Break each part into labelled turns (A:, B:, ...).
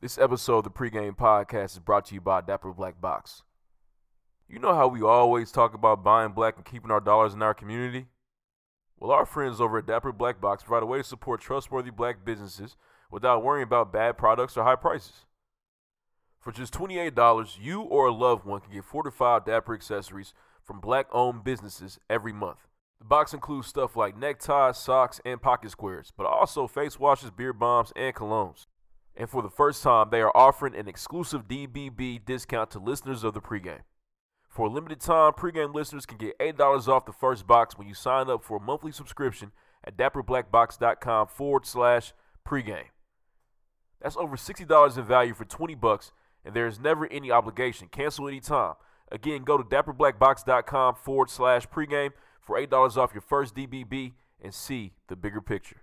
A: This episode of the pregame podcast is brought to you by Dapper Black Box. You know how we always talk about buying black and keeping our dollars in our community? Well, our friends over at Dapper Black Box provide a way to support trustworthy black businesses without worrying about bad products or high prices. For just $28, you or a loved one can get four to five Dapper accessories from black owned businesses every month. The box includes stuff like neckties, socks, and pocket squares, but also face washes, beer bombs, and colognes. And for the first time, they are offering an exclusive DBB discount to listeners of the pregame. For a limited time, pregame listeners can get $8 off the first box when you sign up for a monthly subscription at dapperblackbox.com forward slash pregame. That's over $60 in value for 20 bucks, and there is never any obligation. Cancel anytime. Again, go to dapperblackbox.com forward slash pregame for $8 off your first DBB and see the bigger picture.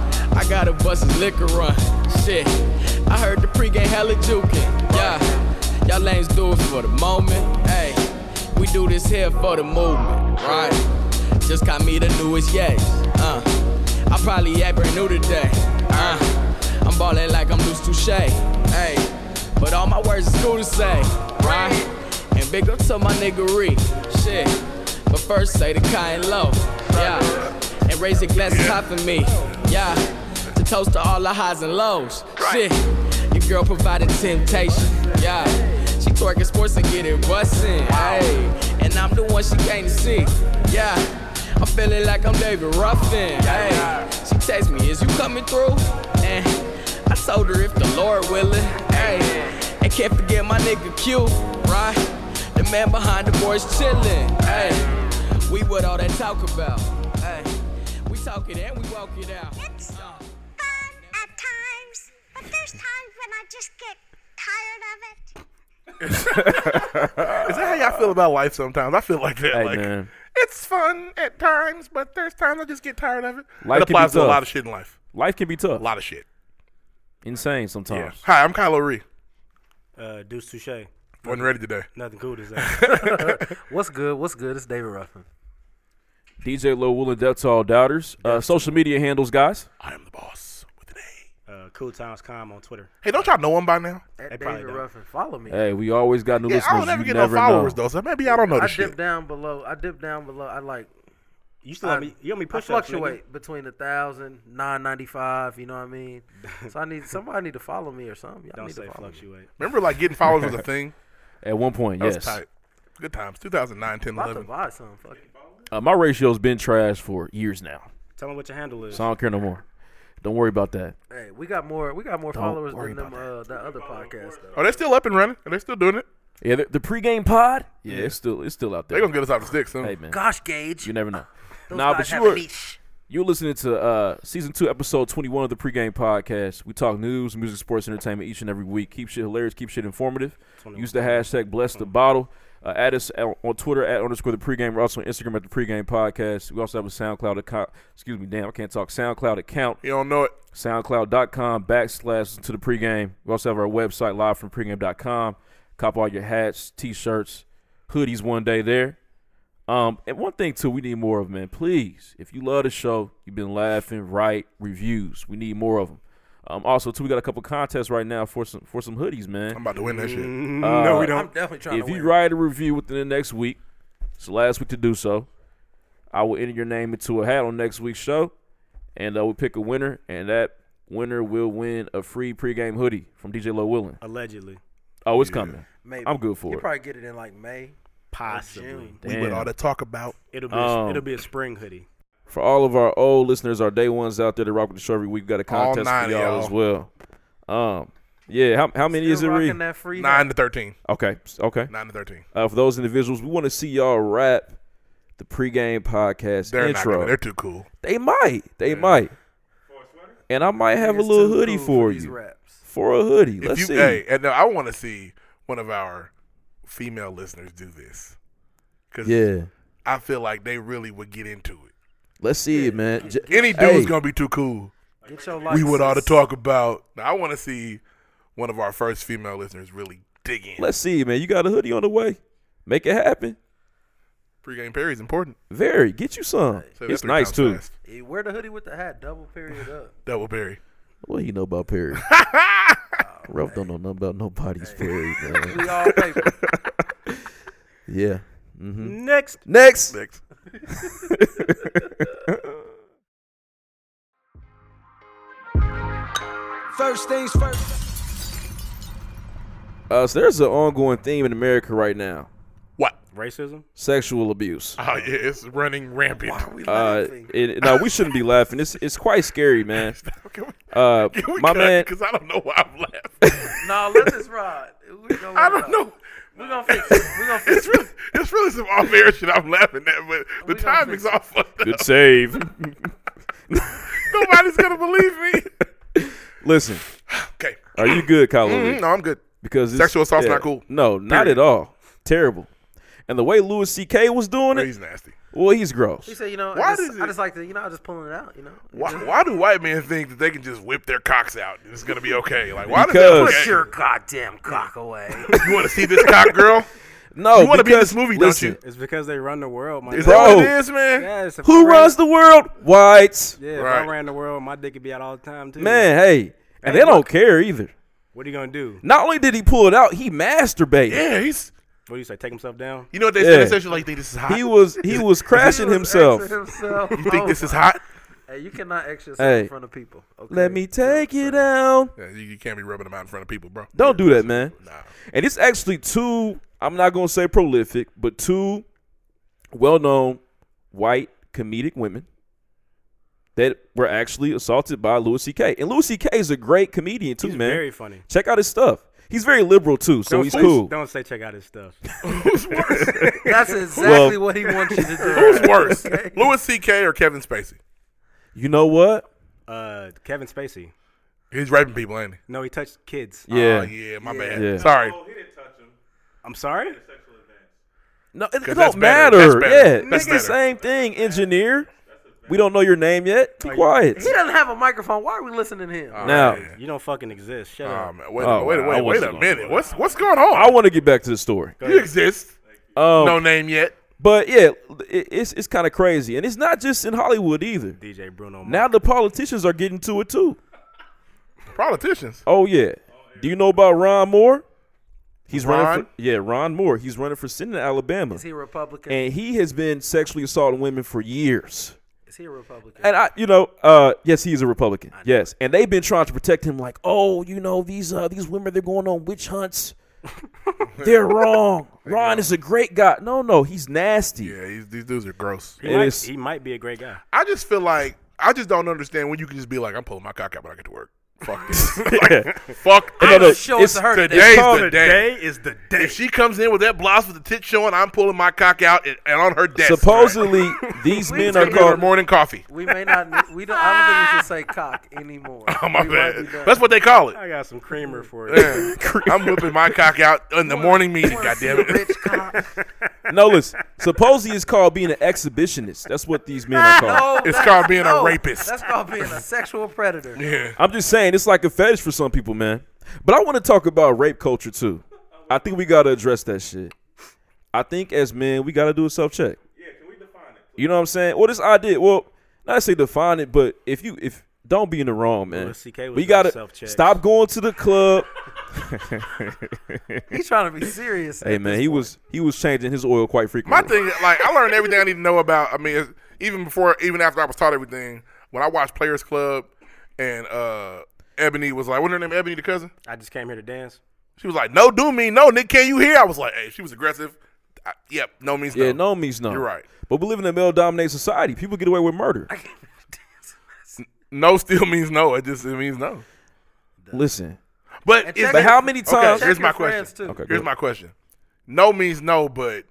B: I got a bus's liquor run. Shit, I heard the pregame hella jukin'. Yeah, y'all lanes do it for the moment. Hey, we do this here for the movement. Right, just got me the newest yes. Uh, I probably act brand new today. Uh, I'm ballin' like I'm loose touche. Hey, but all my words is cool to say, right? And big up to my niggery, shit. But first say the kind low, yeah. And raise a glass high for me, yeah. To toast to all the highs and lows, shit. Your girl provided temptation, yeah. She twerking sports and getting bustin', hey. And I'm the one she came to see, yeah. I'm feeling like I'm David Ruffin. Hey, she text me, is you coming through? And I told her if the Lord willing. Hey, and can't forget my nigga Q, right? The man behind the boys chillin'. Hey, we what all that talk about. Hey, we talk it and we walk it out.
C: It's fun at times, but there's times when I just get tired of it.
D: Is that how y'all feel about life sometimes? I feel like that.
E: Hey,
D: like,
E: man.
D: It's fun at times, but there's times I just get tired of it.
E: Life
D: it
E: can be
D: applies to a
E: tough.
D: lot of shit in life.
E: Life can be tough.
D: A lot of shit.
E: Insane
D: Yeah.
E: sometimes.
D: Hi, I'm Kylo Ree.
F: Uh, Deuce Touche.
D: Wasn't ready today.
F: Nothing cool to say.
G: What's good? What's good? It's David Ruffin.
E: DJ Low Will and Death to All Doubters. Uh, social media handles, guys.
D: I am the boss with an A.
F: uh, cool Times Com on Twitter.
D: Hey, don't y'all know him by now?
G: At
F: probably
G: David
F: don't.
G: Ruffin. Follow me.
E: Hey, we always got new
D: Yeah,
E: listeners.
D: I don't ever
E: you
D: get
E: never
D: no followers
E: know.
D: though, so maybe I don't know
G: I
D: this
G: dip
D: shit.
G: down below. I dip down below. I like.
F: You still
G: I-
F: owe me, you owe me
G: I
F: push ups.
G: fluctuate between a thousand, nine ninety five. You know what I mean? so I need somebody need to follow me or something. Y'all
F: Don't
G: need
F: say
G: to follow me.
F: fluctuate.
D: Remember, like getting followers was a thing.
E: At one point,
D: That
E: yes.
D: was tight. Good times. 2009, 10,
G: I'm about to
D: 11.
G: buy some. Fuck it.
E: Uh, my ratio's been trash for years now,
F: Tell them what your handle is.
E: so I don't care no more. Don't worry about that.
G: Hey, we got more. We got more followers
D: worry
G: than them. Uh, that other podcast though.
D: Are they still up and running? Are they still doing it?
E: Yeah, the, the pregame pod. Yeah, it's still it's still out
D: They
E: there.
D: gonna get us out of the sticks soon.
E: hey man,
G: Gosh, Gage.
E: you never know.
G: Those
E: nah,
G: guys
E: but you
G: have a
E: were
G: niche.
E: you're listening to uh, season two, episode twenty one of the pregame podcast. We talk news, music, sports, entertainment each and every week. Keep shit hilarious. Keep shit informative. Use the hashtag bless the bottle. Uh, add us at, on Twitter at underscore the pregame. We're also on Instagram at the pregame podcast. We also have a SoundCloud account. Excuse me, damn, I can't talk. SoundCloud account.
D: You don't know it.
E: soundcloud.com backslash to the pregame. We also have our website live from pregame.com. Cop all your hats, t shirts, hoodies one day there. Um, and one thing too, we need more of, man. Please, if you love the show, you've been laughing, write reviews. We need more of them. Um, also, too, we got a couple contests right now for some for some hoodies, man.
D: I'm about to win that
F: Mm-hmm.
D: shit.
E: no, we
G: I'm definitely trying
E: if
G: to.
E: you
G: win.
E: write a review within the next week, it's the last week to do so. I will enter your name into a hat on next week's show, and uh, we'll pick a winner, and that winner will win a free pregame hoodie from DJ Low Willing.
F: Allegedly.
E: Oh, it's coming.
G: Maybe.
E: I'm good for
G: You
E: it.
G: probably get it in like May.
F: Possibly.
D: We with
E: Damn.
D: all that talk about.
F: It'll be,
E: Um,
F: a, it'll be a spring hoodie.
E: For all of our old listeners, our day ones out there that rock with the show every week, we got a
D: All
E: contest
D: nine
E: for
D: of
E: y'all
D: y'all.
E: as well. Um, yeah, how, how many is it,
G: Still rocking
E: Reed?
G: that free hat.
D: Nine to thirteen.
E: Okay, okay.
D: Nine to thirteen.
E: Uh, for those individuals, we want to see y'all rap the pregame podcast
D: They're not.
E: intro.
D: Gonna, they're too cool.
E: They might. They might. and I might have a
G: It's
E: little
G: too
E: hoodie
G: cool
E: for
G: these
E: you
G: Raps.
E: for a hoodie.
H: If
E: Let's
H: you,
E: see.
H: Hey, and now I want to see one of our female listeners do this because
E: yeah,
H: I feel like they really would get into it.
E: let's see it, man. J-
H: Any dude's
E: hey,
H: gonna be too cool.
G: Get your license.
H: we would ought to talk about. Now, I want to see one of our first female listeners really dig in.
E: Let's see, man. You got a hoodie on the way. Make it happen.
H: Pre-game Perry is important.
E: Very. Get you some.
H: Say that
E: it's
H: three
E: nice
H: times
E: too.
H: fast.
G: Hey, Wear the hoodie with the hat. Double period up.
H: Double Perry.
E: What he know about Perry? Ralph don't know nothing about nobody's Perry, man.
G: We all paper.
E: Yeah. hmm
F: Next.
E: Next.
H: Next.
B: First things first.
E: Uh, so there's an ongoing theme in America right now:
H: What?
F: Racism.
E: sexual abuse.
H: Oh yeah, it's running rampant.
E: Uh, it, no, we shouldn't be laughing. It's it's quite scary, man. Uh, my man,
H: because I don't know why I'm laughing.
G: nah, let this ride. We gonna
H: I don't know.
G: We're gonna fix it. We're gonna fix
H: It's
G: it.
H: really, it's really some off air shit I'm laughing at, but the
G: We gonna
H: timing's
G: fix
H: all fucked
E: good
H: up.
E: save.
H: Nobody's gonna believe me.
E: Listen,
H: Okay.
E: are you good, Kyle? Lewis?
H: Mm, no, I'm good.
E: Because it's-
H: Sexual assault's not cool.
E: No, not
H: Period.
E: at all. Terrible. And the way Louis C.K. was doing it,
H: He's nasty.
E: well, he's gross.
G: He said, you know,
H: Why
G: I just,
H: does
G: I
H: it-
G: just like to, you know, I just pulling it out, you know.
H: Why, why do white men think that they can just whip their cocks out and it's gonna be okay? Like why
E: Because-
H: does that look at-
G: Your goddamn cock away.
H: You want to see this cock, girl?
E: no,
H: You want to be in
E: because-
H: this movie,
E: listen,
H: don't
F: It's because they run the world. My
H: you? Is
F: nigga.
H: that what
E: Bro.
H: it is, man?
F: Yeah, it's if I
E: Who
F: ran-
E: runs the world? Whites.
F: Yeah, if
H: Right.
F: I ran the world, my dick would be out all the time too.
E: Man, hey, and they don't care either.
F: what are you gonna do?
E: Not only did he pull it out, he masturbated.
H: Yeah, he's.
F: What do you say? Take himself down?
H: You know what they
E: Yeah.
H: say? They say like think this is hot.
E: He was he was crashing himself.
G: himself.
H: you think this is hot?
G: Hey, you cannot X yourself
E: Hey.
G: in front of people. Okay?
E: Let me take you down.
H: Yeah, you, you can't be rubbing them out in front of people, bro.
E: Don't do that, man.
H: Nah.
E: And it's actually two, I'm not going to say prolific, but two well known white comedic women that were actually assaulted by Louis C.K. And Louis C.K. is a great comedian, too,
F: He's
E: man.
F: very funny.
E: Check out his stuff. He's very liberal, too, so
F: Don't-
E: he's
F: please
E: cool.
F: Don't say check out his stuff.
G: That's exactly
E: Well-
G: what he wants you to do.
H: Who's worse, Louis C.K. or Kevin Spacey?
E: You know what?
F: Uh, Kevin Spacey.
H: He's raping people, ain't he?
F: No, he touched kids.
E: Yeah.
H: Oh, yeah, my bad.
E: Yeah.
H: Sorry.
F: I'm sorry.
E: No, it, it
H: that's
E: don't matter.
H: better. That's better.
E: Yeah,
H: That's
E: nigga,
H: better.
E: same thing. Engineer. We don't know your name yet. Be quiet.
G: He doesn't have a microphone. Why are we listening to
H: Uh,
G: him?
E: Now,
F: You don't fucking exist. Shut
H: Oh,
F: up.
H: man. Wait,
E: Oh,
H: a minute, wait, a-
E: wow. I
H: wait, a- wait
E: wasn't
H: a
E: on
H: minute. What's what's going on?
E: I want to get back to the story.
H: you exist.
E: Um,
H: no name yet.
E: But yeah, it, it's it's kind of crazy, and it's not just in Hollywood either.
F: DJ Bruno.
E: Now
F: Mars.
E: the politicians are getting to it too.
H: Politicians.
E: Oh yeah. Do you know about Ron Moore? He's running
H: Ron?
E: for yeah, Ron Moore. He's running for Senate in Alabama,
G: Is he a Republican?
E: and he has been sexually assaulting women for years.
G: Is he a Republican?
E: And I, you know, uh, yes, he is a Republican. Yes, and they've been trying to protect him, like, oh, you know, these uh, these women they're going on witch hunts. they're wrong. Ron is a great guy. No, no, he's nasty.
H: Yeah, these, these dudes are gross.
F: he
E: it
F: might,
E: is-
F: he might be a great guy.
H: I just feel like I just don't understand when you can just be like, I'm pulling my cock out when I get to work. Fuck this.
E: Yeah.
H: like, fuck.
E: No, no,
H: this.
G: show us the hurt today.
H: Today's
E: Call
H: the
E: it
H: day.
F: is the
H: If she comes in with that blouse with the tit showing, I'm pulling my cock out and, and on her desk.
E: Supposedly, these men are
H: Right? Give her
E: called
H: morning coffee.
G: we may not. We don't. I don't think we should say cock anymore.
H: Oh my
G: We might
H: bad.
G: be done.
H: That's what they call it.
F: I got some creamer for you.
H: Yeah. I'm whipping my cock out in the morning meeting. God damn it.
G: Bitch cock.
E: No, listen. Supposedly it's called being an exhibitionist. That's what these men are called.
G: No,
H: It's
G: that's-
H: called being a
G: no,
H: rapist.
G: Oh, That's called being a sexual predator.
H: Yeah.
E: I'm just saying it's like a fetish for some people, man. But I want to talk about rape culture too. I think we gotta address that shit. I think as men we gotta do a self check. Yeah, can we define it? You know what I'm saying? Well, this idea. Well, not to say define it, but if you if don't be in the wrong, man.
F: Well, CK was
E: we
F: doing
E: gotta
F: self-checks.
E: stop going to the club.
G: He's trying to be serious.
E: hey, man, he was he was changing his oil quite
H: My
E: frequently.
H: thing, like, I learned everything I need to know about. I mean, it's- even before, even after I was taught everything, when I watched Players Club, and uh Ebony was like, "What's her name? Ebony, the cousin."
F: I just came here to dance.
H: She was like, "No, do me, no, Nick, can you hear?" I was like, "Hey, she was aggressive." I, yep, no means
E: yeah,
H: no.
E: no means no.
H: You're right.
E: But we live in a male dominated society. People get away with murder.
H: No still means no. It just it means no.
E: Listen,
H: But is
G: check
E: But
H: that-
E: how many times?
H: Okay, here's
G: Check
H: my
G: your friends,
H: question.
G: too.
E: Okay, go
H: here's
E: ahead.
H: my question. No means no, but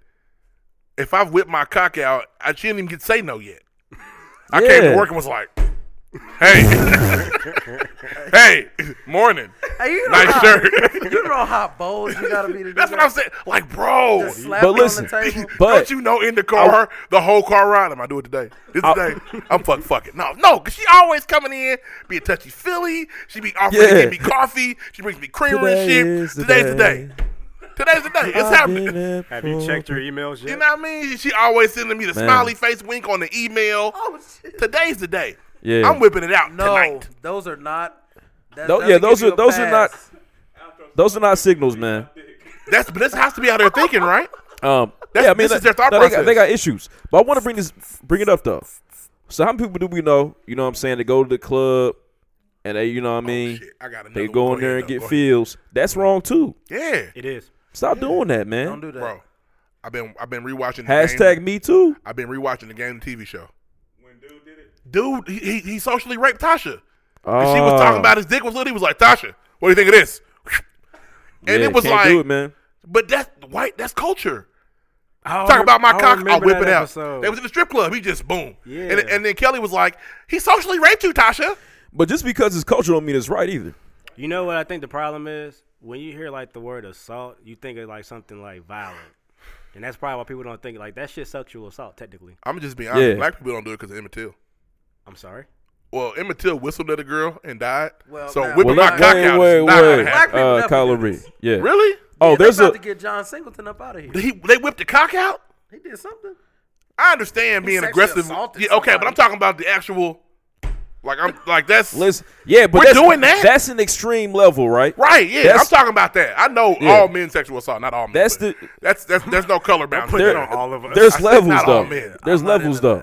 H: if I've whipped my cock out, I she didn't even get to say no yet. I came
E: Yeah.
H: to work and was like, Hey, hey, morning.
G: Hey, you know
H: Nice
G: how,
H: shirt.
G: You know how bold you gotta be to do
H: That's what
G: that?
H: I'm saying. Like, bro,
G: Just slap
E: But
G: it
E: listen,
G: on the table.
E: but
H: don't you know in the car the whole car ride? I'm gonna do it today. This
E: I-
H: today. I'm fuck fuck it. No, no, cause she always coming in, be a touchy feely. She be offering
E: Yeah.
H: to give me coffee. She brings me creamer
E: Today
H: and shit.
E: is the
H: Today's the
E: day.
H: day. Today's the day. It's happening.
F: Have you checked her emails yet?
H: You know what I mean? She always sending me the
E: Man.
H: smiley face wink on the email.
G: Oh, shit.
H: Today's the day.
E: Yeah.
H: I'm whipping it out
G: No,
H: tonight.
G: those are not. That,
E: Tho-
G: doesn't
E: yeah,
G: give
E: those
G: you
E: are-
G: a
E: those are not-
G: pass.
E: Those are not signals, man.
H: That's but this has to be how they're thinking, right?
E: Um,
H: That's-
E: yeah, I mean,
H: this is their thought
E: no, They got,
H: process.
E: they got issues, but I want to bring this, bring it up though. So, how many people do we know? You know, what I'm saying they go to the club, and they, you know, what I mean,
H: Oh, shit, I got another
E: they go
H: one.
E: in
H: Go
E: there and
H: ahead,
E: get
H: go ahead.
E: feels. That's wrong too.
H: Yeah,
F: It is.
E: Stop doing that,
G: Don't
E: man.
G: do that.
H: bro. I've been I've been rewatching the
E: Hashtag
H: Game.
E: me too.
H: I've been rewatching the game and TV show. When dude did it, dude, he, he, he socially raped Tasha. And she was talking
E: Oh,
H: about his dick was little. He was like, Tasha, what do you think of this? And
E: Yeah,
H: it was
E: can't
H: like,
E: do it, man.
H: but that's white. That's culture.
F: I'll
H: Talk about my
F: I
H: cock, I'll
F: remember
H: whip
F: that
H: it out.
F: episode.
H: They was in the strip club. He just boom.
F: Yeah.
H: And, and then Kelly was like, he socially raped you, Tasha.
E: But just because it's culture don't mean it's right either.
F: You know what I think the problem is? When you hear like the word assault, you think of like something like violent. And that's probably why people don't think like that shit sexual assault technically.
H: I'm just being honest.
E: Yeah.
H: Black people don't do it because of Emmett Till.
F: I'm sorry.
H: Well, Emmett Till whistled at a girl and died.
G: Well,
H: so
G: now-
H: whipping
G: Well,
H: my
G: now-
H: cock out
E: wait,
H: is not
E: wait,
H: gonna
E: wait.
G: Black
H: happen.
G: people
E: Uh,
G: never
E: Kylo
G: do
E: Ren.
G: this.
E: Yeah.
H: Really?
E: Oh,
G: Yeah, they
E: there's
G: about
E: a
G: to get John Singleton up out of here.
H: He, they whipped the cock out.
G: He did something.
H: I understand being
G: sexually
H: aggressive.
G: assaulted
H: Yeah, okay, but I'm
G: somebody.
H: talking about the actual. Like I'm like that's
E: listen. Yeah, but
H: We're
E: that's,
H: doing that?
E: That's an extreme level, right?
H: right. Yeah,
E: That's-
H: I'm talking about that. I know
E: Yeah.
H: all men sexual assault, not all men.
E: That's
H: but
E: the-
H: that's that's there's no color bound.
E: There-
H: of us. I
E: There's
H: said
E: levels
H: not all
E: though.
H: men.
E: There's levels though.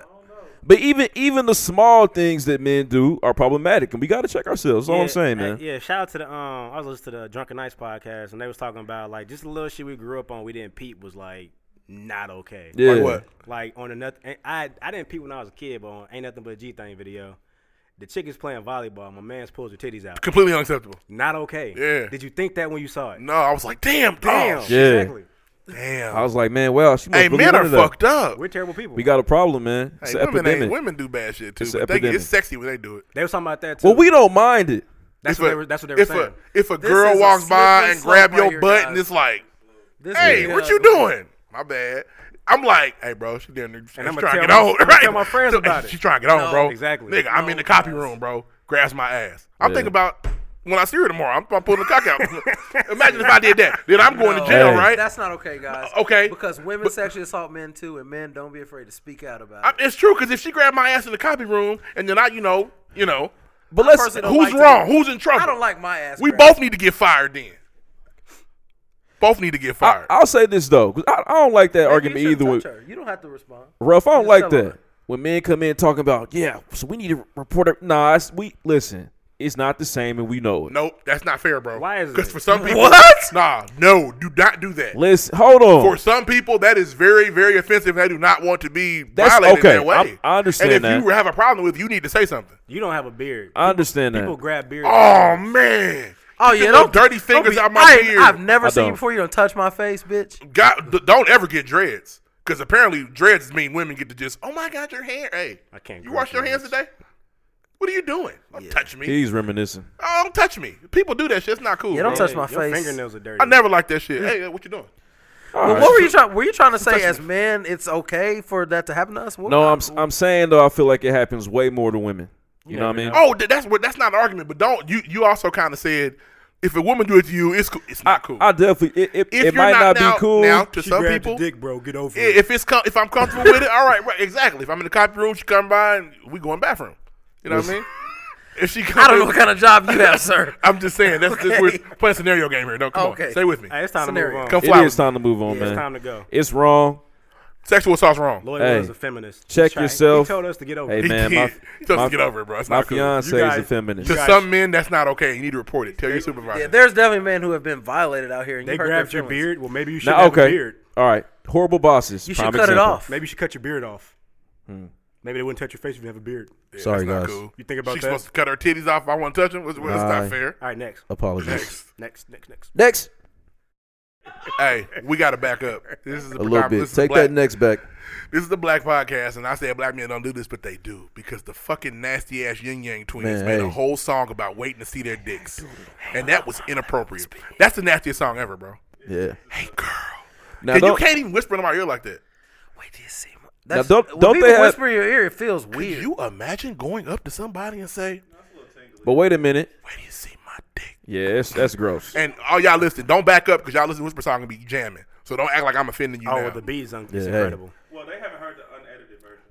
E: But even even the small things that men do are problematic, and we got to check ourselves. That's all I'm saying,
F: uh,
E: man.
F: yeah, shout out to the um I was listening to the Drunken Nights podcast and they was talking about like just the little shit we grew up on we didn't peep was like not okay.
E: Yeah,
H: Like what?
F: Like on another, I I didn't peep when I was a kid, but on ain't nothing but a G thing video, the chick is playing volleyball. My man's pulls her titties out.
H: Completely unacceptable.
F: Not okay.
H: Yeah.
F: Did you think that when you saw it?
H: No, I was like, damn,
F: Damn.
H: damn,
E: Yeah.
F: Exactly.
H: damn.
E: Oh, I was like, man, wow, she must
H: hey,
E: really
H: men are
E: into that.
H: fucked up.
F: We're terrible people.
E: We got a problem, man. It's
H: Hey,
E: an
H: women, ain't,
E: epidemic.
H: women do bad shit too.
E: It's an
H: but they,
E: epidemic.
H: it's sexy when they do it.
F: they was talking about that too.
E: Well, we don't mind it.
F: that's
H: if
F: what
H: a,
F: they were. That's what they were
H: if
F: saying.
H: A, if a
G: This
H: girl
G: is a
H: walks by
G: slippery
H: and grab
G: slope right
H: your
G: here,
H: butt,
G: guys.
H: and it's like,
G: This
H: hey,
G: is-
H: what you doing? My bad. I'm like, hey, bro, she down there. She's
F: I'ma
H: trying to
F: tell
H: get on.
F: my- I'ma
H: right?
F: tell my friends
H: So-
F: about it.
H: She's trying to get on,
G: No,
H: bro.
F: exactly.
H: Nigga, I'm in the copy room, bro. Grabs my ass. I'm
E: Yeah.
H: thinking about when I see her tomorrow. I'm, I'm pulling the cock out. Imagine if I did that. Then I'm going to jail,
E: Hey.
H: right?
G: That's not okay, guys.
H: Uh, okay.
G: Because women
H: But-
G: sexually assault men too, and men don't be afraid to speak out about
H: I,
G: it.
H: it's true because if she grabbed my ass in the copy room and then I, you know, you know,
E: But let's.
G: personally don't
H: who's
G: like to
H: wrong?
G: be-
H: Who's in trouble?
G: I don't like my ass.
H: We
G: grabbed.
H: both need to get fired then. Both need to get
E: I,
H: fired.
E: will say this though, 'cause I, I don't like that
G: Maybe
E: argument
G: you
E: either.
G: shouldn't
E: With,
G: touch her. You don't have to respond.
E: Ruff, I don't
G: Just
E: like
G: tell
E: that.
G: her.
E: When men come in talking about, yeah, so we need to report. Her. Nah, it's, we listen. It's not the same, and we know it.
H: Nope, that's not fair, bro.
F: Why is
H: Because
F: it?
H: for some people, what? Nah, no, do not do that.
E: Listen, hold on.
H: For some people, that is very, very offensive. They do not want to be
E: That's
H: violated
E: okay.
H: that way.
E: I'm- I understand
H: And if
E: that.
H: you have a problem with, it, you need to say something.
F: you don't have a beard.
E: I understand
F: People
E: that.
F: grab beards.
H: Oh man.
G: Oh
H: You
G: yeah,
H: took those
G: don't
H: dirty
G: don't
H: fingers
G: be-
H: out my
G: I ain't-
H: beard.
G: I've never
E: I
G: seen
E: don't.
G: you before. You don't touch my face, bitch.
H: God, d- don't ever get dreads. Because apparently dreads mean women get to just, oh my God, your hair. Hey,
F: I can't
H: You
F: grow
H: wash your hands
F: dreads.
H: today? What are you doing? Don't touch me.
E: He's reminiscing.
H: oh, don't touch me. People do that shit. It's not cool.
G: Yeah, don't
H: bro.
G: touch my
F: Your
G: face.
F: fingernails are dirty.
H: I never like that shit. Hey, what you doing?
E: All
G: But
E: right.
G: what were you trying? Were you trying to say, as men, it's okay for that to happen to us? What-
E: No, I'm s- I'm saying though, I feel like it happens way more to women. You know what I
F: never
E: mean?
H: Oh, th- that's what. That's not an argument. But don't you? You also kind of said if a woman do it to you, it's co- it's not cool.
E: I definitely. It, it,
H: if
E: it might not,
H: now,
E: be cool.
H: now to
F: She
H: some
F: grabbed
H: people.
F: your dick, bro. Get over
H: i-
F: it.
H: If it's com- if I'm comfortable with it, all right, right, exactly. If I'm in the copy room, she come by and we go in the bathroom. You know what I mean? If she, come
G: I don't know what kind of job you have, sir.
H: I'm just saying that's just we're
G: Okay.
H: playing scenario game here. No, come
G: Okay.
H: on, stay with me.
F: Hey, it's time
G: Scenario.
F: to move
H: Come
F: on.
E: It
H: fly
E: is
H: with me.
E: time to move on, man.
F: It's time to go.
E: It's wrong.
H: Sexual assault's wrong.
F: Lloyd
E: Hey,
F: was a feminist.
E: check
F: That's right.
E: yourself.
F: He told us to get over.
E: Hey
F: it.
E: man,
H: Yeah.
E: my,
H: Just
E: my-
H: get over it, bro. It's
E: my
H: not cool.
E: fiance
F: You
E: is a
F: guys-
E: feminist.
H: to
F: guys-
H: some men, that's not okay. You need to report it. Tell your supervisor.
G: Yeah, there's definitely men who have been violated out here. And
F: They
G: you hurt
F: grabbed
G: their
F: your
G: feelings.
F: beard. Well, maybe you should
E: Now,
F: have a
E: okay,
F: beard.
E: all right. Horrible bosses.
G: You should
E: prime
G: cut it
E: example.
G: off.
F: Maybe you should cut your beard off.
E: Hmm.
F: Maybe they wouldn't touch your face if you have a beard.
E: Sorry
H: That's
E: guys.
H: not cool.
F: You think about
H: She's
F: that?
H: supposed to cut her titties off if I want to touch them? It's, it's
E: Aye.
H: not fair.
F: All right,
E: Oh.
F: next,
E: Apologies.
F: next, next, next.
E: Next,
H: hey, we got to back up. This is a,
E: a little bit. Take that next back.
H: This is the black podcast, and I said black men don't do this, but they do because the fucking nasty ass yin yang tweens
E: Man,
H: made
E: hey.
H: a whole song about waiting to see their dicks, and that was inappropriate. That's the nastiest song ever, bro.
E: Yeah.
H: Hey, girl,
E: Now
H: and you
E: don't-
H: can't even whisper in my ear like that.
G: Wait, do you see? my- That's,
E: don't-
G: when
E: don't
G: people
E: they have-
G: whisper in your ear, it feels weird.
H: Could you imagine going up to somebody and say,
E: But wait a minute.
H: "Wait till you see my dick,"
E: Yeah, that's, that's gross.
H: and all y'all listen, don't back up because y'all listen to whisper song and be jamming. So don't act like I'm offending you.
F: Oh,
H: now.
F: the bees on
E: Yeah,
F: it's
E: hey.
F: incredible.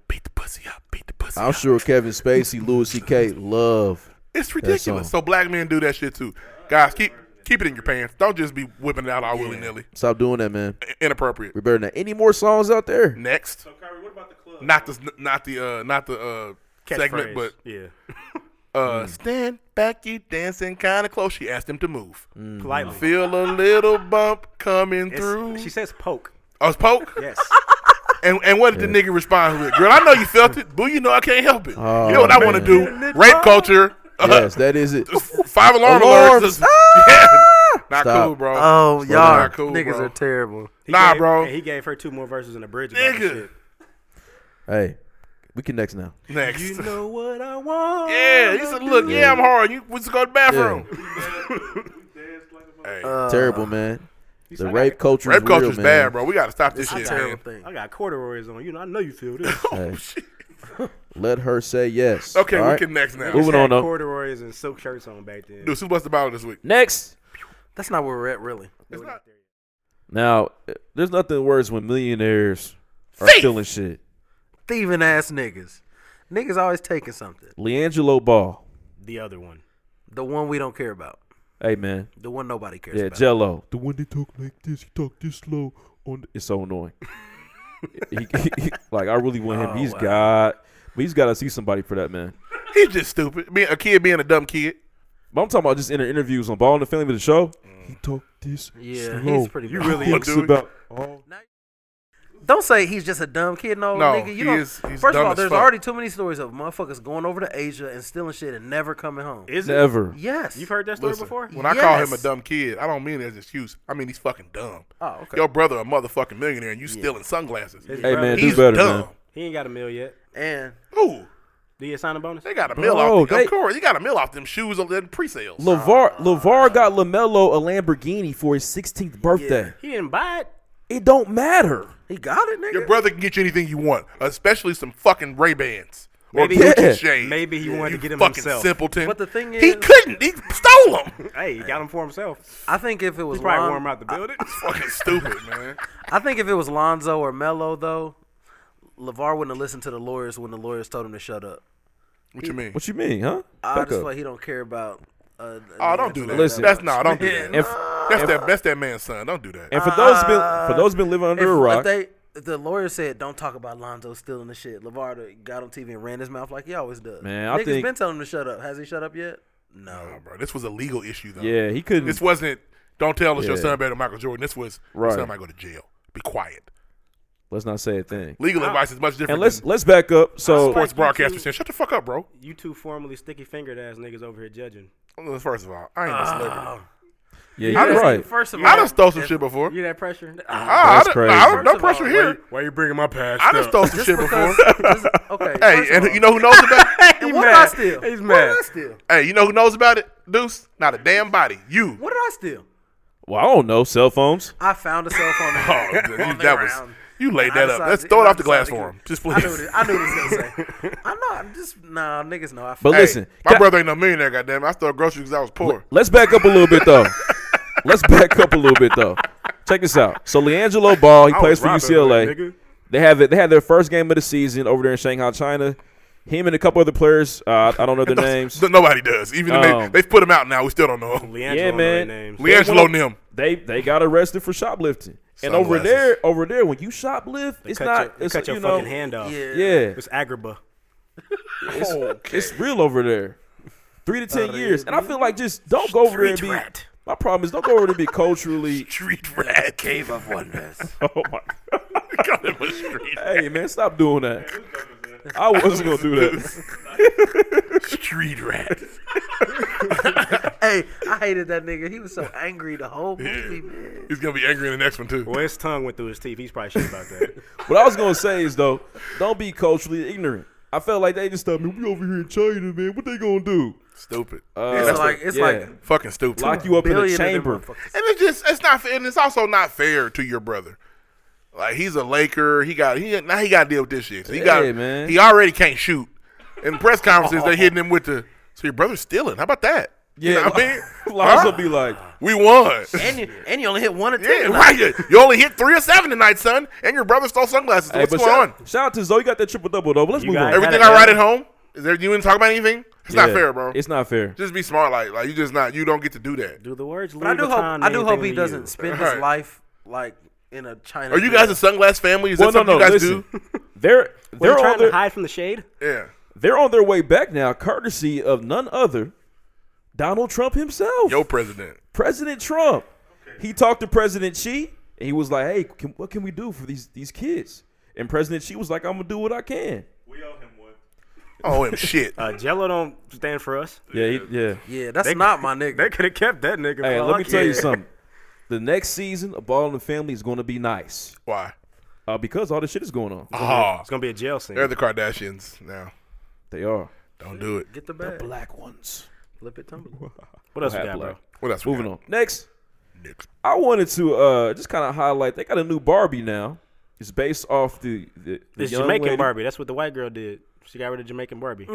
H: beat the pussy up, beat the pussy
I: I'm
H: up.
I: sure Kevin Spacey, Louis C.K. love.
H: It's
I: song.
H: ridiculous. So black men do that shit too. Guys, keep keep it in your pants. Don't just be whipping it out all willy nilly.
I: Stop doing that, man.
H: Inappropriate.
I: We better not. Any more songs out there?
H: Next. So Kyrie, what about the club? Not the not the uh not the uh segment,
F: Catchphrase.
H: but
F: yeah,
H: uh
I: Hmm.
H: stand back, you dancing kinda close. She asked him to move.
I: Hmm.
E: Mm-hmm.
F: politely.
H: Feel a little bump coming
F: It's-
H: through.
F: She says poke.
H: I was poke?
F: Yes.
H: And and what did the nigga respond with? Girl, I know you felt it. Boo, you know I can't help it. you know what I want to
I: Oh, man.
H: do? Rape culture.
I: Yes, that is it.
H: Five alarm
I: Alarms.
H: alerts.
I: Ah!
H: Yeah. Not
I: Stop.
H: cool, bro.
G: Oh,
H: Not
G: y'all
H: cool,
G: niggas
H: bro.
G: are terrible.
F: He
H: Nah,
F: gave-
H: bro.
F: And he gave her two more verses in the bridge. About the
H: Nigga.
F: shit.
I: Hey, we can next now.
H: Next.
F: You know what I want.
H: yeah, he said, look, yeah, I'm hard. You we just go to the bathroom. Hey,
G: Uh,
I: Terrible, man. The rape culture
H: rape
I: is real,
H: culture's
I: man.
H: bad, bro. We got to stop this
G: It's
H: shit,
G: a terrible
H: man. Oh,
G: thing.
F: I got corduroys on. You know, I know you feel this.
I: Hey. Let her say yes.
H: Okay,
I: all
H: we
I: right?
H: can next now.
E: Moving on
F: Had
E: up.
F: Corduroys and silk shirts on back then.
H: Dude, who busted the bottle this week?
E: Next.
G: That's not where we're at, really.
E: Now, eh, there's nothing worse when millionaires are
H: Thief.
E: stealing shit.
G: Thieving ass niggas. Niggas always taking something.
E: Leangelo Ball.
F: The other one.
G: The one we don't care about.
E: Hey, man.
G: The one nobody cares
E: Yeah,
G: about.
E: Jello. The one that talk like this, he talk this slow. On it's so annoying. He- he- he- like I really want him.
G: Oh,
E: He's
G: wow.
E: God, but he's got to see somebody for that man.
H: He's just stupid. Being a kid being a dumb kid.
E: But I'm talking about just in the interviews on Ball and the Family with the show. He talk this
G: Yeah,
E: slow.
G: he's pretty
E: You
G: bad.
E: really
H: Oh,
E: thinks
H: dude.
E: about all
G: Don't say he's just a dumb kid. No,
H: No,
G: nigga. You
H: he
G: don't.
H: is- he's
G: first
H: dumb
G: of all,
H: as
G: there's
H: fuck.
G: already too many stories of motherfuckers going over to Asia and stealing shit and never coming home.
F: Is it?
E: never.
G: Yes.
F: You've heard that story
H: Listen,
F: before?
H: When I call him a
G: Yes.
H: dumb kid, I don't mean it as an excuse. I mean he's fucking dumb.
G: Oh, okay.
H: Your brother a motherfucking millionaire and you stealing sunglasses.
F: His
E: Hey
F: brother-
E: man,
H: He's
E: do better,
H: dumb.
E: man.
F: He ain't got a mill yet.
G: And
H: Ooh,
F: Do you sign a bonus?
H: they got a
E: Bro,
H: mill off.
E: they-
H: of course, you got a mill off them shoes on them pre-sales.
E: Levar Levar got Lamelo a Lamborghini for his 16th birthday.
F: He didn't buy it.
E: It don't matter.
G: he got it, nigga.
H: Your brother can get you anything you want, especially some fucking Ray Bans or
F: Maybe-
H: Gucci
E: Yeah.
H: shades.
F: Maybe he wanted to get
H: you
F: him
H: fucking
F: himself.
H: simpleton.
G: But the thing
H: he
G: is-
H: couldn't. He stole them.
F: Hey, he got him for himself.
G: I think if it was
F: He probably
G: Lon-
F: wore him out the building.
H: fucking stupid, man.
G: I think if it was Lonzo or Melo though, Levar wouldn't have listened to the lawyers when the lawyers told him to shut up.
H: What you mean?
E: What you mean, huh?
G: I
E: Back
G: just
E: up.
G: feel like he don't care about. Uh,
H: Oh, don't do that.
E: Listen.
H: that's no, don't do that.
E: and, f-
H: that's that. That's that man's son. Don't do that.
E: and for those been for those been living under
G: If,
E: a
G: if
E: rock,
G: they, if the lawyer said, "Don't talk about Lonzo stealing the shit," Levar got on TV and ran his mouth like he always does.
E: Man, I
G: Niggas
E: think-
G: been telling him to shut up. Has he shut up yet?
H: Nah,
G: No.
H: bro, this was a legal issue though.
E: yeah, he couldn't.
H: This wasn't. Don't tell us your
E: Yeah.
H: son better than Michael Jordan. This was
E: Right.
H: your son might go to jail. Be quiet.
E: let's not say a thing.
H: Legal advice is much
E: And
H: different.
E: let's
H: than
E: let's back up. So
H: sports
F: you
H: broadcasters
F: two-
H: saying, "Shut the fuck up, bro."
F: You two formerly sticky fingered ass niggas over here judging.
H: First of all, I ain't
G: Ah,
H: a celebrity.
E: yeah, you're right.
G: First of all,
H: I done stole some shit before.
F: You that pressure?
H: Ah, I
E: That's
H: done-
E: crazy.
H: I done-
G: First
H: no
G: of
H: pressure
G: all,
H: here.
F: Why you bringing my past?
H: I done stole some shit before.
G: because- just- okay.
H: Hey,
G: first of
H: and
G: all-
H: you know who knows about it?
G: And what did I steal?
F: He's
G: What did
F: mad.
G: I steal?
H: hey, you know who knows about it? Deuce, not a damn body. You.
G: What did I steal?
E: Well, I don't know. Cell phones.
G: I found a cell phone. in-
H: Oh,
G: on
H: dude,
G: the
H: you- that was
G: ground.
H: you laid
G: I
H: that up.
G: decided-
H: Let's throw it
G: and I
H: off the glass
G: decided
H: for
G: to
H: him, just
G: I
H: please.
G: knew this, I knew this was gonna say. I'm not just nah, niggas know. I
E: But
H: Hey,
E: listen,
H: my
E: ca-
H: brother ain't no millionaire. Goddamn, it. I stole groceries because I was poor.
E: Let's back up a little bit though. let's back up a little bit though. Check this out. So Leangelo Ball, he plays for
F: robbing
E: UCLA.
F: that nigga.
E: They have it. They had their first game of the season over there in Shanghai, China. Him and a couple other players. Uh, I don't know their names.
H: Th- Nobody does. Even if
E: Um,
H: they, they've put him out now. We still don't know him.
F: Leandro
E: Yeah,
F: don't know their
E: man.
F: names.
H: Leangelo Nim.
E: They they got arrested for shoplifting. And over
H: Sunglasses.
E: there, over there, when you shoplift, it's
F: cut
E: not.
F: your, they
E: it's
F: cut
E: you
F: your
E: know,
F: fucking hand off.
G: Yeah.
E: Yeah,
F: It's Agrabah.
E: it's, it's real over there. Three to ten years, and I feel like just don't go over there and be.
F: Street rat.
E: My problem is don't go over there and be culturally.
H: Street rat.
G: Cave of Wonders.
E: Oh my god!
H: Call him a street,
E: Hey man, stop doing that. I wasn't gonna do that.
H: street rat.
G: hey, I hated that nigga. He was so angry the whole movie, man.
H: He's gonna be angry in the next one too.
F: Well, his tongue went through his teeth. He's probably shit about that.
E: What I was gonna say is though, don't be culturally ignorant. I felt like they just thought, man, we over here in China, man. What they gonna do?
H: Stupid.
E: Uh,
H: Yeah, that's
G: like-
H: what-
G: it's
E: yeah.
G: like
H: fucking stupid.
E: lock you up in a
G: Billion of them
E: chamber.
G: motherfuckers.
H: And it's just it's not fair, and it's also not fair to your brother. Like he's a Laker. He got he now he got to deal with this shit. So he got
E: Hey, man.
H: he already can't shoot. In the press conferences, they hitting him with the so your brother's stealing. How about that? You
E: Yeah,
H: know what I mean,
E: Lonzo
H: Huh?
E: be like,
H: we won.
G: And you, and you only hit one attempt.
H: Yeah, right. You only hit three or seven tonight, son, and your brother stole sunglasses.
E: hey,
H: What's
E: but
H: going on?
E: shout, shout out to Zoe. You got that triple double though. But let's
F: You
E: move on.
F: got it.
H: Everything
F: gotta
H: I write
F: go.
H: at home. Is there? You didn't talk about anything. It's not
E: Yeah.
H: fair, bro.
E: It's not fair.
H: just be smart. Like like you just not. You don't get to do that.
F: Do the words?
G: But I
F: Louis
G: do hope
F: Vuitton
G: I do
F: mean
G: hope
F: anything
G: he
F: to you?
G: doesn't spend
H: Right.
G: his life like in a China.
H: Are you guys a
G: jail.
H: sunglass family? Is that
E: Well, no,
H: something
E: no.
H: you guys
E: Listen, they're
F: Were you
E: they're
F: trying
E: on
F: to
E: their,
F: hide from the shade?
H: do? Yeah.
E: they're on their way back now, courtesy of none other Donald Trump himself.
H: Yo, president.
E: President Trump. He talked to President Xi, and he was like, "Hey, can, what can we do for these these kids?" And President Xi was like, "I'm gonna do what I can."
H: Oh, him shit.
F: Uh, Jello don't stand for us.
E: Yeah, he, yeah.
G: Yeah, that's not my
F: They
G: nigga.
F: could have kept that nigga.
E: Hey,
F: Fuck
E: let me tell you
F: yeah.
E: something. The next season of Ball in the Family is going to be nice
H: Why?
E: uh, because all this shit is going on.
H: Ah,
F: It's gonna be a jail scene.
H: they're the Kardashians now.
E: They are.
H: Don't do it.
G: Get the bag.
E: Black ones.
G: Flip it, tumble.
F: What else we
E: Hat
F: got, bro?
E: black.
H: What else?
E: Moving on. Next,
H: Next.
E: I wanted to uh, just kind of highlight they got a new Barbie now. It's based off the, the, the
F: It's
E: young
F: Jamaican
E: lady.
F: Barbie. That's what the white girl did. She got rid of Jamaican Barbie.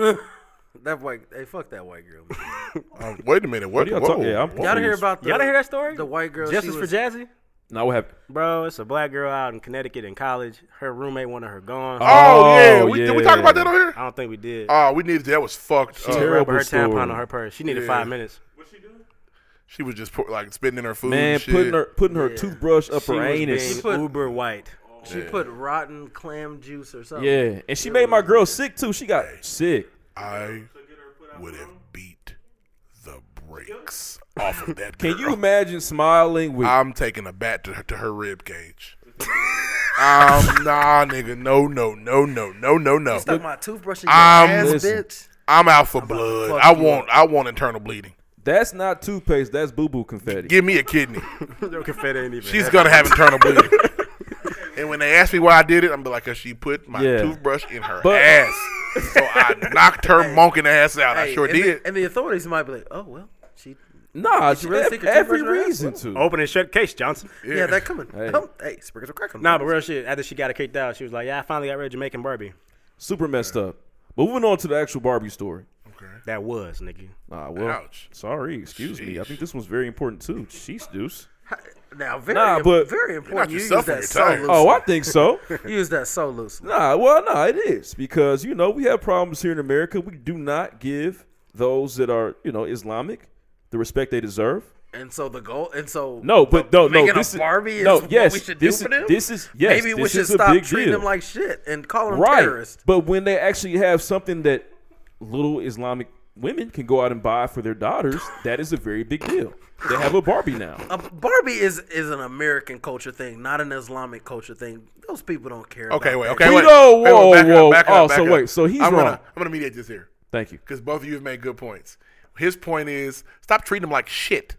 G: That white. Hey, fuck that white girl. man.
H: Um, wait a minute. What?
E: What are y'all
H: Whoa.
E: talking- yeah, I'm
H: Whoa.
G: Y'all done hear about the,
F: Y'all didn't hear that story?
G: The white girl.
F: Justice
G: she
F: for
G: was,
F: Jazzy,
E: Now what happened?
F: bro. It's a black girl out in Connecticut in college. Her roommate wanted her gone.
H: Oh, yeah.
E: Oh,
H: We, Did we
E: yeah.
H: talk about that on here?
F: I don't think we did.
H: Oh, we needed. That was fucked.
F: she
H: up.
F: rubbed
E: terrible
F: her
E: story.
F: tampon on her purse. She needed
H: Yeah.
F: five minutes.
H: She was just pour, like spitting in her food.
E: Man,
H: and shit.
E: putting her putting her toothbrush up
F: She
E: her
F: was
E: anus.
F: being
G: She put-
F: uber white.
G: She put rotten clam juice or something.
E: Yeah, and she made my girl sick too. She got sick.
H: I would have beat the brakes off of that.
E: Can
H: girl.
E: you imagine smiling with?
H: I'm taking a bat to her, to her rib cage. um, nah, nigga, no, no, no, no, no, no, no.
G: Stuck my toothbrush in your
H: I'm-
G: ass,
E: Listen.
G: bitch.
H: I'm out for blood.
G: fuck
H: I
G: you
H: want, I want internal bleeding.
E: that's not toothpaste. That's boo boo confetti.
H: Give me a kidney.
F: Your confetti ain't even.
H: She's gonna have internal bleeding. and when they ask me why I did it, I'm be like, "Cause she put my
E: Yeah.
H: toothbrush in her
E: But-
H: ass, so I knocked her monking ass out. I
G: Hey,
H: sure
G: and the-
H: did."
G: and the authorities might be like, oh well, she.
E: nah,
G: she really
E: ev-
G: stick a
E: every
G: toothbrush in her ass?
E: reason to.
F: Open and shut case, Johnson.
G: Yeah, that coming. Hey, um, hey Spriggers are cracking.
F: Nah, but real shit. After she got her kicked out, she was like, "Yeah, I finally got rid of Jamaican Barbie."
E: Super messed up. But moving on to the actual Barbie story.
F: That was nigga.
E: Ah, well,
H: Ouch.
E: sorry, excuse me. I think this one's very important too. Sheesh, deuce.
G: now very,
E: Nah,
G: im-
E: but-
G: very important. You use
H: yourself when
G: that
H: you're
G: so
H: tired.
G: loosely.
E: Oh, I think so.
G: You use that so loosely.
E: nah, well, nah, it is because you know we have problems here in America. We do not give those that are you know Islamic the respect they deserve.
G: And so the goal, and so
E: No, but no, no.
G: making
E: This
G: a
E: is
G: Barbie is
E: no.
G: what
E: Yes,
G: we should
E: this is
G: do for them.
E: this is yes.
G: maybe we
E: this
G: should
E: is a
G: stop
E: big
G: treating
E: deal.
G: them like shit and call them
E: right.
G: terrorists.
E: But when they actually have something that little Islamic women can go out and buy for their daughters, that is a very big deal. They have a Barbie now.
G: A Barbie is is an American culture thing, not an Islamic culture thing. Those people don't care.
H: Okay,
G: about
H: wait,
G: that.
H: okay,
E: We
H: wait.
E: know-
H: Wait, wait,
E: whoa,
H: back
E: whoa.
H: Up, back
E: Oh,
H: up, back
E: so
H: up.
E: wait, so he's
H: I'm
E: wrong.
H: Gonna, I'm gonna mediate this here
E: Thank you.
H: because both of you have made good points. His point is stop treating him like shit.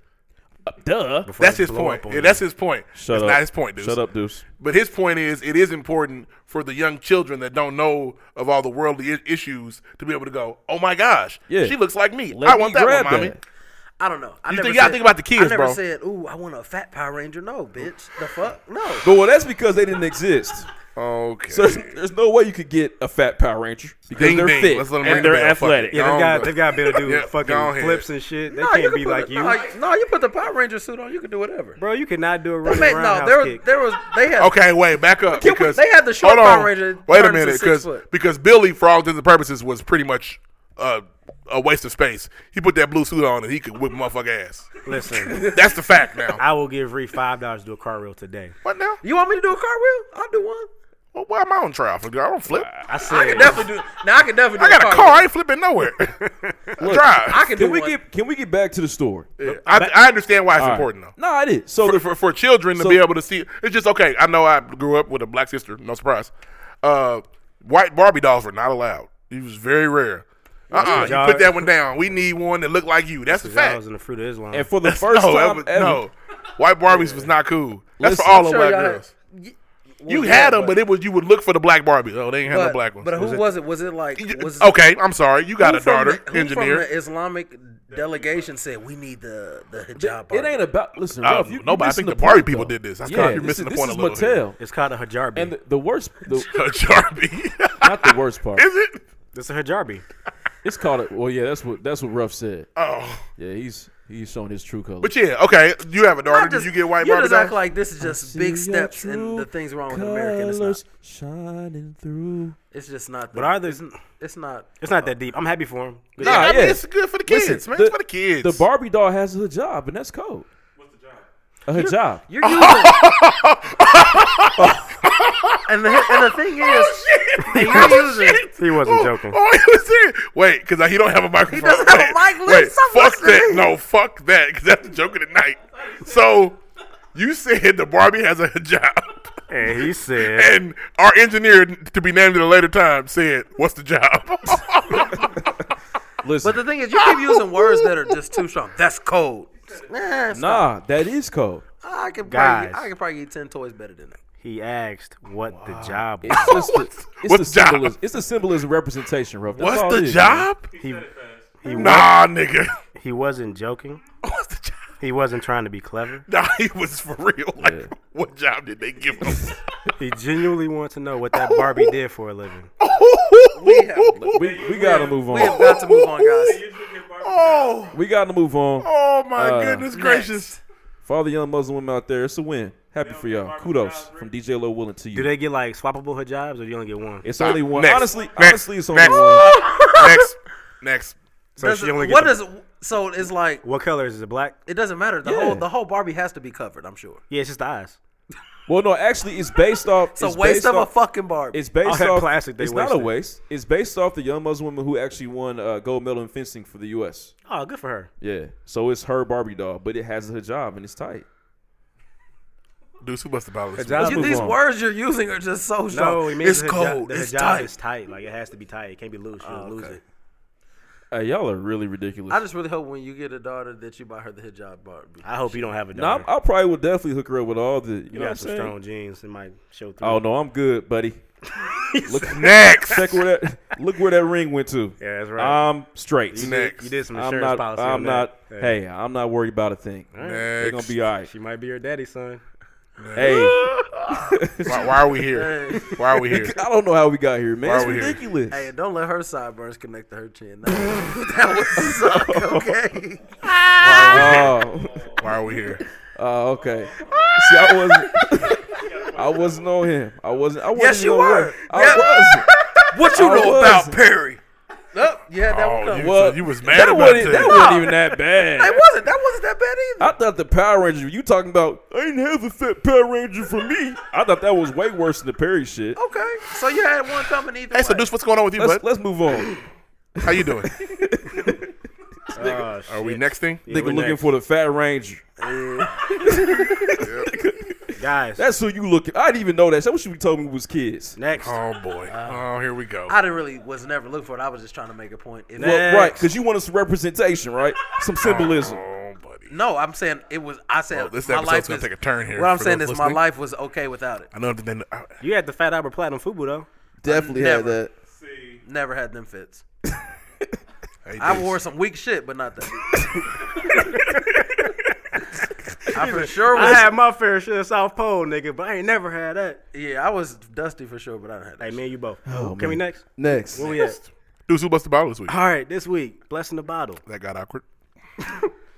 E: Duh.
H: that's his point. Yeah, that's his point.
E: Shut
H: that's
E: up.
H: not his point, dude.
E: Shut up, Deuce.
H: But his point is, it is important for the young children that don't know of all the worldly I- issues to be able to go, "Oh my gosh,
E: Yeah.
H: she looks like me.
E: Let
H: I want
E: me
H: that one,
E: grab
H: mommy."
E: that.
G: I don't know. I
H: You
G: never
H: think- y'all
G: said-
H: think about the kids,
G: I never
H: bro.
G: said, "Ooh, I want a fat Power Ranger." No, bitch. The fuck? No.
E: But well, that's because they didn't exist.
H: Okay.
E: So there's, there's no way you could get a fat Power Ranger because
H: Ding,
E: they're
H: ding.
E: fit
H: Let's let 'em ring
E: and
H: the
E: they're
H: bell. Fuck it.
E: athletic.
F: Yeah,
H: Go
F: they've
H: on,
F: got
H: bro.
F: they've got to be able to do
H: Yeah, go on
F: fucking
H: ahead.
F: flips and shit. They
G: No,
F: can't
G: can
F: be
G: put
F: like
G: a-
F: you,
G: No, no, you put the Power Ranger suit on. You can do whatever.
F: bro. You cannot do a
G: They
F: running
G: made, no,
F: roundhouse
G: there was
F: kick.
G: there was they had
H: Okay, wait, back up.
G: Can we-
H: Because
G: they had the short
H: hold on.
G: Power Ranger
H: Wait a
G: turns to
H: minute,
G: six
H: because
G: foot.
H: because Billy, for all intents and purposes, was pretty much uh, a waste of space. He put that blue suit on and he could whip motherfucker ass.
F: Listen,
H: That's the fact now.
F: I will give Ree five dollars to do a car reel today.
H: what now?
G: You want me to do a cartwheel? I'll do one.
H: Well, why am I on trial for? I don't flip.
F: I said,
G: Definitely do. Now I can definitely.
H: I
G: do
H: got a car. I ain't flipping nowhere. Drive.
G: I can do
E: Can we
G: one.
E: get can we get back to the story?
H: Yeah, I, I understand why it's important though.
E: No, it is. So
H: For,
E: the
H: for, for children to
E: So-
H: be able to see, it's just okay. I know I grew up with a black sister, no surprise. Uh, white Barbie dolls were not allowed. It was very rare. Uh-uh, you
F: Y'all-
H: put that one down. We need one that look like you. That's a
F: Y'all
H: fact.
F: was in the fruit of Islam.
E: And for the
H: That's-
E: first
H: no, that
E: time
H: was-
E: ever,
H: no, white Barbies was not cool. That's
I: Listen,
H: for all
I: I'm
H: the
I: sure
H: black
I: y'all had-
H: girls. you had them, but it was you would look for the black Barbie. Oh, they ain't have no
G: But,
H: black ones.
G: but who was it? Was it like was
H: okay, I'm sorry. You got
G: who
H: a
G: from
H: daughter,
G: the- who
H: engineer.
G: From the Islamic delegation said we need the the hijab.
E: it
G: Barbie."
E: ain't about. Listen,
H: I
E: Ralph,
H: don't
E: you,
H: know, but I
E: you missing
H: think the
E: point,
H: Barbie people
E: though.
H: did this. That's
E: yeah,
H: kinda- you're
E: this
H: missing the
E: is-
H: point
E: This
H: a
E: is
H: little here.
E: Mattel,
F: It's called a hijabi.
E: and the, the worst, the,
H: A Jarby.
E: not the worst part.
H: Is it?
F: it's a hijabi.
E: It's called it. Well, yeah, that's what that's what Ruff said.
H: Oh,
E: Yeah, he's he's showing his true colors.
H: but yeah, okay. You have a
G: I
H: daughter. Did
G: just-
H: you get white
G: You
H: Barbie?
G: just act
H: dolls?
G: like this is just big steps and the things wrong with America. and It's not.
E: shining through.
G: It's just not.
F: But
G: the-
F: are there?
G: It's not.
F: It's not that deep. I'm happy for him.
H: Nah, I mean, it's good for the kids,
E: Listen,
H: man. it's for the kids.
E: The Barbie doll has a hijab, and that's cold. What's the job? A hijab.
G: You're using. and the and the thing is, and you're using.
F: He wasn't joking.
H: Oh, he was serious. Wait, because he don't have a microphone.
G: doesn't have a
H: Wait,
G: mic. Leave
H: Wait,
G: someone
H: fuck that.
G: speak.
H: No, fuck that. Because that's the joke of the night. So you said the Barbie has a hijab,
F: And he said,
H: and our engineer, to be named at a later time, said, "What's the job?"
E: Listen,
G: But the thing is, you keep using words that are just too strong. That's cold. Nah, it's not.
E: nah, that is cold.
G: I could
F: Guys.
G: probably I could probably get ten toys better than that.
F: he asked what the job was.
E: It's just the, it's
H: What's
E: the
H: job?
E: symbolism. It's the symbolism representation, Ruff. That's all
H: What's
E: it
H: the
E: is, man.
H: job?
F: He, he, wa-
H: Nah, nigga.
F: he wasn't joking.
H: What's the job?
F: He wasn't trying to be clever.
H: Nah, he was for real. Like, what job did they give him?
F: He genuinely wanted to know what that Barbie did for a living.
E: We, we gotta move
G: We have
E: on.
G: got to move on, guys.
H: oh,
E: We gotta move on.
H: oh my goodness gracious!
E: For all the young Muslim women out there, it's a win. Happy for y'all. Kudos from DJ Low Willing to
F: Do
E: you.
F: they get like swappable hijabs, or you only get one?
E: It's only one.
H: Next.
E: Honestly,
H: Next.
E: honestly, it's only
H: Next.
E: one.
H: next, next.
F: So
G: Does
F: she
G: it-
F: only
G: what
F: gets
G: is so it's like
F: What color is it? Black?
G: it doesn't matter. The
E: Yeah.
G: whole the whole Barbie has to be covered. I'm sure.
F: Yeah, it's just the eyes.
E: Well, no, actually, it's based off.
G: It's a
E: it's
G: waste
E: based
G: of
E: off-
G: a fucking Barbie.
E: It's based
F: All that
E: off
F: plastic they
E: It's not a
F: wasted.
E: waste. It's based off the young Muslim woman who actually won uh, gold medal in fencing for the U.S.
F: Oh, good for her.
E: Yeah, so it's her Barbie doll, but it has a hijab and it's tight.
H: Deuce, who must have bought this?
F: Hijab-
G: You-
F: move
G: these
F: on.
G: words you're using are just so strong.
F: No, he means
G: it's
F: the hijab,
G: cold.
F: The
G: it's
F: hijab
G: tight.
F: is tight. Like it has to be tight. It can't be loose.
E: Oh,
F: You'll lose it.
E: Hey, y'all are really ridiculous.
G: I just really hope when you get a daughter that you buy her the hijab Barbie.
F: I hope you don't have a
E: No, I'm-
F: daughter.
E: I probably would definitely hook her up with all the. You,
F: you
E: know what I'm
F: got some
E: saying?
F: strong jeans. It might show through.
E: Oh no, I'm good, buddy. look,
H: Next.
E: check where that look where that ring went to.
F: Yeah, that's right.
E: I'm straight.
F: you,
H: next.
F: Did, you did some
E: I'm
F: insurance
E: not.
F: policy.
E: I'm
F: on
E: not.
F: That.
E: Hey, I'm not worried about a thing. They're gonna
H: Next.
E: be all right.
F: she might be your daddy's son.
E: Hey.
H: why, why are we here? Why are we here?
E: I don't know how we got here, man.
H: Why
E: It's
H: are we here?
E: ridiculous.
G: Hey, and don't let her sideburns connect to her chin. That, that would suck. Okay.
E: Oh,
H: Why are we here?
E: oh, okay. See, I wasn't. I wasn't on him. I wasn't. I wasn't
G: Yes, you
E: on
G: were.
E: him. I
G: What you
E: I
G: know
E: was.
G: about Perry? Nope. Yeah, that would
H: Oh,
G: come.
H: you,
G: It
E: Well,
H: so you was
E: was.
H: mad
E: That
H: about
E: wasn't.
H: that.
E: That wasn't even that bad.
G: wasn't. That wasn't that bad either.
E: I thought the Power Ranger. You talking about? I didn't have a fat Power Ranger for me. I thought that was way worse than the Perry shit.
G: Okay, so you had one coming either
H: Hey, so
G: way.
H: Deuce, what's going on with you,
E: Let's
H: bud?
E: let's move on.
H: How you doing?
F: Oh,
H: Are we next thing?
E: Nigga looking for the Fat Ranger.
F: guys.
E: That's who you looking. I didn't even know that. That what you told me we was kids.
F: next.
H: Oh boy. Oh, here we go.
G: I didn't really was never looking for it. I was just trying to make a point. If
E: Well, right, because you wanted some representation, right? Some symbolism.
H: Oh, buddy.
G: No, I'm saying it was. I said
H: Oh, this
G: my
H: episode's
G: life
H: gonna
G: was,
H: take a turn here.
G: What I'm
H: for
G: saying
H: those
G: is
H: listening.
G: my life was okay without it.
H: I know that uh, they. know- I-
F: You had the Fat Albert Platinum Fubu though.
I: Definitely had
G: Never.
I: that.
G: Never had them fits.
H: Hey,
G: I
H: Deuce.
G: wore some weak shit, but not that. I for sure
F: I
G: was.
F: had my fair share of South Pole, nigga, but I ain't never had that.
G: yeah, I was dusty for sure, but I didn't have that.
F: Hey,
G: shit.
F: man, you both. Can we next?
I: Next.
F: Where we at?
H: Deuce, who busted bottle this week?
F: All right, this week, blessing the bottle.
H: That got awkward.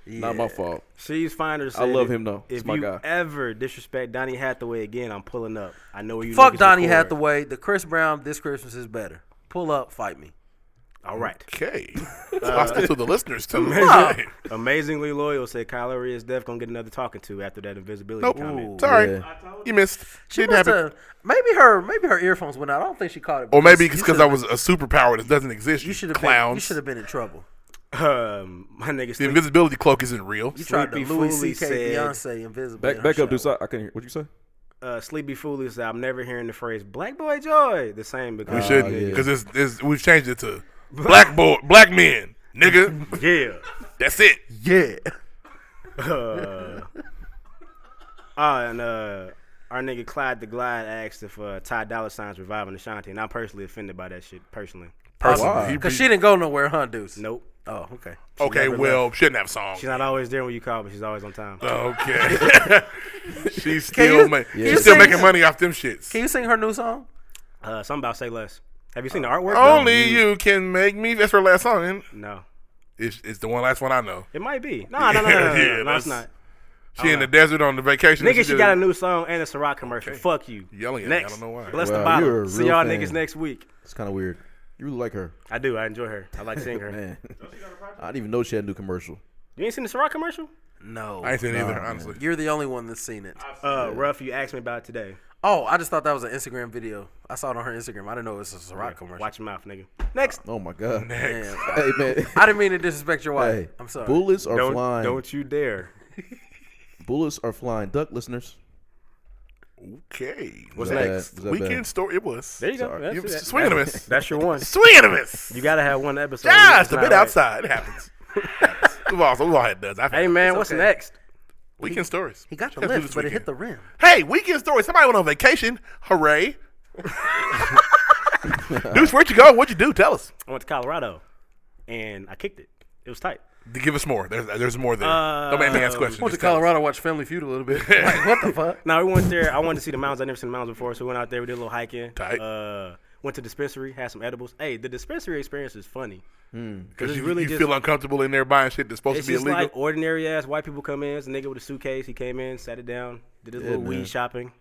E: Not my fault.
F: She's finders.
E: I love him, though. He's
F: If
E: my
F: you
E: guy.
F: ever disrespect Donnie Hathaway again, I'm pulling up. I know where you.
G: Fuck
F: niggas
G: Donnie
F: record.
G: Hathaway. The Chris Brown this Christmas is better. Pull up, fight me.
F: All right.
H: Okay. Hostile to the listeners too.
F: Amazingly loyal said Kyler Ray is def gonna get another talking to after that invisibility
H: Nope.
F: comment.
H: Sorry, you missed.
G: She
H: Didn't
G: must
H: happen.
G: have, maybe her maybe her earphones went out. I don't think she caught it.
H: Or maybe
G: You
H: it's because
G: should've-
H: I was a superpower that doesn't exist.
G: You should have been. You
H: clowns.
G: should have been in trouble.
F: Um, my nigga,
H: the
F: sleep,
H: invisibility cloak isn't real.
G: You tried to
F: Sleepy
G: Louis
F: Fooly
G: C.K.
F: said-
G: Beyonce invisible. in
E: Back
G: her
E: back
G: show.
E: up, Deuce. I, I couldn't hear. What you say?
F: uh, Sleepy Fooly said I'm never hearing the phrase "Black Boy Joy" the same because
H: We shouldn't because it's, it's we've changed it to black boy, black men, nigga.
F: Yeah.
H: That's it.
G: Yeah.
F: Uh, oh, and uh, our nigga Clyde the Glide asked if uh, Ty Dolla Sign's reviving Ashanti, and I'm personally offended by that shit. Personally,
G: Personally,
H: he
G: because
H: be-
G: she didn't go nowhere, huh, Deuce?
F: nope.
G: Oh, okay.
H: Okay,
F: never
H: well, she didn't have songs.
F: She's not always there when you call, but she's always on time.
H: Okay. she's still
G: you-
H: ma-
G: can
I: you
H: she's still
G: sing-
H: making money off them shits.
G: Can you sing her new song?
F: Uh, something about say less. Have you seen the artwork?
H: Uh, Only you can make me. That's her last song. Isn't it?
F: No,
H: It's, it's the one last one I know.
F: it might be. No, no, no, no, no, no,
H: Yeah,
F: no, no it's
H: that's-
F: not.
H: She in the desert on the vacation.
F: Nigga, she,
H: just
F: got a new song and a Ciroc commercial. Fuck you.
H: Yelling at me, I
F: next.
H: don't know why.
F: Bless the
I: Wow, you're
F: bottle.
I: a
F: See
I: real
F: y'all
I: fan.
F: niggas next week.
I: It's kind of weird. You really like her,
F: I do. I enjoy her. I like seeing her.
I: man. I didn't even know she had a new commercial.
F: You ain't seen the Ciroc commercial?
G: No.
H: I ain't seen it either, honestly.
G: You're the only one that's seen it.
F: Uh, Ruff, you asked me about it today.
G: Oh, I just thought that was an Instagram video. I saw it on her Instagram. I didn't know it was a Ciroc commercial.
F: Watch your mouth, nigga. Next.
I: Oh my god.
G: Damn.
I: Hey man.
G: I didn't mean to disrespect your wife.
I: Hey,
G: I'm sorry.
I: Bullets are
F: Don't,
I: flying.
F: don't you dare.
I: Bullets are flying. Duck listeners.
H: Okay.
I: Was
H: What's
I: that bad?
H: next?
I: Was that
H: Weekend
I: bad?
H: story. It was.
F: There you go.
I: Sorry.
F: That's,
H: You-
F: that-
H: Swing and a miss.
F: that's your one.
H: Swing and a miss.
F: You gotta have one episode.
H: Yeah,
F: where
H: it's a
F: not
H: bit
F: right.
H: outside. It happens. we've all, we've all had does. I've had
F: Hey man, what's next?
H: weekend stories.
G: He got the
H: Let's do
G: lift,
H: this
G: but it hit
H: weekend.
G: the rim.
H: Hey, weekend stories. Somebody went on vacation. Hooray! Deuce, where'd you go? What'd you do? Tell us.
F: I went to Colorado, and I kicked it. It was tight.
H: Give us more. There's, there's more there. Don't make me ask questions.
G: Went to
H: Just tell us.
G: Colorado, watch Family Feud a little bit. like, what the fuck?
F: Now we went there. I wanted to see the mountains. I never seen the mountains before, so we went out there. We did a little hiking.
H: Tight.
F: Uh, went to dispensary, had some edibles. Hey, the dispensary experience is funny. Because
H: Because
F: it's
H: you,
F: really
H: you
F: just
H: feel uncomfortable in there buying shit that's supposed
F: it's
H: to be
F: just
H: illegal.
F: like ordinary ass white people come in. It's a nigga with a suitcase. He came in, sat it down, did his little weed shopping,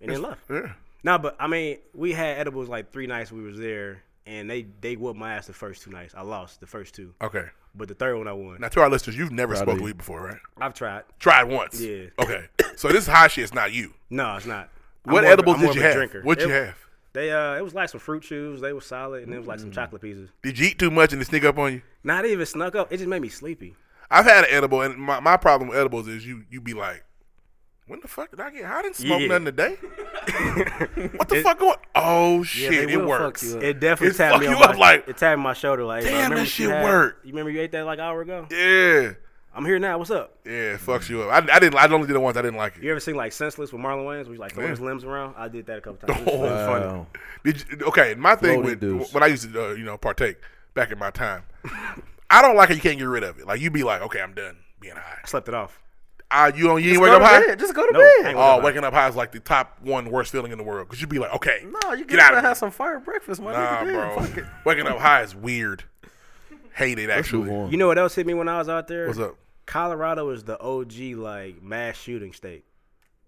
F: and then left.
H: yeah.
F: No, but I mean, we had edibles like three nights we was there, and they they whooped my ass the first two nights. I lost the first two,
H: Okay.
F: but the third one I won.
H: Now, to our listeners, you've never
I: Proud of
H: smoked
I: you.
H: weed before, right?
F: I've tried.
H: Tried once.
F: Yeah.
H: Okay. So this high shit's not you.
F: No, it's not.
H: What
F: I'm more of a-
H: edibles
F: I'm more
H: did you
F: of a
H: have?
F: drinker.
H: What'd you
F: It-
H: have?
F: They uh, it was like some fruit chews. They were solid, and it was like some chocolate pieces.
H: Did you eat too much and it sneak up on you?
F: Not even snuck up. It just made me sleepy.
H: I've had an edible, and my, my problem with edibles is you you be like, when the fuck did I get? I didn't smoke
F: Yeah.
H: nothing today. what the fuck going? Oh shit,
G: they
H: it
G: will
H: works.
G: fuck you up.
F: It definitely
H: It
F: tapped me
H: fuck
F: on
H: you
F: my,
H: up like-
F: it tapped my shoulder like. bro,
H: Damn,
F: remember
H: that
F: what
H: shit
F: you had-
H: worked.
F: You remember you ate that like an hour ago?
H: Yeah,
F: I'm here now. What's up?
H: yeah, it fucks you up. I, I didn't. I only did it once. I didn't like it.
F: You ever seen like Senseless with Marlon Wayans? Where he's like throwing his limbs around. I did that a couple times. It was
H: Oh,
F: fun.
I: Wow.
H: Did you, okay, my thing
I: Floating
H: with
I: deuce.
H: when I used to uh, you know partake back in my time, I don't like how you can't get rid of it. Like you be like, okay, I'm done being high.
F: I slept it off.
H: I, you don't you ain't
G: Go
H: wake
G: to
H: up high.
G: bed. Just go to
F: No, I
G: bed.
F: ain't
H: Oh,
F: gonna
H: waking up high is like the top one worst feeling in the world because you be like, okay,
G: No, you
H: get
G: can
H: out of
G: have
H: here.
G: some fire breakfast, my
H: Nah,
G: nigga. Damn,
H: bro.
G: fuck it.
H: Waking up high is weird. Hate it actually.
I: Move on.
F: You know what else hit me when I was out there?
H: What's up?
F: Colorado is the OG like mass shooting state.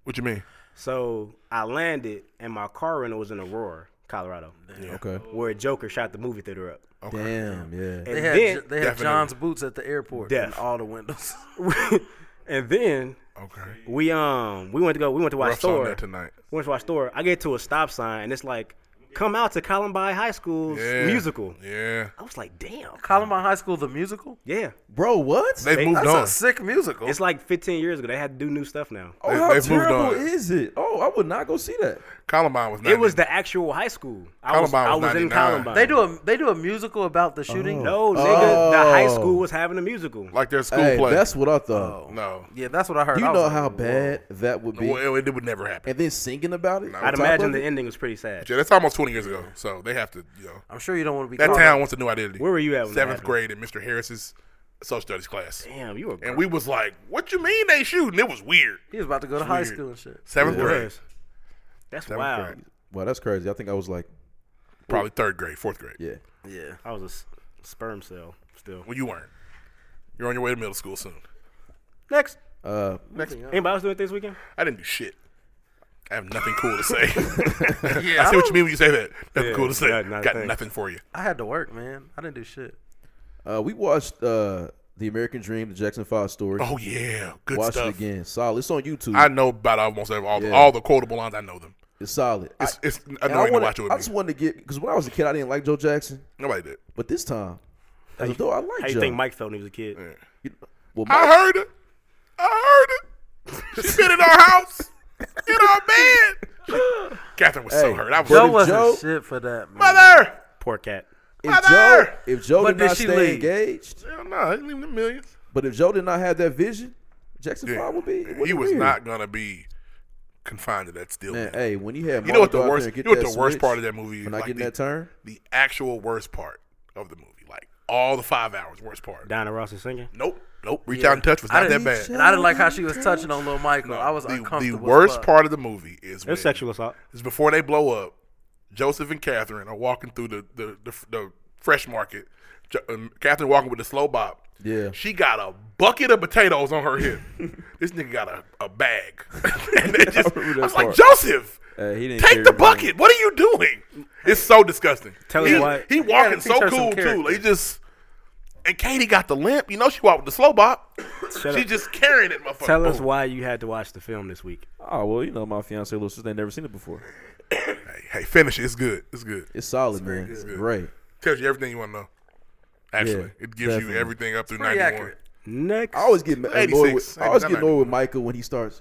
H: What you mean?
F: So I landed and my car rental was in Aurora, Colorado,
I: okay.
F: where Joker shot the movie theater up.
I: Damn. Yeah.
F: And
G: They had,
F: then,
G: Jo- they had
H: Definitely.
G: John's boots at the airport and
F: Def.
G: all the windows.
F: and then
H: Okay.
F: we um we went to go we went to watch
H: Rough's on
F: Thor.
H: there tonight.
F: We went to watch Thor. I get to a stop sign and it's like, come out to Columbine High School's
H: Yeah.
F: musical.
H: Yeah.
F: I was like, damn.
G: Columbine High School, the musical?
F: Yeah,
I: Bro, what?
H: They've moved
G: That's
H: on.
G: a sick musical.
F: it's like 15 years ago. They had to do new stuff now.
I: oh,
H: they-
I: how
H: they've moved
I: terrible
H: on.
I: is it? Oh, I would not go see that.
H: Columbine was not.
F: It was the actual high school. I was,
H: Columbine
F: I
H: was
F: was in
H: 99.
F: Columbine.
G: they do a they do a musical about the shooting.
F: No, nigga, the high
I: Oh.
F: school was having a musical.
H: like their school
I: Hey,
H: play.
I: that's what I thought.
H: no.
G: Yeah, that's what I heard.
I: Do you
G: I was
I: know
G: like,
I: how
G: whoa.
I: bad that would be?
H: Well, it, it would never happen.
I: and then singing about it. on
F: I'd
I: top
F: imagine
I: of
F: the
I: it?
F: ending was pretty sad.
H: Yeah, that's almost 20 years ago. So they have to, you know.
G: I'm sure you don't want to be
H: That
G: caught.
H: town wants a new identity.
F: Where were you at when that
H: Seventh
F: happened?
H: grade in Mr. Harris's social studies class.
F: Damn, you were.
H: And we was like, what you mean they shooting? It was weird.
G: He was about to go to high
H: weird.
G: school and shit.
H: Seventh grade.
F: Yes. That's
H: Seventh
F: wild.
H: grade.
I: Wow, that's crazy. I think I was like,
H: Probably third grade, fourth grade.
I: yeah.
G: Yeah.
F: I was a s- sperm cell still.
H: Well, you weren't. You're on your way to middle school soon.
F: Next.
I: Uh,
F: Anybody else do it this weekend?
H: I didn't do shit. I have nothing cool to say. I see what you mean when you say that. Nothing
F: Yeah,
H: cool to say.
F: not- not a
H: Got
F: thing.
H: nothing for you.
G: I had to work, man. I didn't do shit.
I: uh, we watched uh, the American Dream, the Jackson Five story.
H: Oh yeah, good
I: Watch
H: stuff.
I: it again. Solid. It's on YouTube.
H: I know about almost every, all, the
I: Yeah.
H: all the quotable lines. I know them.
I: it's solid. I-
H: It's, it's
I: and I
H: annoying to
I: wanna-
H: watch it with
I: I
H: me.
I: just wanted to get because when I was a kid, I didn't like Joe Jackson,
H: Nobody did.
I: but this time, as a adult, I like
F: How you
I: Joe.
F: think Mike felt when he was a kid?
I: well, Mike-
H: I heard it. I heard it. She been in our house, in our bed. Catherine was so
I: Hey,
H: hurt. I was
G: That
I: Joe Brother
H: like,
G: wasn't
I: Joe-
G: shit for that, man.
H: mother.
F: Poor cat.
I: if Joe,
H: Mother!
I: if Joe
G: But
I: did
G: did
I: not
G: she
I: stay
G: leave?
I: engaged,
H: Hell no, he leaving the millions.
I: but if Joe did not have that vision, Jackson
H: Yeah.
I: Five would be. wouldn't
H: He
I: be
H: was
I: here.
H: not gonna be confined to that still.
I: Man, hey, when you have
H: You know what
I: Marty
H: the
I: go out
H: worst?
I: there and
H: You
I: get
H: know what
I: that
H: the worst
I: switch
H: part of that movie is?
I: For not
H: Like
I: getting
H: the,
I: that turn.
H: the actual worst part of the movie, like all the five hours worst part.
F: Donna Ross is singing.
H: Nope, nope. Reach
G: Yeah.
H: out and touch was
G: I
H: not that
G: didn't-
H: bad.
G: And I didn't like how she was touching on Lil Michael. I was
H: the, the
G: uncomfortable. as
H: worst
G: fuck.
H: part of the movie is
F: It
H: when,
F: was sexual assault.
H: is before they blow up. Joseph and Catherine are walking through the the, the, the fresh market. Jo- um, Catherine walking with the slow bop.
I: Yeah.
H: she got a bucket of potatoes on her hip. this nigga got a, a bag. and they just, I
I: remember that
H: was like,
I: part.
H: Joseph,
I: Hey, he didn't carry
H: take the
I: that.
H: bucket. What are you doing? It's so disgusting.
F: Tell
H: he,
F: you what.
H: he
G: Yeah,
H: walking
G: teach
H: so
G: her some
H: cool too.
G: character.
H: Like, he just. And Katie got the limp. You know she walked with the slow bop.
F: Shut
H: she
F: up.
H: just carrying it, motherfucker.
F: Tell us
H: Boom.
F: why you had to watch the film this week.
E: Oh well, you know my fiance little sister ain't never seen it before.
H: Hey, hey, finish it. It's good. It's good.
I: It's solid, man. It's great.
H: tells you everything you want to know. Actually,
I: Yeah,
H: it gives
I: definitely.
H: you everything up through
G: Pretty
H: 91.
G: accurate.
F: Next,
I: I always get ma- annoyed.
H: 86,
I: With, I always get
H: 89.
I: annoyed with Michael when he starts.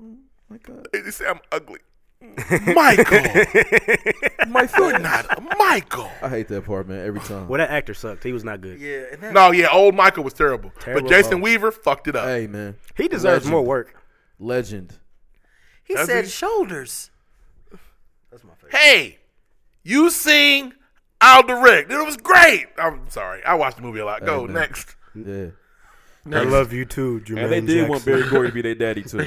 I: "Mm, My God,
H: It just say I'm ugly. Michael.
I: my
H: You're not Michael.
I: I hate that part, man. Every time.
F: well, that actor sucked. He was not good.
G: Yeah, and that,
H: No, yeah, old Michael was terrible.
F: Terrible
H: but Jason
F: role.
H: Weaver fucked it up.
I: Hey, man.
F: He deserves
I: Legend.
F: more work.
I: Legend.
G: he
H: Does
G: said
H: he?
G: shoulders.
H: Hey, you sing, I'll direct. It was great. I'm sorry. I watched the movie a lot. Go
I: man.
H: next.
I: Yeah.
F: I love you too, Jermaine.
E: And they did want Barry Gordy to be their daddy too,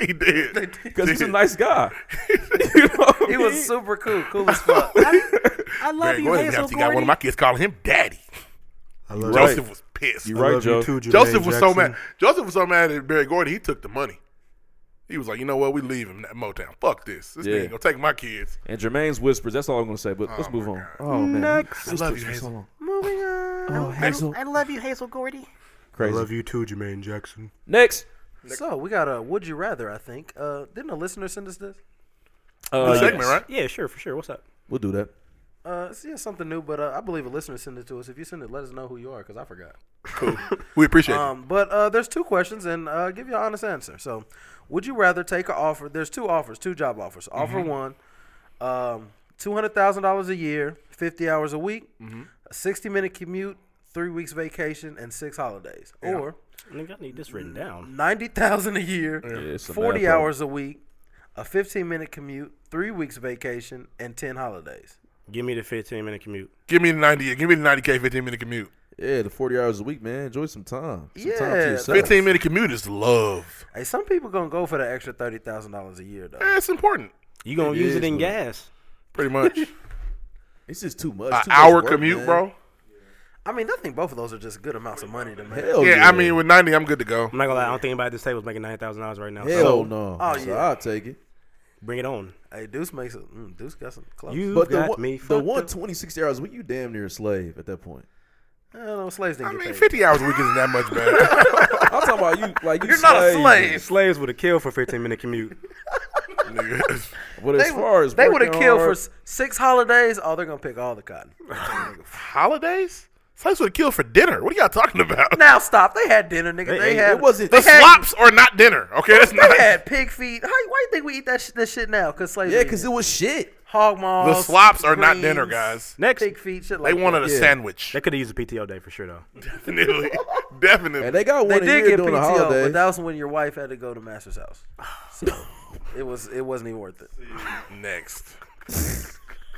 H: he did.
E: because he's a nice guy. you know what I
G: He was
E: mean?
G: super cool, cool as fuck. I, I love
H: Barry
G: you,
H: Gordon
G: Hazel
H: actually got one of
G: Gordy.
H: my kids calling him daddy. Joseph was pissed.
E: You right, Joe.
H: Joseph was so mad. Joseph was so mad at Barry Gordon. He took the money. He was like, you know what? We leave him at Motown. Fuck this. This
E: Yeah.
H: nigga gonna take my kids.
E: And Jermaine's whispers. That's all I'm gonna say. But let's move on. Oh man,
H: I love you, Hazel.
G: Moving on.
E: oh Hazel,
D: I love you, Hazel Gordy.
E: crazy.
F: you too, Jermaine Jackson.
E: Next,
G: So we got a would you rather. I think. Uh, didn't a listener send us this?
E: uh, yes.
H: segment, right?
F: Yeah, sure, for sure. What's up?
I: We'll do that.
G: Uh, it's, yeah, something new, but uh, I believe a listener sent it to us. If you send it, let us know who you are, cause I forgot.
H: We appreciate it.
G: Um, but uh, there's two questions, and uh, give your honest answer. So, would you rather take an offer? There's two offers, two job offers. Offer one, um, two hundred thousand dollars a year, fifty hours a week, a sixty minute commute, three weeks vacation, and six holidays. Or
F: Nigga, I need this written down.
G: ninety thousand a year,
E: it's a
G: forty
E: math problem.
G: hours a week, a fifteen minute commute, three weeks vacation, and ten holidays.
F: Give me the 15 minute commute.
H: Give me the ninety. Give me the ninety k fifteen minute commute.
I: Yeah, the 40 hours a week, man. Enjoy some time. Some time
G: Yeah,
I: to yourself.
H: Fifteen minute commute is love.
G: Hey, some people gonna go for the extra thirty thousand dollars a year though.
H: That's important.
F: You gonna
I: It
F: use
I: is
F: it in
I: what it-
F: gas?
H: Pretty much.
I: It's just too much.
H: An
I: too much
H: hour
I: work,
H: commute,
I: man.
H: bro.
G: I mean, I think both of those are just good amounts of money to make.
E: Oh,
I: Hell
H: yeah, I mean with ninety, I'm good to go.
F: I'm not gonna lie. I don't think anybody at this table is making nine thousand dollars right now.
I: hell
F: so
I: no.
G: Oh,
I: So
G: yeah.
I: I'll take it.
F: bring it on.
G: Hey, Deuce makes it. Mm, Deuce got some close.
F: You
I: But the
F: got
I: one,
F: me.
I: the
F: fucked
I: one
F: up.
I: 26 hours a week, you damn near a slave at that point.
G: I don't know, slaves
H: I
G: didn't get
H: mean,
G: paid.
H: fifty hours a week isn't that much bad.
I: I'm talking about you, like you
G: You're not a slave.
F: Slaves would have killed for 15 minute commute.
H: Nigga.
I: But as far as
G: they would have
I: working
G: killed for
I: hard-
G: s- six holidays. Oh, they're gonna pick all the cotton.
H: Holidays? Slaves would kill for dinner. What are y'all talking about?
G: now stop. They had dinner, nigga. They
I: hey,
G: had.
I: it wasn't-
G: They
H: The
G: had,
H: slops are not dinner. Okay, that's not.
G: They had pig feet. How, why you think we eat that sh- this shit now? Cause slaves.
I: Yeah,
G: cause
I: because it was shit.
G: hog maws.
H: The slops are not dinner,
G: greens,
H: guys.
F: Next.
G: pig feet. Shit
H: They
G: like
H: wanted a
I: Yeah.
H: sandwich.
F: They could have used a PTO day for sure though.
H: Definitely.
I: And
H: Definitely.
I: they got
G: That.
I: one
G: They
I: a year
G: did get
I: during the
G: PTO,
I: holiday.
G: but that was when your wife had to go to master's house. So it was. It wasn't even worth it.
H: Next.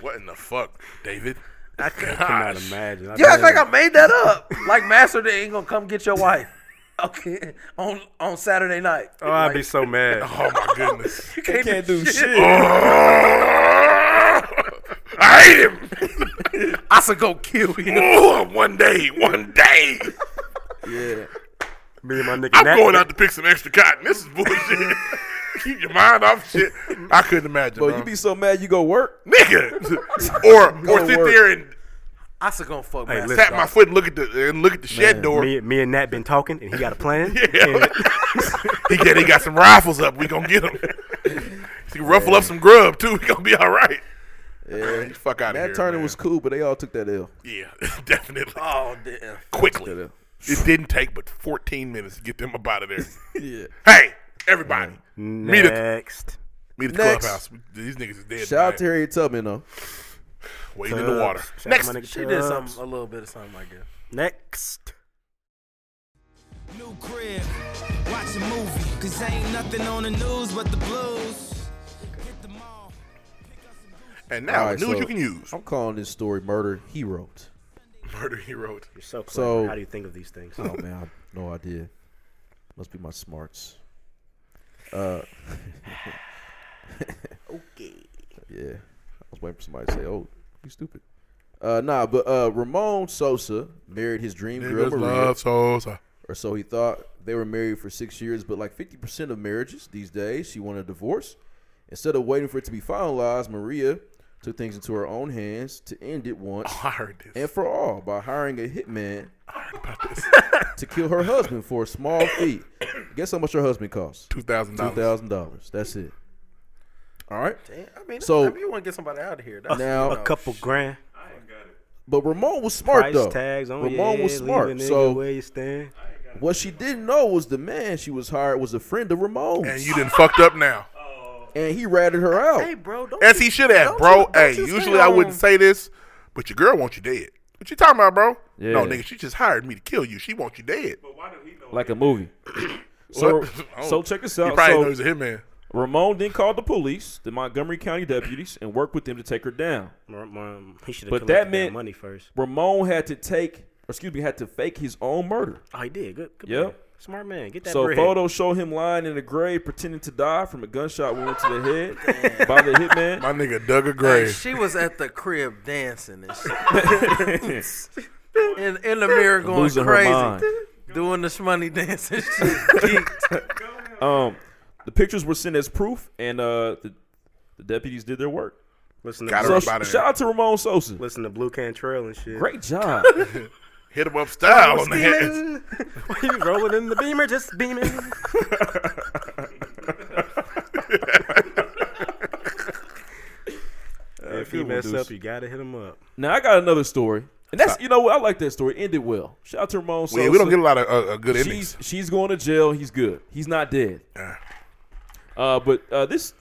H: what in the fuck, David?
G: I can't.
F: Cannot
H: Gosh.
F: imagine. I
G: You act
F: can't-
G: like I made that up. Like Master Day ain't gonna come get your wife. Okay, on on Saturday night.
F: Oh, I'd be so mad.
H: Oh my goodness. Oh.
G: You can't, do shit.
H: I hate him. I should go kill him. one day, one day.
I: yeah.
F: Me and my nigga.
H: I'm
F: Nat-
H: going out to pick some extra cotton. This is bullshit. Keep your mind off shit. I couldn't imagine.
I: But
H: huh?
I: you be so mad you go work.
H: nigga, or or
I: to
H: sit
I: work.
H: there and
G: I said gonna fuck
F: Hey,
G: Master.
F: listen.
H: tap my foot and look at the and look at the shed
I: Man,
H: door.
F: Me, me and Nat been talking, and he got a plan.
H: Yeah. he got he got some rifles up. We gonna get them. He ruffle up some grub too. We gonna be all right. Yeah, fuck out of here.
I: Matt Turner
H: man.
I: was cool, but they all took that L.
H: yeah, definitely
G: Oh damn.
H: quickly.
I: That L.
H: It didn't take but 14 minutes to get them up out of there.
I: Yeah.
H: hey, everybody, meet at
F: Next.
H: meet at the
I: Next.
H: clubhouse. These niggas is dead.
I: Shout out to
H: tonight.
I: Harriet Tubman though.
H: Wading in the water.
F: Shout out my
H: Next.
F: nigga
G: She did
F: Tubbs.
G: some a little bit of something like that.
F: Next.
B: New crib, watch a movie, cause ain't nothing on the news but the blues.
H: And now,
E: All right,
H: news
E: so
H: you can use.
E: I'm calling this story "Murder He Wrote."
H: Murder He Wrote.
F: You're so
E: So
F: How do you think of these things?
E: Oh man, I have no idea. Must be my smarts. Uh,
F: okay.
E: Yeah, I was waiting for somebody to say, "Oh, you stupid." Uh, nah, but uh, Ramon Sosa married his dream girl
H: Niggas
E: Maria,
H: love Sosa.
E: or so he thought. They were married for six years, but like fifty percent of marriages these days, she wanted a divorce. Instead of waiting for it to be finalized, Maria took things into her own hands to end it once
H: I heard this.
E: and for all by hiring a hitman to kill her husband for a small fee. Guess how much her husband costs?
H: $2,000.
E: Two thousand dollars. That's it. All right.
G: I mean,
E: So-
G: if you want to get somebody out of here, that's
E: Now-
G: you know,
E: A
F: couple grand.
E: But Ramon was smart
F: Price
E: though.
F: tags on
E: Ramon
F: yeah,
E: was
F: leave a
E: smart.
F: nigga
E: So
F: where you stand.
E: what she didn't know was the man she was hired was a friend of Ramon's,
H: And you didn't fucked up now.
E: and he ratted her out.
G: Hey, bro, don't
H: As
G: you-
H: he should have,
G: don't
H: bro.
G: you- don't
H: hey,
G: you stay
H: usually I wouldn't
G: on-
H: say this, but your girl wants you dead. What you talking about, bro? No,
I: Yeah.
H: nigga, she just hired me to kill you. She wants you dead.
I: like a movie. So,
H: What? Oh.
I: so check this
H: You
I: out.
H: probably
I: uh, So
H: know he's a hitman.
I: Ramon then called the police, the Montgomery County deputies, and worked with them to take her down.
F: Mar- mar- He should have
I: But that meant
F: money first.
I: Ramon had to take, or excuse me, had to fake his own murder.
F: Oh, he did. Good. good
I: Yeah.
F: man. Smart man. Get that
I: so
F: bread.
I: photos show him lying in a grave, pretending to die from a gunshot wound to the head by the hitman.
H: My nigga dug a
G: Hey,
H: grave.
G: she was at the crib dancing and shit. in, in the mirror going
I: Losing her mind.
G: crazy. Doing the shmoney dance and shit.
I: Um, the pictures were sent as proof, and uh, the, the deputies did their work.
F: Listen to
H: Got
F: Blue,
H: her
I: So
H: up out of
I: shout
H: there.
I: out to Ramon Sosa.
F: listen to Blue Cantrell and shit.
I: Great job.
H: Hit him up style on the head.
F: you rolling in the beamer, just beaming. if he
I: good one,
F: mess
I: Deuce.
F: up, you gotta hit him up.
I: now I got another story, and that's you know what I like that story. Ended well. Shout out to Ramon Sosa.
H: We, we don't get a lot of uh, uh, good endings.
I: she's she's going to jail. He's good. He's not dead.
G: Ah.
I: Uh, but uh, this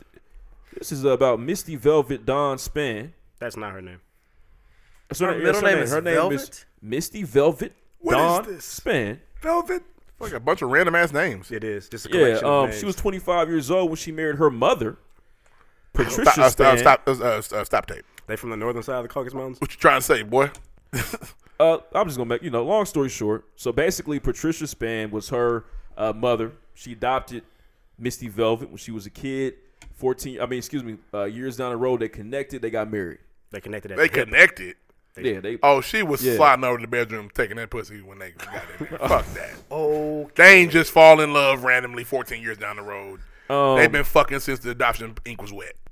I: this is about Misty Velvet Dawn Span.
F: That's not her name.
E: Uh,
I: That's Her,
G: Her middle
I: that's
G: name is
I: Her name is
G: Velvet?
I: Misty Velvet
H: What is
I: Dawn
H: this?
I: Span.
H: Velvet. Like a bunch of random ass names.
F: It is just a
I: Yeah,
F: collection. of
I: um,
F: names.
I: she was 25 years old when she married her mother, Patricia
H: Stop, uh,
I: Span.
H: stop, stop, uh, uh, uh, stop tape.
F: They from the northern side of the Caucasus Mountains.
H: What you trying to say, boy?
I: Uh, I'm just gonna make you know. Long story short, so basically, Patricia Span was her uh, mother. She adopted Misty Velvet when she was a kid. 14, I mean, excuse me, uh, years down the road, they connected. They got married.
F: They connected at
H: They
F: the hip.
H: connected.
I: Yeah, they
H: Oh, she was
I: Yeah.
H: sliding over to the bedroom taking that pussy when they got in there. Fuck that.
G: oh,
H: They ain't just fall in love randomly 14 years down the road.
I: Um,
H: They've been fucking since the adoption ink was wet.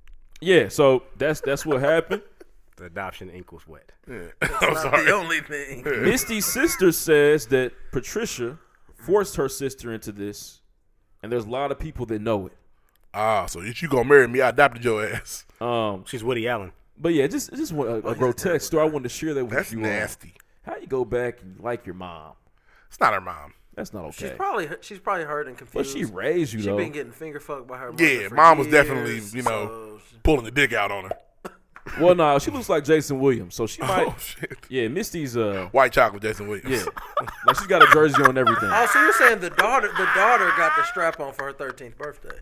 I: Yeah, so that's that's what happened.
F: The adoption ink was wet.
H: I'm sorry.
G: the only thing.
I: Misty's sister says that Patricia forced her sister into this, and there's a lot of people that know it.
H: Ah, so if you gonna marry me, I adopted your ass.
I: Um,
F: She's Woody Allen.
I: but yeah, just just one, a, a grotesque story. I wanted to share that with
H: That's
I: you. all.
H: nasty.
I: How you go back and like your mom?
H: It's not her mom.
I: That's not okay.
G: She's probably she's probably hurt and
I: but
G: confused.
I: she raised you
G: She
I: though.
G: been getting finger fucked by her. Mother
H: Yeah,
G: for
H: mom was definitely,
G: years,
H: you know,
G: so she-
H: pulling the dick out on her.
I: well, no, she looks like Jason Williams, so she might.
H: Oh shit.
I: Yeah, Misty's uh,
H: White chocolate, Jason Williams.
I: yeah, like she's got a jersey on and everything.
G: Oh, so you're saying the daughter the daughter got the strap on for her 13th birthday?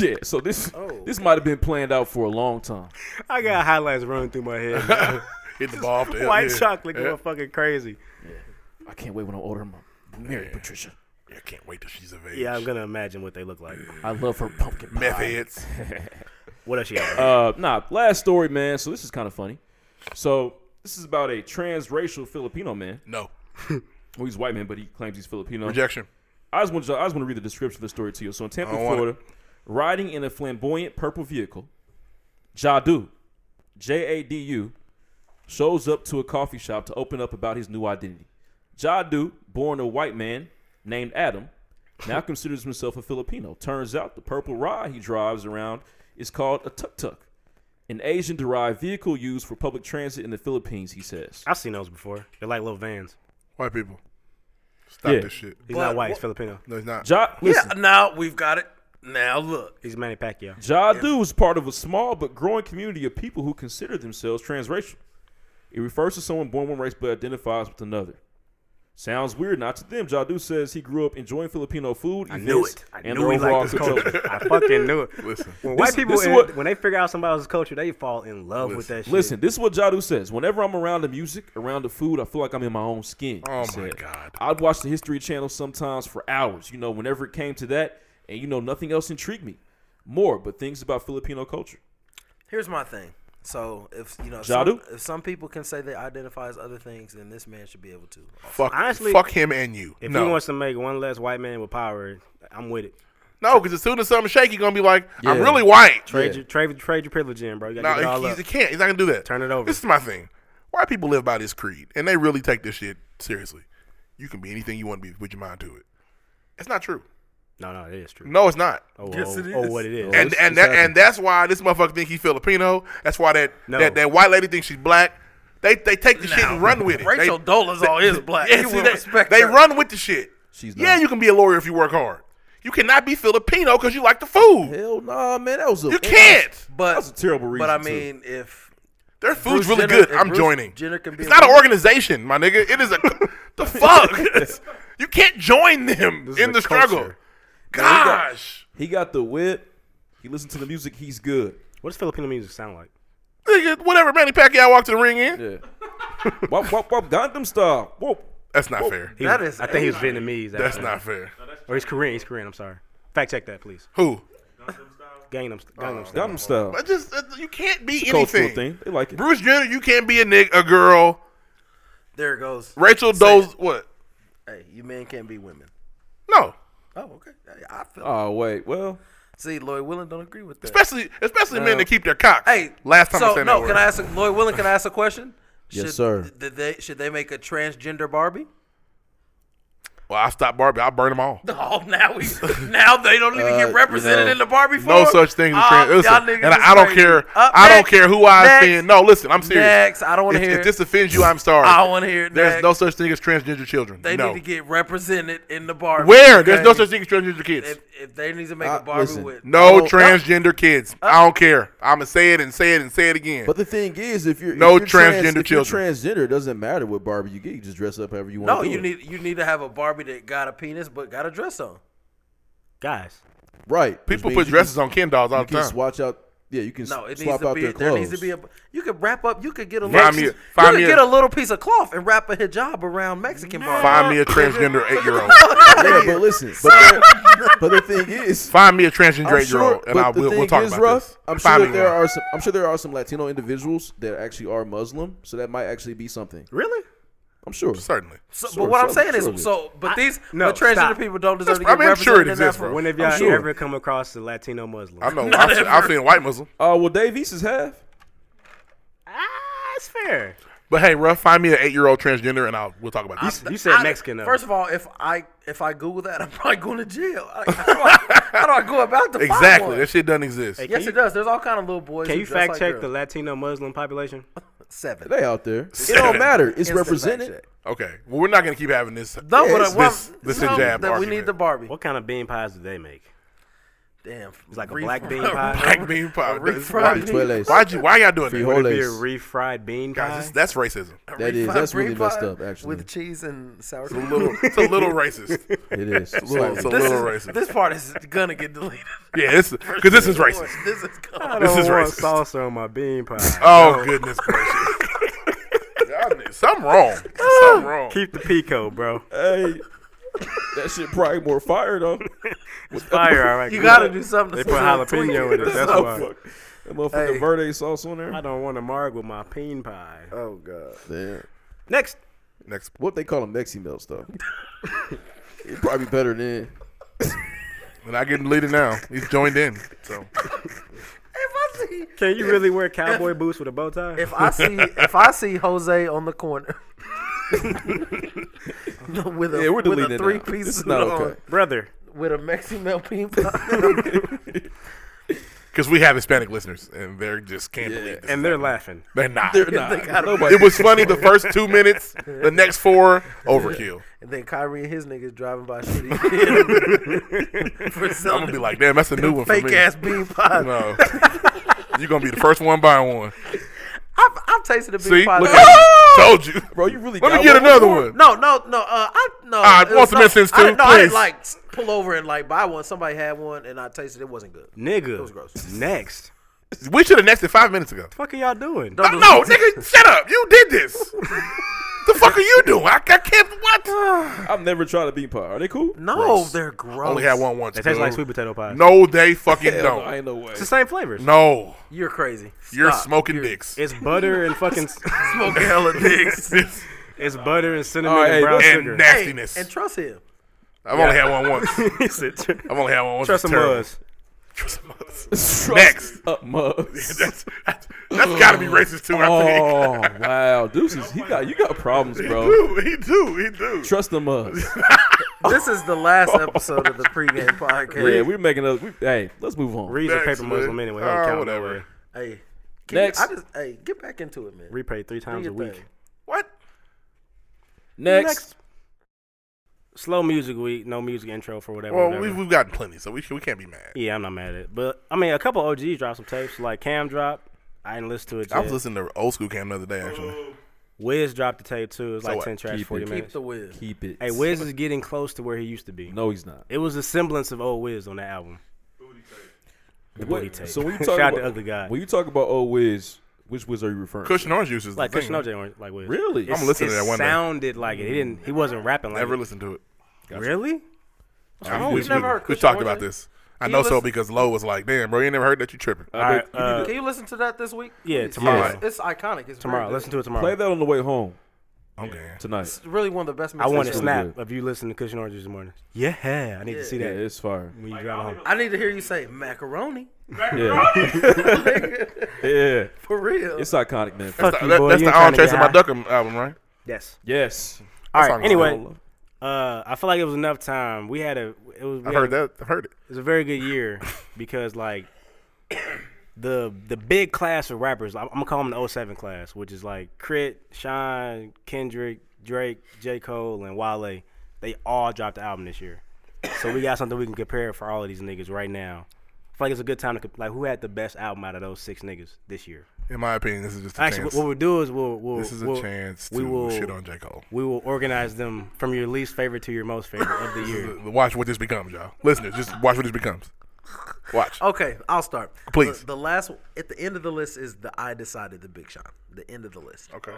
I: Yeah, so this this might have been planned out for a long time.
F: I got highlights running through my head.
H: Hit the ball off the
F: White
H: yeah.
F: chocolate going fucking crazy.
I: I can't wait when I order my marry Patricia.
H: I can't wait till she's of age.
F: Yeah, I'm gonna imagine what they look like.
I: I love her pumpkin pie.
H: Meth heads.
F: What else she got?
I: Uh, nah, last story, man. So this is kind of funny. So this is about a transracial Filipino man.
H: No.
I: Well, he's white man, but he claims he's Filipino.
H: Rejection.
I: I just want to, I just want to read the description of the story to you. So in Tampa,
H: I don't want
I: Florida, riding in a flamboyant purple vehicle, Jadu, J A D U, shows up to a coffee shop to open up about his new identity. Jadu, born a white man named Adam, now considers himself a Filipino. Turns out the purple ride he drives around is called a tuk tuk, an Asian derived vehicle used for public transit in the Philippines, he says.
F: I've seen those before. They're like little vans.
H: White people. Stop
I: Yeah.
H: this shit.
F: He's not
G: But
F: white. He's
G: what-
F: Filipino.
H: No, it's not.
I: Ja, listen,
G: Yeah, now we've got it. Now look,
F: he's Manny Pacquiao.
I: Jadu is part of a small but growing community of people who consider themselves transracial. It refers to someone born one race but identifies with another. Sounds weird, not to them. Jadu says he grew up enjoying Filipino food.
F: I knew
I: events,
F: it. I
I: and
F: knew he
I: overall
F: liked this
I: control.
F: culture. I fucking knew it.
H: Listen,
F: When
I: This-
F: white people,
I: this is
F: in-
I: what-
F: when they figure out somebody else's culture, they fall in love with that shit.
I: Listen, this is what Jadu says. Whenever I'm around the music, around the food, I feel like I'm in my own skin.
H: Oh,
I: he
H: my
I: said.
H: God.
I: I'd watch the History Channel sometimes for hours. You know, whenever it came to that, and you know, nothing else intrigued me more, but things about Filipino culture.
G: Here's my thing. So if you know, some,
I: Jadu?
G: if some people can say they identify as other things, then this man should be able to.
H: Fuck, fuck him and you.
F: If
H: No.
F: he wants to make one less white man with power, I'm with it.
H: No, because as soon as something's shaky, gonna be like, I'm
F: Yeah.
H: really white.
F: Trade your trade, trade your privilege in, bro. You gotta
H: No,
F: give it all
H: he,
F: up.
H: he can't. He's not gonna do that.
F: Turn it over.
H: This is my thing. White people live by this creed, and they really take this shit seriously. You can be anything you want to be. Put your mind to it. It's not true.
F: No, no, it is true.
H: No, it's not.
F: Oh, Yes, oh, it oh, is. what it is.
H: And
F: It's-
H: and
F: it's
H: that,
F: happening.
H: and that's why this motherfucker think he's Filipino. That's why that
F: No.
H: that, that white lady thinks she's black. They they take the shit and run with it.
G: Rachel
H: they,
G: Dolezal is black.
H: Yeah,
G: You
H: see,
G: would
H: they,
G: respect
H: they
G: her.
H: run with the shit.
E: She's
H: Yeah, you can be a lawyer if you work hard. You cannot be Filipino because you like the food.
E: Hell nah, man, that was a
H: you can't.
G: But
E: That's a terrible reason.
G: But I
E: too.
G: mean, if
H: Their food's
G: Bruce
H: really
G: Jenner-
H: good.
G: if
H: I'm
G: Bruce
H: joining.
G: Jenner can be
H: it's
G: a
H: not an
G: leader-
H: organization, my nigga. It is a the fuck. you can't join them
E: This is
H: in
E: a
H: the struggle.
E: culture.
F: got-
H: Gosh,
I: He got the whip. He listened to the music. He's good.
F: What does Filipino music sound like?
H: nigga, whatever. Manny Pacquiao walked to the ring in.
I: Yeah. wop wop wop Gundam style. Whoop.
H: That's not fair.
F: He was- I think he was Vietnamese.
H: That's
F: actually.
H: not fair.
F: Or he's Korean. He's Korean. I'm sorry. Fact check that, please.
H: Who?
F: Gangnam Style. Gangnam Style.
I: Gundam style.
H: But just uh, you can't be
I: It's a cultural
H: anything.
I: thing. They like it.
H: Bruce Jenner, you can't be a nigga, a girl.
G: there it goes.
H: Rachel
G: Say
H: Doe's what?
G: it. Hey, you men can't be women.
H: No,
G: Oh, okay. Hey, I feel.
I: Oh wait. Well,
G: See, Lloyd Willen don't agree with that.
H: especially especially men
G: No.
H: that keep their cocks.
G: Hey,
H: last time
G: so
H: I said
G: no.
H: that word.
G: Can I ask a- Lloyd Willen? Can I ask a question?
E: Yes,
G: Should-
E: sir.
G: Did they should they make a transgender Barbie?
H: Well, I stopped Barbie. I burn them all.
G: Oh, now we now they don't even
E: Uh,
G: get represented
E: you know,
G: in the Barbie form.
H: No such thing as a trans.
G: Oh,
H: listen,
G: y'all niggas
H: and
G: is
H: I, I don't
G: crazy.
H: care.
G: Up
H: I don't
G: next,
H: care who I
G: next,
H: offend. No, listen, I'm serious.
G: Next, I don't want to
H: If-
G: hear.
H: If
G: it.
H: this offends you, I'm sorry.
G: I wanna hear it
H: There's
G: next.
H: no such thing as transgender children.
G: they
H: no.
G: need to get represented in the Barbie.
H: Where? There's no
G: okay?
H: such thing as transgender kids.
G: If, if they need to make
E: Uh,
G: a Barbie
E: listen.
G: with
H: no
E: Oh,
H: transgender kids. I don't care. I'm gonna say it and say it and say it again.
E: But the thing is, if you're
H: No
E: if you're trans-
H: transgender
E: if you're
H: children.
E: transgender, it doesn't matter what Barbie you get. You just dress up however you want.
G: no,
E: to
G: you need you need to have a Barbie that got a penis but got a dress on.
F: Guys,
E: right. which
H: People
E: means
H: put
E: you
H: dresses
E: can,
H: on Ken dolls all
E: You
H: the
E: can
H: time.
E: swatch out. Yeah, you can
G: No,
E: s-
G: it needs
E: swap
G: to
E: out
G: be
E: their
G: there
E: clothes.
G: needs to be a you could wrap up you could get a
H: Find
G: little
H: me-
G: you
H: find
G: could
H: me a-
G: get a little piece of cloth and wrap a hijab around Mexican Barbie.
H: Find me a transgender eight year old.
E: yeah, but listen, but the, but the thing is,
H: Find me a transgender
E: I'm
H: eight year old,
E: sure.
H: and I
E: But the
H: will, we'll
E: thing
H: talk
E: is,
H: about
E: rough.
H: this.
E: I'm
H: Find
E: sure
H: me
E: that there
H: one.
E: are some. I'm sure there are some Latino individuals that actually are Muslim, so that might actually be something.
F: really?
E: I'm sure.
H: Certainly.
G: So,
E: Sure,
G: but what I'm
E: sure,
G: saying
E: sure.
G: is so but these
F: no,
G: but transgender
F: stop.
G: people don't deserve to
H: That's- I
G: get
H: mean, I'm sure
G: represented
H: it
G: in
H: exists,
G: that form.
H: bro.
F: When have y'all
E: I'm sure.
F: ever come across a Latino Muslim?
H: I know.
G: Not
H: I've seen,
G: ever.
H: I've seen white Muslim.
I: uh, well, Davies have.
F: Ah, it's fair.
H: But hey, rough. Find me an eight year old transgender, and I'll we'll talk about
F: You,
H: this.
F: you said
G: I-
F: Mexican. Though.
G: First of all, if I if I Google that, I'm probably going to jail. Like, how, do I, how do I go about the
H: Exactly. That shit doesn't exist.
F: Hey,
G: Yes,
F: Can
G: it does. There's all kind of little boys.
F: can
G: who
F: you
G: dress
F: fact
G: like
F: check
G: girls.
F: the Latino Muslim population?
G: seven?
E: They out there. It don't matter. It's
G: Instant fact
E: represented.
G: check.
H: Okay. Well, we're not gonna keep having this.
G: No,
E: Yeah,
G: but
E: it's-
G: uh, well,
H: this- this
G: no,
H: hijab
G: that we
H: argument.
G: need the Barbie.
F: What kind of bean pies do they make?
G: Damn,
F: It's like a
G: Reef-
F: black bean pie.
H: Black bean pie.
G: Refried
H: Why-
E: bean pie.
H: Why'd you? Why y'all doing that?
E: Frijoles.
F: Be a refried bean pie.
H: Guys, that's, that's racism.
E: That is.
G: refried
E: That's really
G: reef
E: messed
G: pie
E: up. Actually,
G: with cheese and sour
H: It's a
G: cream.
H: little, it's a little racist.
E: it is.
H: It's a
E: Slightly.
G: This
H: little
G: is-
H: racist.
G: This part is gonna get deleted.
H: Yeah, this because this is racist.
G: This is
F: I
G: gone.
H: this
F: don't
H: is
F: want
H: racist.
F: salsa on my bean pie.
H: Oh goodness gracious! Y'all niggas- Something wrong.
G: Ah.
H: Something wrong.
F: Keep the pico, bro.
I: Hey, that shit probably more fire though.
F: It's fire, all right.
G: You
F: good.
G: gotta do something.
F: They
G: to
F: put
G: tweak
F: jalapeno in it. That's
I: Oh,
F: why.
I: fuck. That motherfucking
G: Hey.
I: verde sauce on there.
F: I don't want to marg with my bean pie.
H: Uh,
G: Oh god.
E: Yeah.
F: Next,
H: Next,
E: What they call them Mexi melt stuff. It'd probably be better than
H: and I get leader now. He's joined in. So
G: If I see,
F: can you really wear cowboy boots with a bow tie?
G: if I see, if I see Jose on the corner. with a,
I: Yeah, we're
G: with
I: deleting
G: a
I: it
G: three
I: now.
G: piece
I: This is not
G: suit on,
I: okay.
F: Brother,
G: with a Mexican melt pea pie.
H: because we have Hispanic listeners and they just can't believe this.
F: And they're laughing.
H: They're not.
F: They're not. They got nobody.
H: it was funny the first two minutes. The next four overkill.
G: And then Kyrie and his niggas driving by shitty.
H: I'm gonna be like, damn, that's a new one for me.
G: Fake ass bean pie.
H: No, you're gonna be the first one buying one.
G: I've, I've tasted a bean
H: See,
G: pie.
H: Look
G: though.
H: at you. told you,
I: bro. You really
H: let
G: got
H: me get
G: one
H: another
G: more?
H: one.
G: No, no, no. Uh, I no.
H: right,
G: it
H: want
G: was
H: some
G: not-
H: incense
G: I didn't-
H: too,
G: No, I didn't
H: please.
G: like pull over and like buy one. Somebody had one and I tasted it. it wasn't good.
F: Nigga.
G: it was gross.
F: Next.
H: We should have next it five minutes ago.
F: The fuck are y'all doing?
H: No, Uh, no, nigga, shut up. You did this. the fuck are you doing? I, I can't. What?
E: I've never tried a bean pie. Are they cool?
G: No,
H: Gross.
G: they're gross.
H: Only had one once.
F: They taste like
H: bro.
F: sweet potato pies.
H: No, they fucking
E: Hell
H: don't.
E: no, ain't no way.
F: It's the same flavors.
H: No,
G: You're crazy.
H: you're
G: Stop.
H: smoking dicks.
F: It's butter and fucking.
G: Smoking hella dicks.
F: It's butter and cinnamon
E: All right,
F: and brown
H: and
F: sugar.
H: that-
G: Hey,
H: Nastiness.
G: and trust him.
H: I've only had one once.
F: He said,
H: I've only had one once.
F: Trust
H: It's
F: some
H: terrible.
F: us.
H: Trust some us.
E: Trust
H: Next.
E: Up mugs.
H: That's, that's, that's got to be racist too. I think.
E: Oh wow, deuces. He got you got problems, bro.
H: Dude, he do, he do.
E: Trust the mugs.
G: This is the last episode of the pregame podcast.
E: Yeah, we're making us. We, hey, let's move on.
F: Reed's a
H: Next,
F: paper
H: man.
F: Muslim anyway.
H: Ah, whatever.
F: Uh, whatever.
G: Hey, can
E: Next.
G: You, I just hey get back into it, man.
F: Repay three times
G: Do
F: a
G: your
F: week.
G: thing.
H: What?
E: Next.
F: Slow music week. No music intro for whatever.
H: Well,
F: whatever.
H: we've, we've gotten plenty, so we can, we can't be mad.
F: yeah, I'm not mad at it. But, I mean, a couple OGs dropped some tapes. Like Cam dropped. I didn't listen to it
H: I was
F: yet.
H: listening to old school Cam the other
G: Oh,
H: day, actually.
F: Wiz dropped the tape, too. It was
H: So
F: like
H: what?
F: 10 tracks,
E: Keep it,
F: 40
E: keep
F: minutes.
G: The whiz.
E: Keep it.
F: Hey, Wiz is getting close to where he used to be.
E: No, he's not.
F: It was a semblance of old Wiz on that album. The
E: What-
F: booty tape.
E: So when you talk
F: Shout out
E: about
F: to other guy.
E: when you talk about old Wiz, which Wiz are you referring? to?
H: Cushion orange juice is the
F: Like
H: thing.
F: Christian OJ weren't like Wiz.
E: Really?
F: It's-
H: I'ma listen to
F: it
H: that one day.
F: Sounded like it. He didn't. He wasn't rapping like
H: Never
F: it.
H: listened to it.
F: Really?
H: I we,
G: You've never
H: we,
G: heard
H: have
G: Christian
H: talked
G: orange
H: about
G: juice?
H: this. I know so
G: listen-
H: because Lowe was like, "Damn, bro, you ain't never heard that you tripping."
E: I bet
F: Alright,
E: you
H: uh,
E: need to
G: Can you listen to that this week?
F: Yeah,
G: It's-
F: tomorrow.
G: It's, it's iconic. It's
F: Tomorrow. Listen to it tomorrow.
E: play that on the way home
H: Okay.
E: tonight.
G: It's really one of the best.
F: I want a
G: mixtapes.
E: really
F: snap
E: good.
F: of you listening to Cushion Orange Juice in the morning. Yeah, I need to see
E: Yeah,
F: that
E: it's fire.
F: when you drive home.
G: I need to hear you say macaroni
E: Yeah, yeah.
G: for real.
E: It's iconic, man.
F: Fuck you,
H: That-
F: boy.
H: that's
F: You
H: the
F: ain't trying
H: Iron
F: to
H: Chasing
F: get
H: My
F: high.
H: Duckum album, right?
F: Yes.
E: Yes.
F: All
H: song
F: right.
H: is
F: Anyway, uh, I feel like it was enough time. We had a. It was.
H: I've heard that. I've heard it.
F: It was a very good year because like the the big class of rappers. I'm, I'm gonna call them the 07 class, which is like Crit, Shine, Kendrick, Drake, J Cole, and Wale. They all dropped the album this year, so we got something we can compare for all of these niggas right now. I feel like it's a good time to comp- like who had the best album out of those six niggas this year.
H: In my opinion, this is just a
F: Actually,
H: chance.
F: what we'll do is we'll, we'll
H: this is a
F: we'll-
H: chance to
F: we will
H: shit on J Cole.
F: we will organize them from your least favorite to your most favorite of the year.
H: Watch what this becomes, y'all. Listeners, just watch what this becomes.
F: Oh,
H: Watch.
G: Okay, I'll start.
H: Please.
G: The, the last at the end of the list is the I decided the Big Sean. The end of the list.
H: Okay.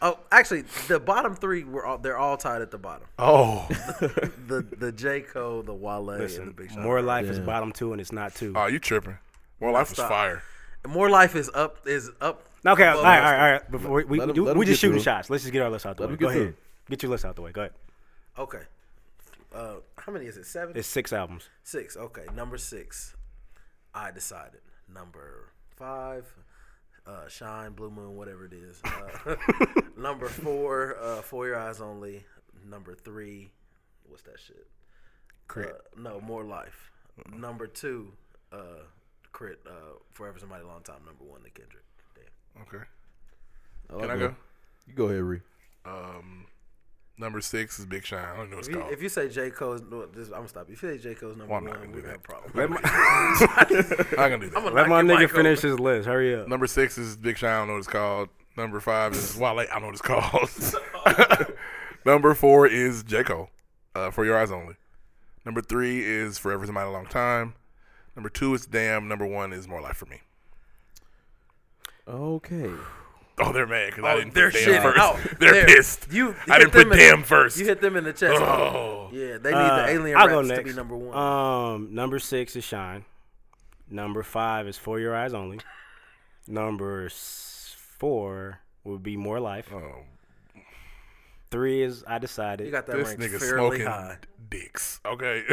G: Oh, actually, the bottom three were all they're all tied at the bottom.
H: Oh,
G: The the J Cole, the Wale, and the Big Sean.
F: More life is bottom two and it's not two.
H: oh, you tripping? Well, life was fire.
G: More life is up is up.
F: Okay,
G: above
F: all right, all
G: us.
F: right, all right. Before we, we,
I: let him-
F: do-
I: let him
F: we just
I: get
F: shooting
I: through.
F: shots. Let's just get our list out the
I: Let
F: way.
I: him
F: Go
I: get
F: ahead.
I: through.
F: Get your list out the way. Go ahead.
G: Okay. Uh, how many is it? Seven.
F: It's six albums.
G: Six. Okay, number six. I decided. Number five. Uh, Shine, Blue Moon, whatever it is. Uh, number four. Uh, For Your Eyes Only. Number three. What's that shit? Crit. no, More Life. Number two. Uh, Crit. Uh, Forever Somebody Long Time. Number one. The Kendrick. Damn.
H: Okay.
I: Oh,
H: Can I
I: good.
H: go?
I: You go ahead, Ree.
H: Um, number six is Big Shine. I don't know what it's
G: If you,
H: called.
G: if you say J Cole's, no, this, I'm gonna stop. you. If you say J Cole's number
H: Well, I'm not
G: one,
H: gonna
G: we
H: do
G: have a
H: that.
G: problem.
H: I'm not gonna do that.
F: Let my
G: Knock your
F: nigga
G: mic over.
F: finish his list. Hurry up.
H: Number six is Big Shine. I don't know what it's called. Number five is Wale. I don't know what it's called. Number four is J. Cole, uh, For Your Eyes Only. Number three is Forever's Mine a Long Time. Number two is Damn. Number one is More Life for Me.
E: Okay.
H: Oh, they're mad because I didn't
G: they're
H: put Damn
G: shitting.
H: first.
G: No,
H: they're,
G: they're-
H: pissed.
G: you- you
H: I didn't
G: hit
H: put
G: them in-
H: Damn first.
G: You hit them in the chest.
H: oh.
G: Yeah, they need
F: Uh,
G: the alien
F: I'll go
G: raps to be
F: next.
G: number one.
F: Um, number six is Shine. Number five is For Your Eyes Only. Number s- four would be More Life.
H: Oh,
F: Three is I Decided.
G: you got that
H: this
G: ranked
H: nigga
G: fairly
H: smoking
G: high.
H: dicks. Okay.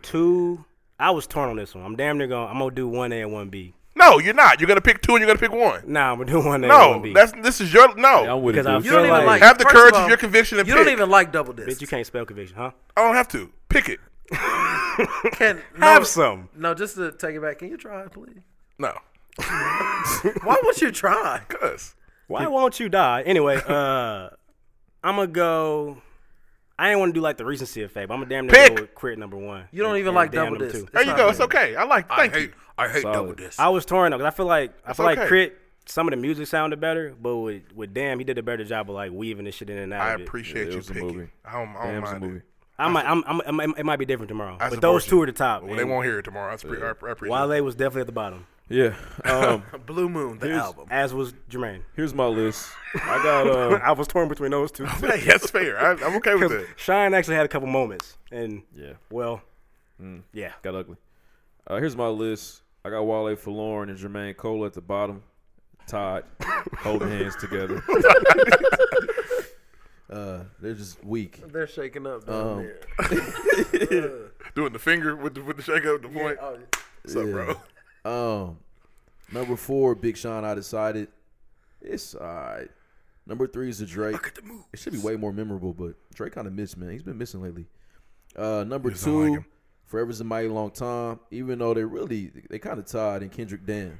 F: Two. I was torn on this one. I'm damn near going. to I'm gonna do one A and one B.
H: no, you're not. You're gonna pick two and you're gonna pick one.
F: Nah, I'm gonna do one A and
H: No,
F: one B.
H: that's this is your
E: Yeah,
H: no.
E: I'm with
F: Because I
E: it.
F: feel
E: dude.
G: You don't even
F: like-
G: like.
H: Have the
G: first
H: courage
G: of
H: of
G: all,
H: your conviction and
G: You
H: pick.
G: don't even like double discs.
F: Bitch, you can't spell conviction, huh?
H: I don't have to pick it.
G: Can, no,
F: Have some.
G: No, just to take it back. Can you try, please?
H: No.
G: Why won't you try?
H: Cause
F: Why won't you die? Anyway, uh, I'm gonna go. I ain't want to do like the recency effect. but I'm gonna damn near
H: Pick.
F: go with quit number one.
G: You don't
F: And-
G: even
F: and
G: like
F: damn
G: Double
F: number
G: Disc.
F: two.
H: There you go. It's okay. I like. Thank
G: hate-
H: you. I hate double disc.
F: I was torn up because I feel like I
H: It's
F: feel
H: okay.
F: like crit. Some of the music sounded better, but with with damn, he did a better job of like weaving this shit in and out.
H: I
F: of it.
H: appreciate you picking. I don't, I don't
I: Damn's a
H: mind it.
I: movie.
F: I might, I'm, I'm, I'm, it might be different tomorrow,
H: I
F: but
H: support
F: those
H: you.
F: two are the top.
H: Well, they
F: and
H: won't hear it tomorrow. I, sp- I appreciate it.
F: Wale was definitely at the bottom,
I: Yeah. Um,
G: Blue Moon, the
I: Here's-
G: album.
F: as was Jermaine.
I: here's my list. I got uh,
F: I was torn between those two.
H: Hey, that's fair. I, I'm okay with
F: Because
H: it.
F: Shine actually had a couple moments, and
I: Yeah.
F: well, yeah,
I: got ugly. Uh, here's my list. I got Wale Forlorn and Jermaine Cole at the bottom. Todd holding hands together.
E: Uh, they're just weak.
G: They're shaking up.
E: Um,
G: Um,
H: Doing the finger with the, with the shake up the point. What's up,
E: Yeah.
H: bro?
E: Um, number four, Big Sean. I decided it's alright. Number three is the Drake. It should be way more memorable, but Drake kind of missed, man. He's been missing lately. Uh, number
H: Just don't like
E: two,
H: him.
E: Forever's a Mighty Long Time. Even though they really they kind of tied in Kendrick Dan.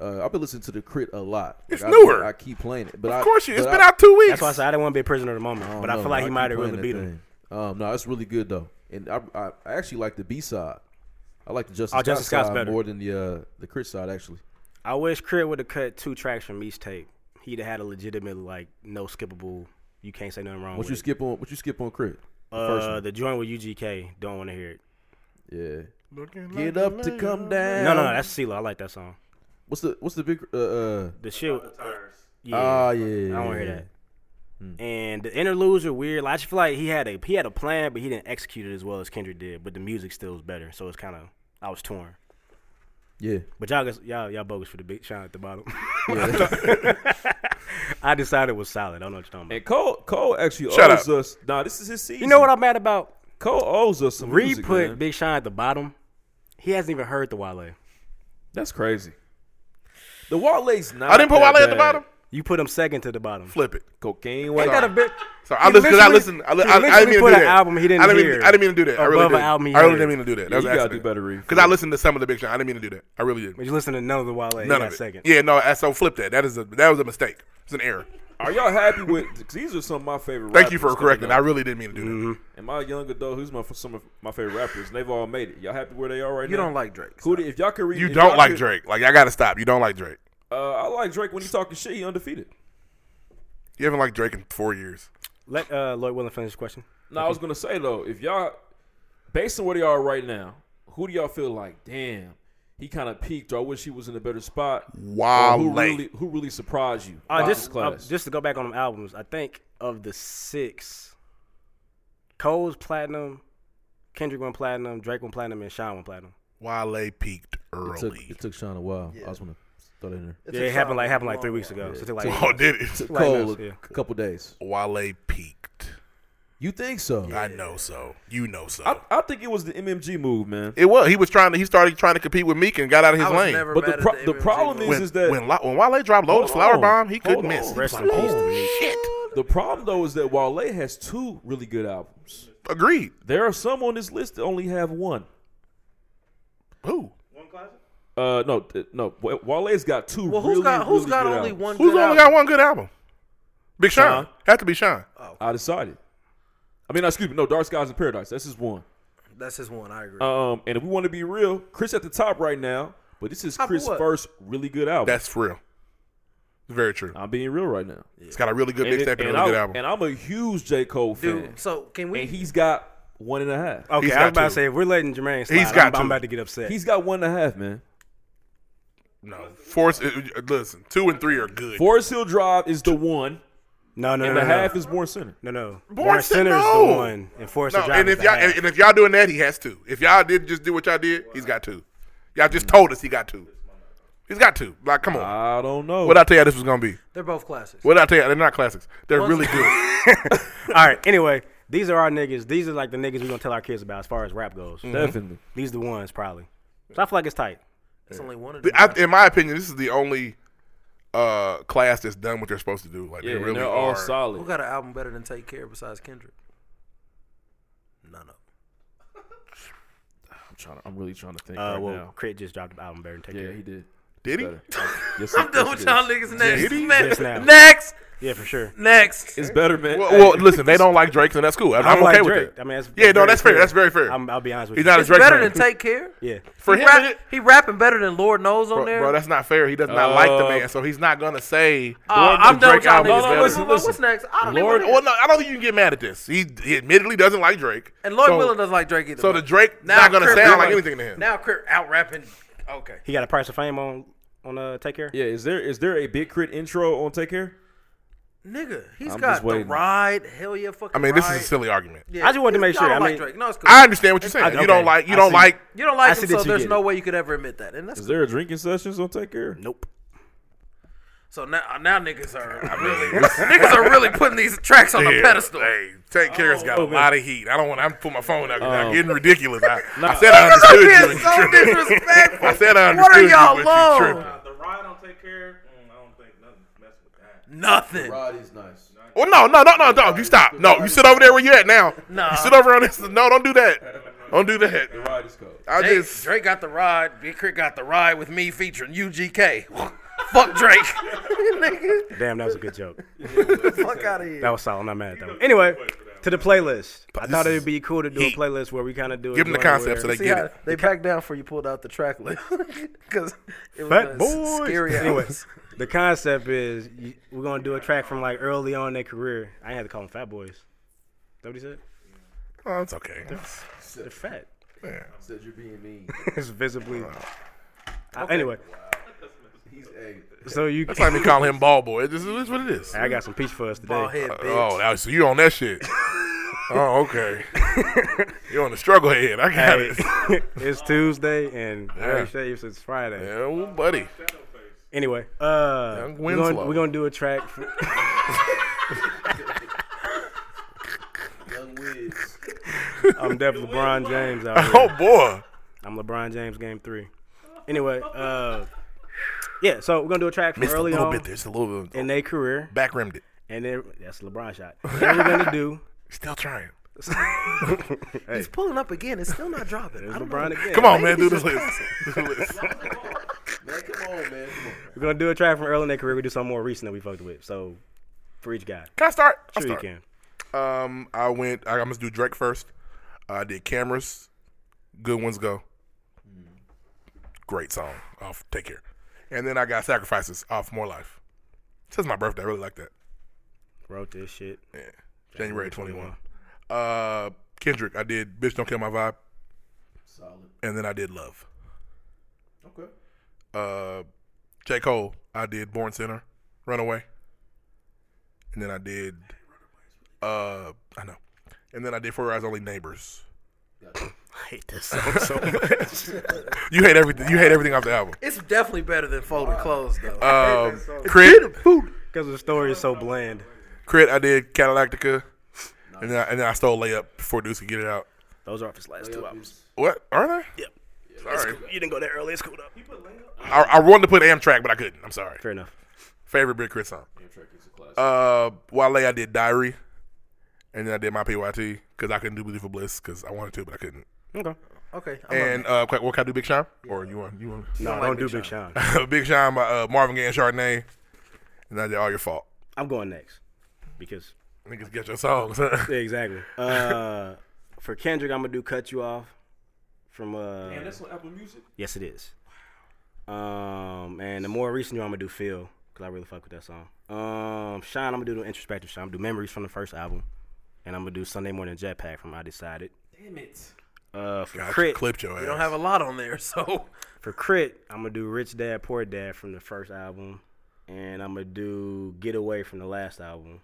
E: Uh, I've been listening to the Crit a lot.
H: It's
E: I-
H: newer.
E: I, keep playing it, but
H: Of course, you.
E: you.
H: It's been out two weeks.
F: that's why I said I didn't want to be a prisoner of the moment,
E: I don't
F: but I
E: know,
F: feel like
E: man.
F: he
E: keep
F: might have
E: playing
F: really
E: that
F: beat him.
E: thing. Um, no, it's really good though, and I, I, I actually like the B side. I like the Justice,
F: Oh, Justice
E: Scott
F: Scott's
E: side
F: better.
E: more than the uh, the Crit side actually.
F: I wish Crit would have cut two tracks from each tape. He'd have had a legitimate like no skippable. You can't say nothing wrong.
E: What
F: with
E: you
F: it.
E: skip on? What you skip on? Crit. The first
F: Uh,
E: one.
F: the joint with UGK. Don't want to hear it.
E: Yeah.
H: Looking like
E: Get
H: a
E: up to
H: lady.
E: come down.
F: No, no, no, that's CeeLo. I like that song.
E: What's the what's the big uh uh
F: The shit. Yeah.
E: Ah, yeah, yeah,
F: I don't want to
E: yeah. Hmm.
F: hear that. And the interludes are weird. Like, I just feel like he had a he had a plan, but he didn't execute it as well as Kendrick did. But the music still was better, so it's kind of I was torn.
E: yeah.
F: But y'all guys, y'all y'all bogus for the big shine at the bottom. I decided it was solid. I don't know what you're talking about.
I: And Cole Cole actually
H: Shut
I: owes
H: up.
I: us. Nah, this is his season.
F: You know what I'm mad about?
I: Cole owes us some
F: Reed
I: music,
F: put
I: man.
F: Big Sean at the bottom. He hasn't even heard the Wale.
I: That's crazy. The Wale's not.
H: I didn't put
I: that
H: Wale at the
I: bad.
H: bottom.
F: You put him second to the bottom.
H: Flip it.
I: Cocaine Wale.
H: Sorry.
F: bit.
H: So I listen. 'cause I listen. I, li-
F: he
H: I, I didn't
F: literally
H: mean to
F: put
H: do
F: an
H: that.
F: album he didn't
H: I didn't mean.
F: hear
H: To, I didn't mean to do that. I really
F: above an
H: didn't.
F: album he
H: I really
F: heard.
H: didn't mean to do that.
I: Yeah,
H: That was
I: you
H: an
I: gotta
H: accident.
I: do better, Reed.
H: Because I listened to some of the big Sean. I didn't mean to do that. I really didn't.
F: But you listen to none of the Wale. he
H: None
F: got
H: of it.
F: Second.
H: Yeah, no. I- So flip that. That is a that was a mistake. It's an error.
I: Are y'all happy with? 'cause These are some of my favorite.
H: Thank you
I: rappers
H: for
I: coming
H: correcting. I
I: up.
H: really didn't mean to do that.
I: and my young adult, who's my some of my favorite rappers, and they've all made it. Y'all happy where they are right
G: you
I: now?
G: don't like Drake.
I: Who? did- If y'all could read,
H: You
I: if
H: don't
I: y'all
H: like
I: could-
H: Drake. Like I gotta stop. You don't like Drake.
I: Uh, I like Drake when he talking shit. He undefeated.
H: You haven't liked Drake in four years.
F: Let uh, Lloyd Willen finish his question.
I: No, I was gonna say though, if y'all, based on where they are right now, who do y'all feel like? Damn, he kind of peaked, or I wish he was in a better spot. Or
H: Wow,
I: who really, who really surprised you?
F: Uh,
I: about this
F: just, uh,
I: class?
F: just to go back on them albums, I think of the six, Cole's platinum, Kendrick went platinum, Drake went platinum, and Sean went platinum.
H: Wale peaked
E: It took
H: early.
E: it took Sean a while. I just want to throw that in there.
G: It's
F: Yeah,
G: a
F: it happened like
G: solid
F: happened like three
G: long
F: weeks
G: one.
F: ago. So it took like
H: Oh, did it?
E: Took Cole
F: now,
E: a
F: yeah.
E: couple days.
H: Wale peaked.
E: You think so?
H: I know so. You know so.
I: I, I think it was the MMG move, man.
H: it was. He was trying to. He started trying to compete with Meek and got out of his
G: I was
H: lane.
G: never
I: But the
G: mad at
I: pro- the
G: MMG
I: problem
G: one.
H: when,
I: is that-
H: when, La- when Wale dropped Lotus
I: Hold
H: Flower
I: on.
H: Bomb, he couldn't
I: Hold
H: miss.
I: on.
H: He was
F: Rest
H: like,
F: in peace to
H: "Oh,
F: Meek."
H: shit.
I: The problem though is that Wale has two really good albums.
H: Agreed.
I: There are some on this list that only have one.
H: Who?
I: Uh, no, th- no. Wa- Wale's got two.
G: Well, who's
I: really,
G: got who's
I: really
G: got
I: good
G: only
I: albums.
G: one?
H: Who's
G: good
H: only
G: album?
H: got one good album? Big Sean.
I: Sean. Uh,
H: Have to be Sean.
I: I decided. I mean, excuse me. No, Dark Skies and Paradise. That's his one.
G: That's his one. I agree.
I: Um, and if we want to be real, Chris at the top right now, but this is
G: Top of
I: Chris'
G: what?
I: first really good album.
H: That's for real. Very true.
I: I'm being real right now.
H: It's got a really good
I: And, it-
H: mixtape and a
I: and
H: really
I: I,
H: good album.
I: and I'm a huge J. Cole fan.
G: Dude, so can we?
I: and he's got one and a half.
F: Okay,
H: He's
F: I was
H: got
F: about to
H: two.
F: say if we're letting Jermaine slide,
H: He's got
F: I'm, I'm
H: two.
F: about to get upset.
I: He's got one and a half, man.
H: no, Force. uh, uh, Listen, two and three are good.
I: Forest Hill Drive is the one,
F: no, no,
I: and
F: no,
I: the
F: no,
I: half
F: no.
I: is Born Center.
F: no, no.
H: Born
F: Born
H: Sinner,
F: Sinner is
H: no.
F: the one, and Forrest
H: No,
F: Drive
H: and
F: is
H: if
F: the
H: y'all
F: half.
H: and if y'all doing that, he has two. If y'all did just do what y'all did, he's got two. Y'all
I: Mm.
H: just told us he got two. He's got two. Like, come on.
I: I don't know.
H: What I tell y'all this was gonna be?
G: they're both classics.
H: What I tell y'all? They're not classics. They're really good.
F: All right. Anyway, these are our niggas. These are like the niggas we gonna tell our kids about as far as rap goes.
H: Mm-hmm.
I: Definitely.
F: These the ones probably. So I feel like it's tight.
G: It's only one of them.
H: The- I- in my opinion, this is the only uh, class that's done what they're supposed to do. Like
I: Yeah,
H: they
I: and
H: really
I: they're all
H: are.
G: Who
I: solid.
G: got an album better than Take Care besides Kendrick? None of. them.
I: I'm, trying to, I'm really trying to think
F: Uh,
I: right
F: well,
I: now.
H: Uh,
F: Crit just dropped the album. Better than take
I: Yeah,
F: care.
I: he did.
H: Did he?
E: Yes,
G: I'm done with y'all niggas next.
H: Did he?
G: Man,
H: Yes, now.
G: Next.
F: Yeah, for sure.
G: Next.
E: It's better, man.
H: Well, well, listen, they don't like Drake, and that's cool. I'm,
F: I
H: I'm
F: don't
H: okay
F: like
H: with
F: Drake.
H: it.
F: I mean, that's-
H: yeah,
F: that's
H: no,
F: very
H: that's fair.
F: fair.
H: That's very fair.
F: I'm- I'll be honest with
H: He's
F: you.
H: not
G: It's
H: a Drake
G: better
H: fan.
G: than Take Care.
F: Yeah.
H: For
G: he,
H: him,
G: rap-
H: it-
G: he rapping better than Lord knows on
H: bro,
G: there.
H: bro, that's not fair. He does not like the
E: Uh,
H: man, so he's not gonna say.
G: Oh, I'm done
H: Drake
G: with y'all
H: album
G: niggas.
H: is
G: No,
H: better.
G: no,
E: listen,
G: what's-
E: listen.
G: What's next? I don't
E: Lord-
G: even
H: Well, no, I don't think you can get mad at this. He, he admittedly doesn't like Drake,
G: And Lloyd
H: so,
G: Willer doesn't like Drake either.
H: So
G: but
H: the Drake not gonna
G: Crip
H: sound
G: rapping-
H: like anything to him.
G: Now Crip out rapping. Okay.
F: He got a price of fame on on uh, Take Care.
E: Yeah, is there is there a big crit intro on Take Care?
G: Nigga, he's
E: I'm just
G: got the
E: waiting.
G: ride. Hell yeah, fucking
H: I mean, this is
G: Ride.
H: a silly argument.
G: Yeah,
F: I just wanted to make
G: y'all
F: sure.
G: don't
F: I
G: like
F: mean-
G: Drake. No, it's cool.
H: I understand what you're saying.
F: I-
H: You don't
F: okay.
H: like. You
F: I
H: don't
F: see.
H: like.
G: you don't like
F: see
G: him,
F: that
G: so
F: you
G: there's
F: get
G: no
F: it.
G: way you could ever admit that. And that's
E: Is there a drinking sessions on Take Care?
F: Nope.
G: so now, now niggas are really niggas are really putting these tracks on a
H: Yeah,
G: pedestal.
H: Hey, Take Care's got a lot of heat. I don't want to put my phone out. 'cause I'm
E: Oh.
H: getting ridiculous. I, I said I
G: Niggas
H: understood
G: are
H: you.
G: being
H: and
G: so
H: you tripping.
G: disrespectful.
H: I said I understood
G: What are
H: you,
G: y'all
H: but you
G: low?
H: tripping.
J: The ride don't take care. Mm, I don't think nothing mess with that.
G: Nothing.
I: Roddy's nice.
H: Well, no, no, no, no, dog. You stop. No, you sit over there where you at now.
G: Nah.
H: You sit over on this. No, don't do that. Don't do that.
I: Ride is cold.
H: I
G: Drake,
H: just.
G: Drake got the ride. Big Crit got the ride with me featuring UGK. Fuck Drake. Nigga,
F: Damn, that was a good joke.
G: Fuck out of here.
F: That was solid. I'm not mad at that one. Anyway, to the playlist. I thought
H: this
F: it'd be cool to do a
H: heat.
F: playlist where we kind of do it.
H: Give 'em the
F: joint or
H: concept so
F: whatever.
H: they
G: See
H: get
G: how
H: it.
G: they backed down for you pulled out the track list because it was
F: Fat
G: a
F: boys.
G: scary.
F: Anyway,
G: hours.
F: the concept is you, we're gonna do a track from like early on in their career. I ain't had to call them Fat Boys. Is that what he said?
H: Oh, it's okay.
F: They're fat.
I: Said you're being mean.
F: it's visibly. Uh, anyway,
I: He's a.
F: so you.
H: That's like me calling him ball boy. This is, this is what it is.
F: I got some peach for us today.
G: Bald head bitch.
H: Oh, now, so you on that shit? oh, okay. you on the struggle head? I got
F: Hey,
H: it.
F: it's Tuesday and I
H: Yeah.
F: already shaved since Friday.
H: Yeah, well, buddy.
F: Anyway, uh,
H: Young
F: we're gonna,
H: Winslow.
F: we're gonna do a track. From,
I: Young Wiz.
F: I'm definitely LeBron James out here.
H: Oh boy.
F: I'm LeBron James game three. Anyway, uh, yeah, so we're gonna do a track from
H: Missed a
F: early
H: little
F: on
H: bit there. Just a little bit.
F: in their career,
H: Back rimmed it.
F: and then that's a LeBron shot. Then we're gonna do
H: Still trying.
G: He's pulling up again. It's still not dropping. I don't know.
F: LeBron again.
H: Come on, man. Do this list. Do the list.
I: Man, come on, man. Come on.
F: We're gonna do a track from early in their career. We do something more recent that we fucked with. So for each guy,
H: Can I start? I'll
F: sure you
H: start.
F: can.
H: Um, I went. I, I'm gonna do Drake first. Uh, I did cameras. Good ones go.
F: Hmm.
H: Great song off Take Care, and then I got sacrifices off More Life. Since my birthday, I really like that.
F: Wrote this shit.
H: Yeah, January 21. Uh, Kendrick, I did Bitch Don't Kill My Vibe,
I: Solid.
H: and then I did Love.
I: Okay.
H: Uh, J Cole, I did Born Center, Runaway, and then I did. Uh, I know, and then I did For Your Eyes Only Neighbors.
F: I hate this.
H: so much. you hate everything. You hate everything off the album.
G: It's definitely better than folding clothes though.
H: Um, Crit,
F: Because the story is so bland.
H: Crit. I did Catalactica, and then I, and then I stole layup before Deuce could get it out.
F: Those are off his last two
I: Layup
F: albums.
I: is-
H: What are they?
F: Yep.
H: Sorry,
F: You didn't go there early. It's cool though.
H: I, I wanted to put Amtrak, but I couldn't. I'm sorry.
F: Fair enough.
H: Favorite Big Crit song. Uh, Wale, I did Diary, and then I did my PYT because I couldn't do Believe for Bliss because I wanted to, but I couldn't.
F: Okay.
G: okay, I'm up.
H: And uh, what can I do, Big Sean? Or you want you want
F: No, don't, do Big Sean.
H: Big Sean by uh, Marvin Gaye and Chardonnay, and I did All Your Fault.
F: I'm going next because
H: Niggas get your songs. huh?
F: Yeah, exactly. Uh, for Kendrick, I'm gonna do "Cut You Off" from. Uh,
E: on Apple Music.
F: yes, it is. Um, and the more recent one, I'm gonna do "Feel" because I really fuck with that song. Um, Shine, I'm gonna do the introspective Shine. I'm gonna do "Memories" from the first album, and I'm gonna do "Sunday Morning Jetpack" from "I Decided."
E: Damn it.
F: Uh, for
H: I
F: Crit,
H: clipped your ass.
G: we don't have a lot on there, so
F: for Crit, I'm gonna do "Rich Dad Poor Dad" from the first album, and I'm gonna do "Get Away" from the last album.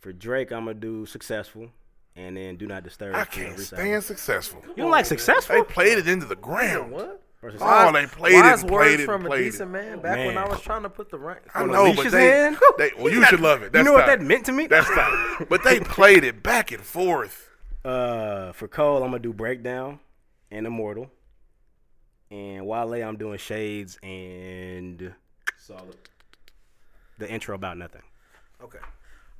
F: For Drake, I'm gonna do "Successful." And then do not disturb.
H: I
F: from the
H: can't
F: recent
H: stand
F: album.
H: successful.
F: You don't like successful?
H: They played it into the ground.
G: what?
F: Or Successful?
H: Oh, they played it,
G: Wise
H: and
G: words
H: played it,
G: from
H: and
G: a
H: played
G: decent
H: it.
G: man. Back when I
F: man.
G: was trying to put the rank.
H: I
F: With
H: know, but
F: Alicia's
H: they,
F: hand?
H: they well, you should love it. That's
F: you know what
H: not-
F: that meant to me?
H: That's not. But they played it back and forth.
F: Uh, for Cole, I'm gonna do Breakdown and Immortal, and Wale, I'm doing Shades and
I: Solid.
F: the intro about nothing.
G: Okay.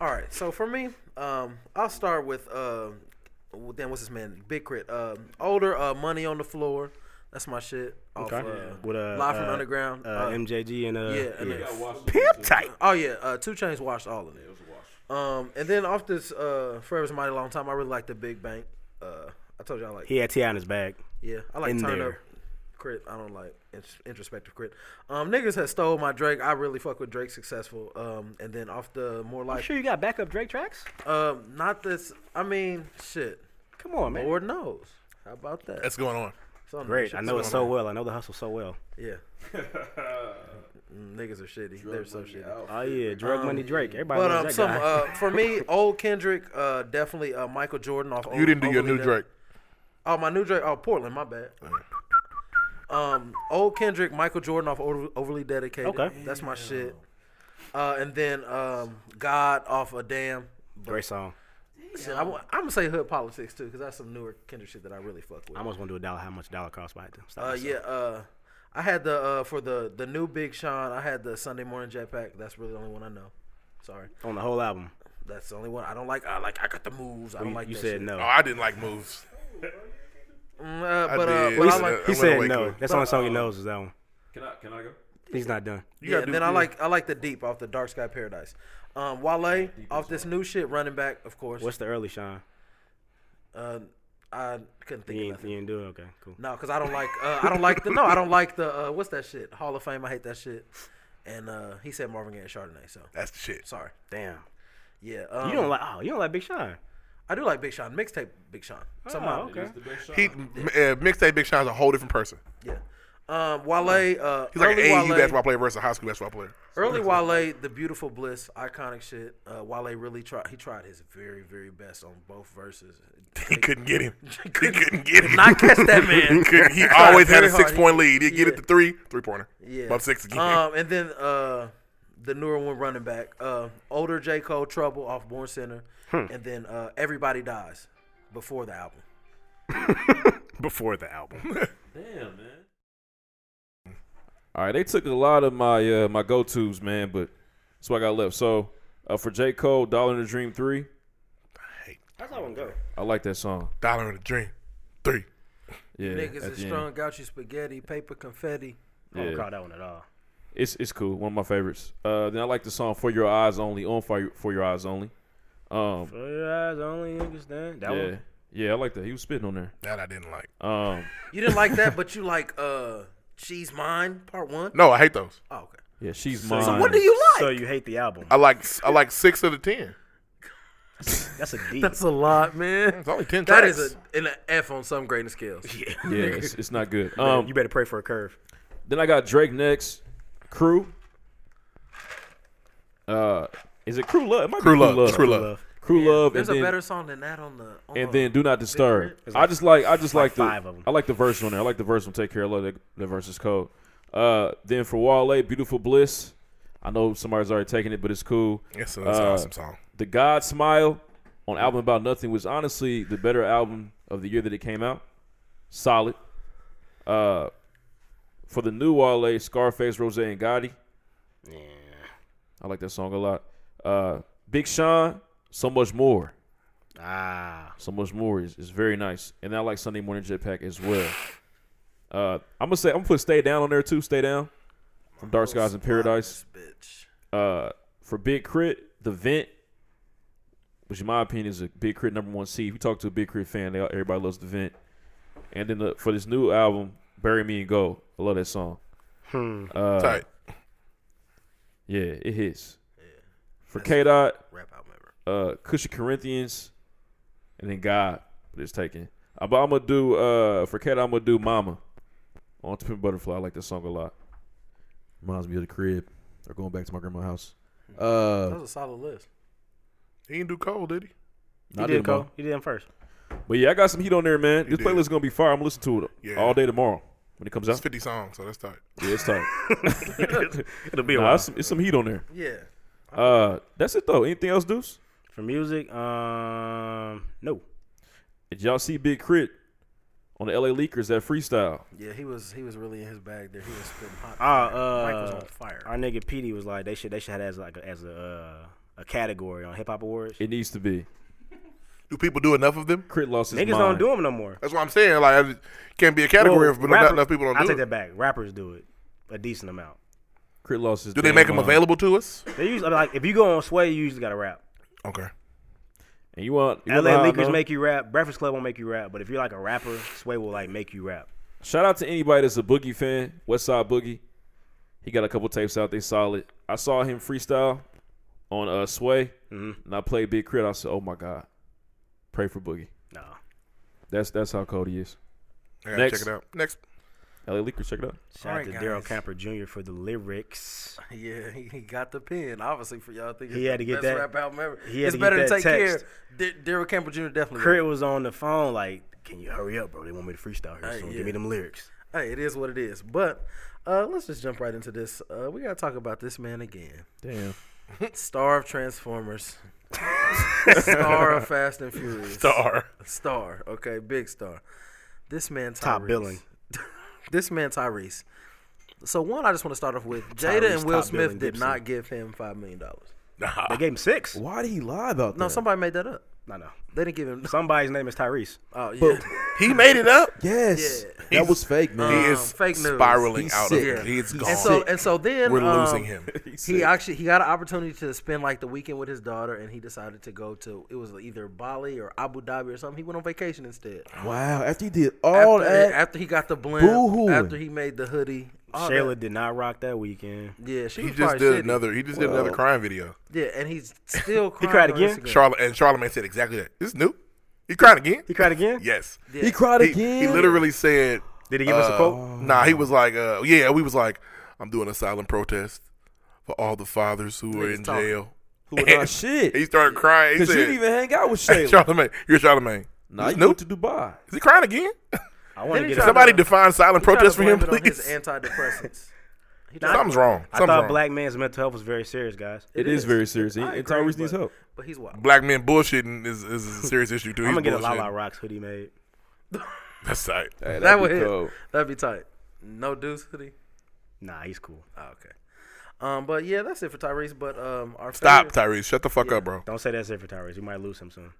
G: All right. So for me, um, I'll start with uh, well, damn, what's his man? Big Crit. Um, older, uh, money on the floor. That's my shit. Off,
F: Okay.
G: uh,
F: Yeah. With, uh,
G: Live from
F: uh,
G: Underground.
F: uh, MJG and, uh,
G: yeah, and
F: yeah.
G: then-
F: Yeah, Washed Pimp it. tight.
G: Oh yeah, uh, Two Chains washed all of it. Um, and then off this uh, Forever's a Mighty Long Time, I really like the Big Bank. Uh, I told you I like.
F: He had T.I. in his bag.
G: Yeah, I like
F: In
G: turn
F: there.
G: up crit. I don't like int- introspective crit. Um, niggas has stole my Drake. I really fuck with Drake successful. Um, and then off the more like.
F: sure you got backup Drake tracks?
G: Um, not this. I mean, shit.
F: Come on, man.
G: Lord knows. How about that?
H: That's going on.
G: It's on-
F: Great.
G: shit's
F: I know it
G: going
F: so
G: on.
F: well. I know the hustle so well.
G: Yeah. Mm, Niggas are shitty. They're so shitty.
F: Oh, yeah. Drug Money Drake. Everybody
G: Um, But
F: loves
G: um,
F: that
G: some
F: guy.
G: uh, for me, old Kendrick, uh, definitely uh, Michael Jordan off.
H: You didn't do your
G: Overly
H: new
G: Done.
H: Drake.
G: Oh, my new Drake. Oh, Portland. My bad. Um, old Kendrick, Michael Jordan off Over- overly dedicated.
F: Okay.
G: that's my shit. Uh, and then um, God off a damn.
F: Great song.
G: Shit, I, am gonna say hood politics too, because that's some newer Kendrick shit that I really fuck with.
F: I almost want to do a dollar. How much dollar cost by it? Stop
G: Uh,
F: myself.
G: yeah. Uh, I had the uh, for the the new Big Sean. I had the Sunday morning jetpack. That's really the only one I know. Sorry.
F: On the whole album.
G: That's the only one I don't like. I like I got the moves. I
F: Well,
G: don't
F: you-
G: like.
F: you
G: that
F: said
G: shit.
F: no.
H: Oh, I didn't like moves.
G: Mm, uh,
H: I
G: but uh,
H: did.
G: but
H: He
G: I
H: said-
G: like.
H: I
F: He
H: went
F: said
H: away
F: no.
H: cool.
F: That's the only song he
G: Uh-uh.
F: knows is that one.
I: Can I can I go?
F: He's not done.
G: yeah, then I like I like the deep off the Dark Sky Paradise. Um, Wale off this new shit, running back, of course.
F: What's the early Sean?
G: Uh, I couldn't
F: You
G: think of
F: didn't,
G: nothing.
F: you didn't do it. Okay, cool.
G: No, because I don't like uh, I don't like the no I don't like the uh, what's that shit Hall of Fame. I hate that shit. And uh, he said Marvin Gaye and Chardonnay. So
H: That's the shit.
G: sorry.
F: Damn.
G: Yeah. Um,
F: you don't like. Oh, you don't like Big Sean.
G: I do like Big Sean mixtape. Big Sean. Somehow.
F: Oh, okay.
H: He uh, mixtape Big Sean's a whole different person.
G: Yeah. Um, Wale. Uh,
H: He's like
G: early
H: an AU
G: Wale-
H: basketball player versus a high school basketball player.
G: Early Wale, the beautiful bliss, iconic shit. Uh, Wale really tried. He tried his very, very best on both verses.
H: He couldn't get him. He couldn't get him.
G: Not catch that man.
H: He couldn't- he
G: Tried
H: always had
G: very
H: a
G: hard.
H: six point lead. He'd get
G: Yeah.
H: it to three, three pointer.
G: Yeah.
H: Above six again.
G: Um, and then uh, the newer one running back, uh, older J Cole, Trouble off Born Center,
F: Hmm.
G: and then uh, Everybody Dies before the album.
F: Before the album.
I: Damn, man. All right, they took a lot of my uh, my go tos, man, but that's what I got left. So uh, for J Cole, Dollar in the Dream three,
F: How's that one go?
I: I like that song.
H: Dollar in the Dream three.
I: Yeah,
G: Niggas
I: at
G: is
I: the end.
G: strong, got you spaghetti, paper confetti.
F: I don't
I: Yeah.
F: recall that one at all.
I: It's it's cool. One of my favorites. Uh, then I like the song "For Your Eyes Only" on "For Your, For Your Eyes Only." Um,
F: For your eyes only, understand that
I: yeah,
F: one.
I: yeah, I like that. He was spitting on there.
H: That I didn't like.
I: Um,
G: You didn't like that, but you like uh, She's Mine Part One.
H: No, I hate those.
G: Oh, okay.
I: yeah, she's
G: So-
I: mine.
G: so what do you like?
F: So you hate the album?
H: I like I like six of the ten.
F: That's a D.
G: That's a lot, man.
H: It's only ten
G: That
H: tracks.
G: is a, an F on some grading scales.
F: yeah.
I: Yeah, it's, it's not good.
F: Um,
I: Um,
F: you better pray for a curve.
I: then I got Drake next. Crew. Uh, is it Crew Love? It might
H: Crew
I: be
H: Love. It's Crew Love.
I: Crew Love.
G: There's
I: and
G: a
I: then,
G: better song than that on the. On
I: and
G: the
I: then do not disturb.
G: Big Red.
I: I just like I just like,
F: like
I: the
F: five of 'em.
I: I like the verse on there. I like the verse on Take Care. I love the, the verse is cold. Uh, then for Wale, Beautiful Bliss. I know somebody's already taken it, but it's cool.
H: Yes, it's an
I: Uh,
H: awesome song.
I: The God Smile on album about nothing was honestly the better album of the year that it came out. Solid. Uh, for the new Wale, Scarface, Rose, and Gotti.
F: Yeah.
I: I like that song a lot. Uh, Big Sean, so much more.
F: Ah.
I: So much more is, is very nice. And I like Sunday morning jetpack as well. Uh, I'm gonna say I'm gonna put Stay Down on there too, Stay Down. From Dark Skies and Paradise.
G: bitch.
I: Uh, for Big Crit, the vent, which in my opinion is a Big Crit number one C. If you talk to a Big Crit fan, they, everybody loves the vent. And then the, for this new album, Bury Me and Go. I love that song.
F: Hmm.
I: Uh,
H: Tight.
I: Yeah, it hits. For K Dot,
G: Rap album ever.
I: uh Cushy Corinthians, and then God but it's taken. Uh, But I'm gonna do uh for Cat. I'm gonna do Mama on Pimp Butterfly. I like this song a lot.
K: Reminds me of the crib. Or going back to my grandma's house. Uh,
G: That was a solid list.
H: He didn't do cold, did he?
F: You
K: I
F: did
K: did
F: go.
K: mine.
F: You did him first.
I: But yeah, I got some heat on there, man.
H: You
I: This playlist
H: did.
I: is gonna be fire. I'm gonna listen to it
H: Yeah.
I: all day tomorrow when it comes
H: It's
I: out.
H: fifty songs, so that's tight.
I: Yeah, it's tight.
F: It'll be a
I: nah,
F: while.
I: it's, some, it's some heat on there.
G: Yeah.
I: Uh, that's it though. Anything else, Deuce?
F: For music, um, no.
I: Did y'all see Big Crit on the LA Leakers that freestyle?
G: Yeah, he was he was really in his bag there. He was spitting hot.
F: Our
G: fire. Mike was
F: uh,
G: on fire.
F: our nigga Petey was like, they should they should have as like a, as a uh, a category on hip hop awards.
I: It needs to be.
H: Do people do enough of them?
E: Crit lost
F: Niggas don't do them no more.
H: That's what I'm saying. Like, it can't be a category if not enough people don't
F: I
H: do
F: take
H: it.
F: that back. Rappers do it a decent amount.
E: Crit losses.
H: Do they make them available to us?
F: They usually like if you go on Sway, you usually got to rap.
H: Okay.
E: And you want you want
F: LA
E: how I
F: Leakers
E: know?
F: make you rap. Breakfast Club won't make you rap, but if you're like a rapper, Sway will like make you rap.
E: Shout out to anybody that's a Boogie fan, Westside Boogie. He got a couple tapes out. They solid. I saw him freestyle on uh, Sway,
F: Mm-hmm.
E: and I played Big Crit. I said, "Oh my God, pray for Boogie."
F: No,
E: that's that's how cold he is.
H: I gotta check it out. Next,
E: LA Leakers, check it out.
F: Shout out to Daryl Camper Jr. for the lyrics.
G: Yeah, he, he got the pen. Obviously, for y'all thinking
F: He
G: it's
F: had
G: the
F: to get
G: best
F: that-
G: rap album ever.
F: he had
G: it's
F: to get
G: better
F: that
G: take
F: text.
G: care. D- Daryl Campbell Jr. definitely.
F: Crit was on the phone like, "Can you hurry up, bro? They want me to freestyle here.
G: Hey,
F: so
G: yeah.
F: give me them lyrics."
G: Hey, it is what it is. But uh, let's just jump right into this. Uh, we gotta talk about this man again.
E: Damn.
G: Star of Transformers. star of Fast and Furious.
H: Star.
G: Star. Okay, big star. This man Tyrese.
F: Top billing.
G: this man Tyrese. So one, I just want to start off with
F: Tyrese,
G: Jada and Will
F: top billing
G: Smith did
F: Gibson.
G: not give him five million dollars.
F: They gave him six.
I: Why did he lie about
G: No, somebody made that up.
F: No, no.
G: They didn't give him.
F: Somebody's name is Tyrese.
G: Oh yeah.
I: But-
H: he made it up.
I: Yes,
H: Yeah.
I: that was fake, man.
H: He
G: Um,
H: is
G: fake news.
H: spiraling
I: He's
H: out
I: sick.
H: of it. He's
I: He's
H: gone.
G: And so and so then
H: We're
G: um,
H: losing him.
G: He actually he got an opportunity to spend like the weekend with his daughter, and he decided to go to it was either Bali or Abu Dhabi or something. He went on vacation instead.
I: wow, after he did all
G: after,
I: that,
G: after he got the blimp,
I: Boo-hooing.
G: after he made the hoodie, all
F: Shayla
G: Oh, that.
F: did not rock that weekend.
G: yeah, she
H: He
G: was
H: just
G: probably
H: did
G: shitty.
H: another. He just did
I: Well.
H: another crime video.
G: Yeah, and he's still crying
F: cried
G: on
F: again?
G: Instagram.
H: Charlotte and Charlamagne said exactly that. This is new. He cried again.
F: He cried again.
H: Yes.
I: he cried
H: He,
I: again.
H: he literally said.
F: Did he give us a
H: uh,
F: quote?
H: Nah, he was like, uh, yeah, we was like, I'm doing a silent protest for all the fathers who are
G: Niggas
H: in
G: talking.
H: jail.
I: Who was not shit.
H: He started crying. He
I: Cause you
H: said,
I: didn't even hang out with
H: hey,
I: Shayla.
H: Charlamagne, you're Charlamagne.
I: Now
H: This
I: you
H: new?
I: went to Dubai.
H: Is he crying again?
F: I want
G: Then
F: to
G: he
F: get.
G: tried
F: a-
H: Somebody
G: to-
H: define silent
G: He tried to
H: protest for
G: blame
H: him,
G: it on his
H: please.
G: antidepressants. He tried to-
H: Something's wrong.
F: I thought
H: Something's wrong.
F: black man's mental health was very serious, guys.
E: it is,
G: is.
E: very serious. And
G: I
E: and
G: agree,
E: Tyrese needs
G: but-
E: help.
G: but he's wild.
H: Black men bullshitting is, is a serious issue too.
F: I'm gonna
H: He's
F: get a La La
H: bullshitting.
F: Rocks hoodie made.
H: That's right.
E: Hey,
G: That
E: that'd
G: would
E: be
G: hit.
E: cold.
G: That'd be tight. No deuce hoodie.
F: Nah, he's cool.
G: Oh, okay. Um, but yeah, that's it for Tyrese. But um, our
H: Stop,
G: favorite-
H: Tyrese. Shut the fuck up, bro.
F: Don't say that's it for Tyrese. You might lose him soon.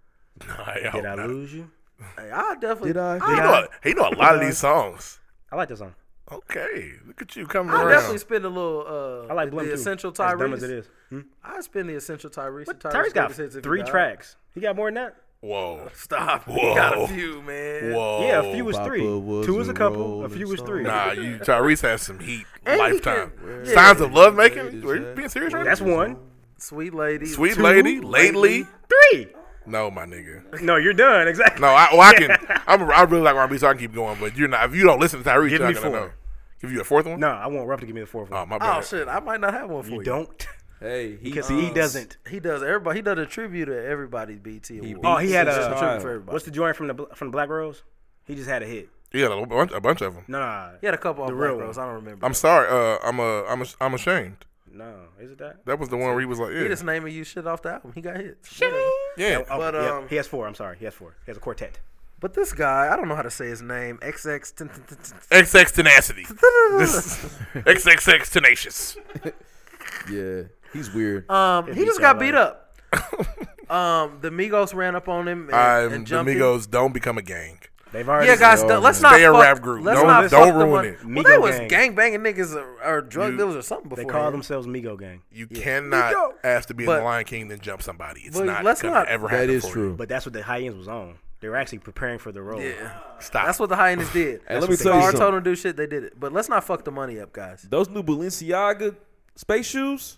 H: Nah,
F: Did I lose you?
G: Hey, I definitely
I: Did I?
H: He know, he know a lot of these songs.
F: I like that song.
H: Okay, look at you coming
G: I definitely
H: around.
G: spend a little. Uh,
F: I like
G: the
F: Blim too.
G: essential Tyrese.
F: As dumb as it is. Hmm?
G: I spend the essential Tyrese. and
F: Tyrese got
G: greatest hits if he
F: three
G: died.
F: tracks. He got more than that.
H: Whoa,
G: Stop. Whoa.
H: Whoa.
G: got a few, man.
H: whoa.
F: yeah, a few was
I: Papa
F: three.
I: was
F: Two was a
I: a
F: couple. A
I: rolling
F: few was three.
H: Nah, you Tyrese has some heat.
G: And he
H: lifetime.
G: can-
H: Signs of love
I: Wait,
H: making.
I: is
H: Are you
I: that-
H: being serious right
F: That's one.
G: Sweet lady.
H: now? Sweet lady, lately.
F: Three.
H: No, my nigga.
F: No, you're done. Exactly.
H: No, I, well, I can. I'm, I really like R&B, so I can keep going. But you're not. If you don't listen to Tyrese,
F: Give
H: you're
F: me
H: not gonna
F: four.
H: know. Give you a fourth one.
F: No, I want Ruff to give me the fourth
H: Oh
F: one.
H: my
G: Oh
H: bad.
G: shit! I might not have one for you.
F: you don't.
E: Hey, he,
F: Because he doesn't.
G: He does everybody. He does a tribute to everybody's BT award.
F: Oh, he had
E: He's
F: a.
E: just
G: tribute for
E: Child.
G: everybody.
F: What's the joint from the Bla- from Black Rose? He just had a hit.
H: Yeah, a bunch, a bunch of them.
F: No, nah,
G: he had a couple
F: The
G: of
F: real
G: black
F: one.
G: girls. I don't remember.
H: I'm sorry. Uh, I'm a. I'm a, I'm ashamed.
F: no. Is it that?
H: That was the one where he was like,
G: He
H: yeah,
G: just naming you shit off the album. He got hits.
H: yeah.
F: Oh,
G: But,
F: yep,
G: um,
F: he has four. I'm sorry, he has four. He has a quartet.
G: But this guy, I don't know how to say his name. XX.
H: XX tenacity. This- XXX tenacious.
I: Yeah, he's weird.
G: Um,
F: If
G: he
F: you
G: just
F: tell
G: got beat
F: him.
G: up. um, the Migos ran up on him and,
H: I'm
G: and
H: the
G: jumped him.
H: Migos. Don't become a gang.
F: They've already.
G: Yeah, guys,
I: They
G: th-
I: are,
G: let's
I: man.
G: not
H: They a
G: fuck-
H: rap group.
G: Let's
H: Don't-
G: not
H: don't
G: fuck the
H: ruin
G: one-
H: it.
G: Well, they
F: Migo
G: was
F: gang.
G: gang banging niggas or, or drug
H: You-
G: dealers or something
F: They
G: before.
F: call themselves Migo Gang,
H: You cannot ask to be in
G: But-
H: the Lion King then jump somebody. It's
G: But
H: not
G: let's
H: gonna
G: not-
H: ever happen.
I: that is
H: for
I: true.
F: but that's what the high ends was on. They were actually preparing for the role.
G: Yeah,
H: You. Stop.
G: that's what the hyenas did.
E: Hey, let me
G: Scar
E: tell you something.
G: told them to do shit. They did it, but let's not fuck the money up, guys.
E: Those new Balenciaga space shoes,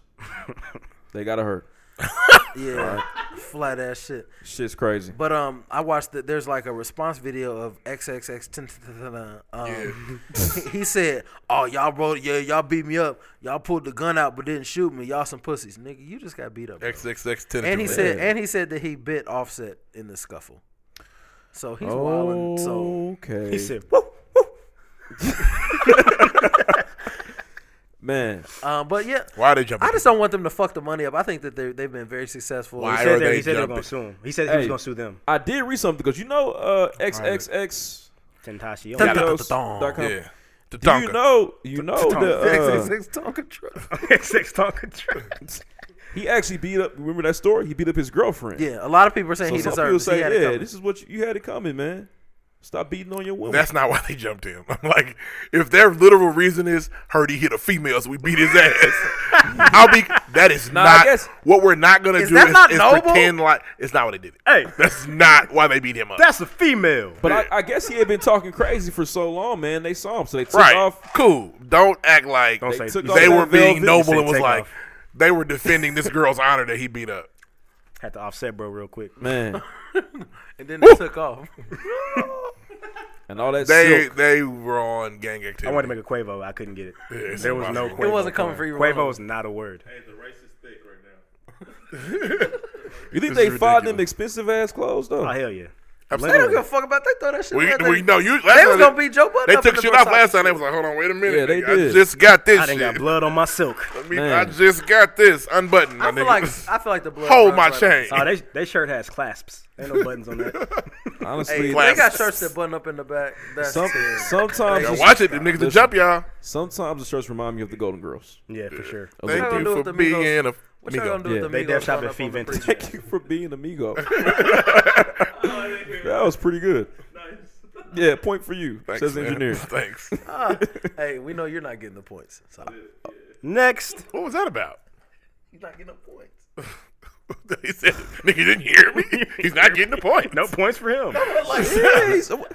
E: they gotta hurt.
G: Yeah, flat ass shit.
E: Shit's crazy.
G: But um, I watched that. There's like a response video of XXX. Um, he said, "Oh y'all wrote, yeah, y'all beat me up. Y'all pulled the gun out, but didn't shoot me. Y'all some pussies, nigga. You just got beat up." bro."
H: XXX tenacious.
G: And he said, and he said that he bit Offset in the scuffle. So he's wilding. So
E: okay.
F: He said, "Woo, woo."
E: man,
G: Um, but yeah,
H: "Why are they jumping?"
G: I just don't want them to fuck the money up. I think that they they've been very successful.
H: Why
F: He
H: are
F: said that,
H: they
F: he said they were
H: jumping?
F: gonna sue him. He said he was
E: Hey.
F: gonna sue them.
E: I did read something because you know uh, XXX.
F: Tentacion.
G: Dun, dun, dun,
E: Videos
G: dun, dun.
E: dot com.
H: yeah. The
E: Do you know? You know the uh,
G: XXX Tonka truck.
F: Six Tonka Truck.
E: He actually beat up. Remember that story? He beat up his girlfriend.
G: Yeah, a lot of people are saying
E: So
G: he
E: some
G: deserved
E: people
G: this. He
E: say,
G: had it
E: yeah,
G: coming."
E: this is what you, you had it coming, man. Stop beating on your woman.
H: That's not why they jumped him. I'm like, if their literal reason is Hurdy hit a female, so we beat his ass. I'll be. That is
E: Nah, I
H: not
E: guess-
H: what we're not gonna
E: Is
H: do.
E: that
H: is,
E: not
H: is
E: noble?
H: pretend like it's not what they did.
F: Hey,
H: that's not why they beat him up.
F: That's a female.
E: But I, I guess he had been talking crazy for so long, man. They saw him, so they took
H: right.
E: off.
H: Cool. Don't act like
E: Don't say-
H: they,
E: took
H: they
E: off that
H: were being
E: velvet.
H: noble
E: You said
H: and was
E: take
H: like
E: off.
H: they were defending this girl's honor that he beat up.
F: Had to offset, bro, real quick.
E: Man.
G: and then they took off.
E: And all that
H: They
E: silk.
H: they were on gang activity.
F: I wanted to make a Quavo. I couldn't get it.
H: Yeah, it's
F: there was no Quavo.
H: impossible. It wasn't coming for either one of
F: Quavo
H: them.
F: is not a word.
E: You think they
F: This is
E: fought them expensive ass clothes though? Oh
F: hell yeah.
G: They don't give a fuck about. They throw that shit.
H: We,
G: away.
H: we know you.
G: They was gonna beat Joe Button.
H: They
G: up
H: took
G: in the
H: shit off
G: Versace
H: last time. They
G: suit.
H: was like, "Hold on, wait a minute.
G: Yeah, they
H: nigga.
G: did.
H: I just got this.
G: I done
H: shit.
G: got
F: blood on my silk.
H: I, mean, I just got this unbuttoned. My
G: I feel
H: nigga.
G: like I feel like the blood.
H: Hold
G: runs
H: my
G: right
H: chain.
F: Oh, they, they shirt has clasps. Ain't no buttons on that.
G: Hey,
E: Honestly,
G: they got shirts that button up in the back. That's
E: Some,
G: terrible.
E: sometimes
G: They-
E: it's-
H: watch it, them niggas will jump y'all.
E: Sometimes the shirts remind me of the Golden Girls.
F: Yeah, for sure.
E: A
H: Thank
E: little
H: you
E: bit.
H: for being a
G: What y'all gonna do with the
F: They
G: Migos
F: def shop at
G: showing up on
F: Fee
G: the
F: Vintage.
E: Thank you for being amigo. that was pretty good. Yeah, point for you,
H: Thanks,
E: says the
H: man.
E: engineer.
H: Thanks.
G: Ah, hey, we know you're not getting the points. So
F: Next.
H: What was that about?
G: you're not getting the points.
H: he said, "Nigga, you didn't hear me. He's not getting the point.
F: No points for him.
G: like,
E: Jeez.
G: y'all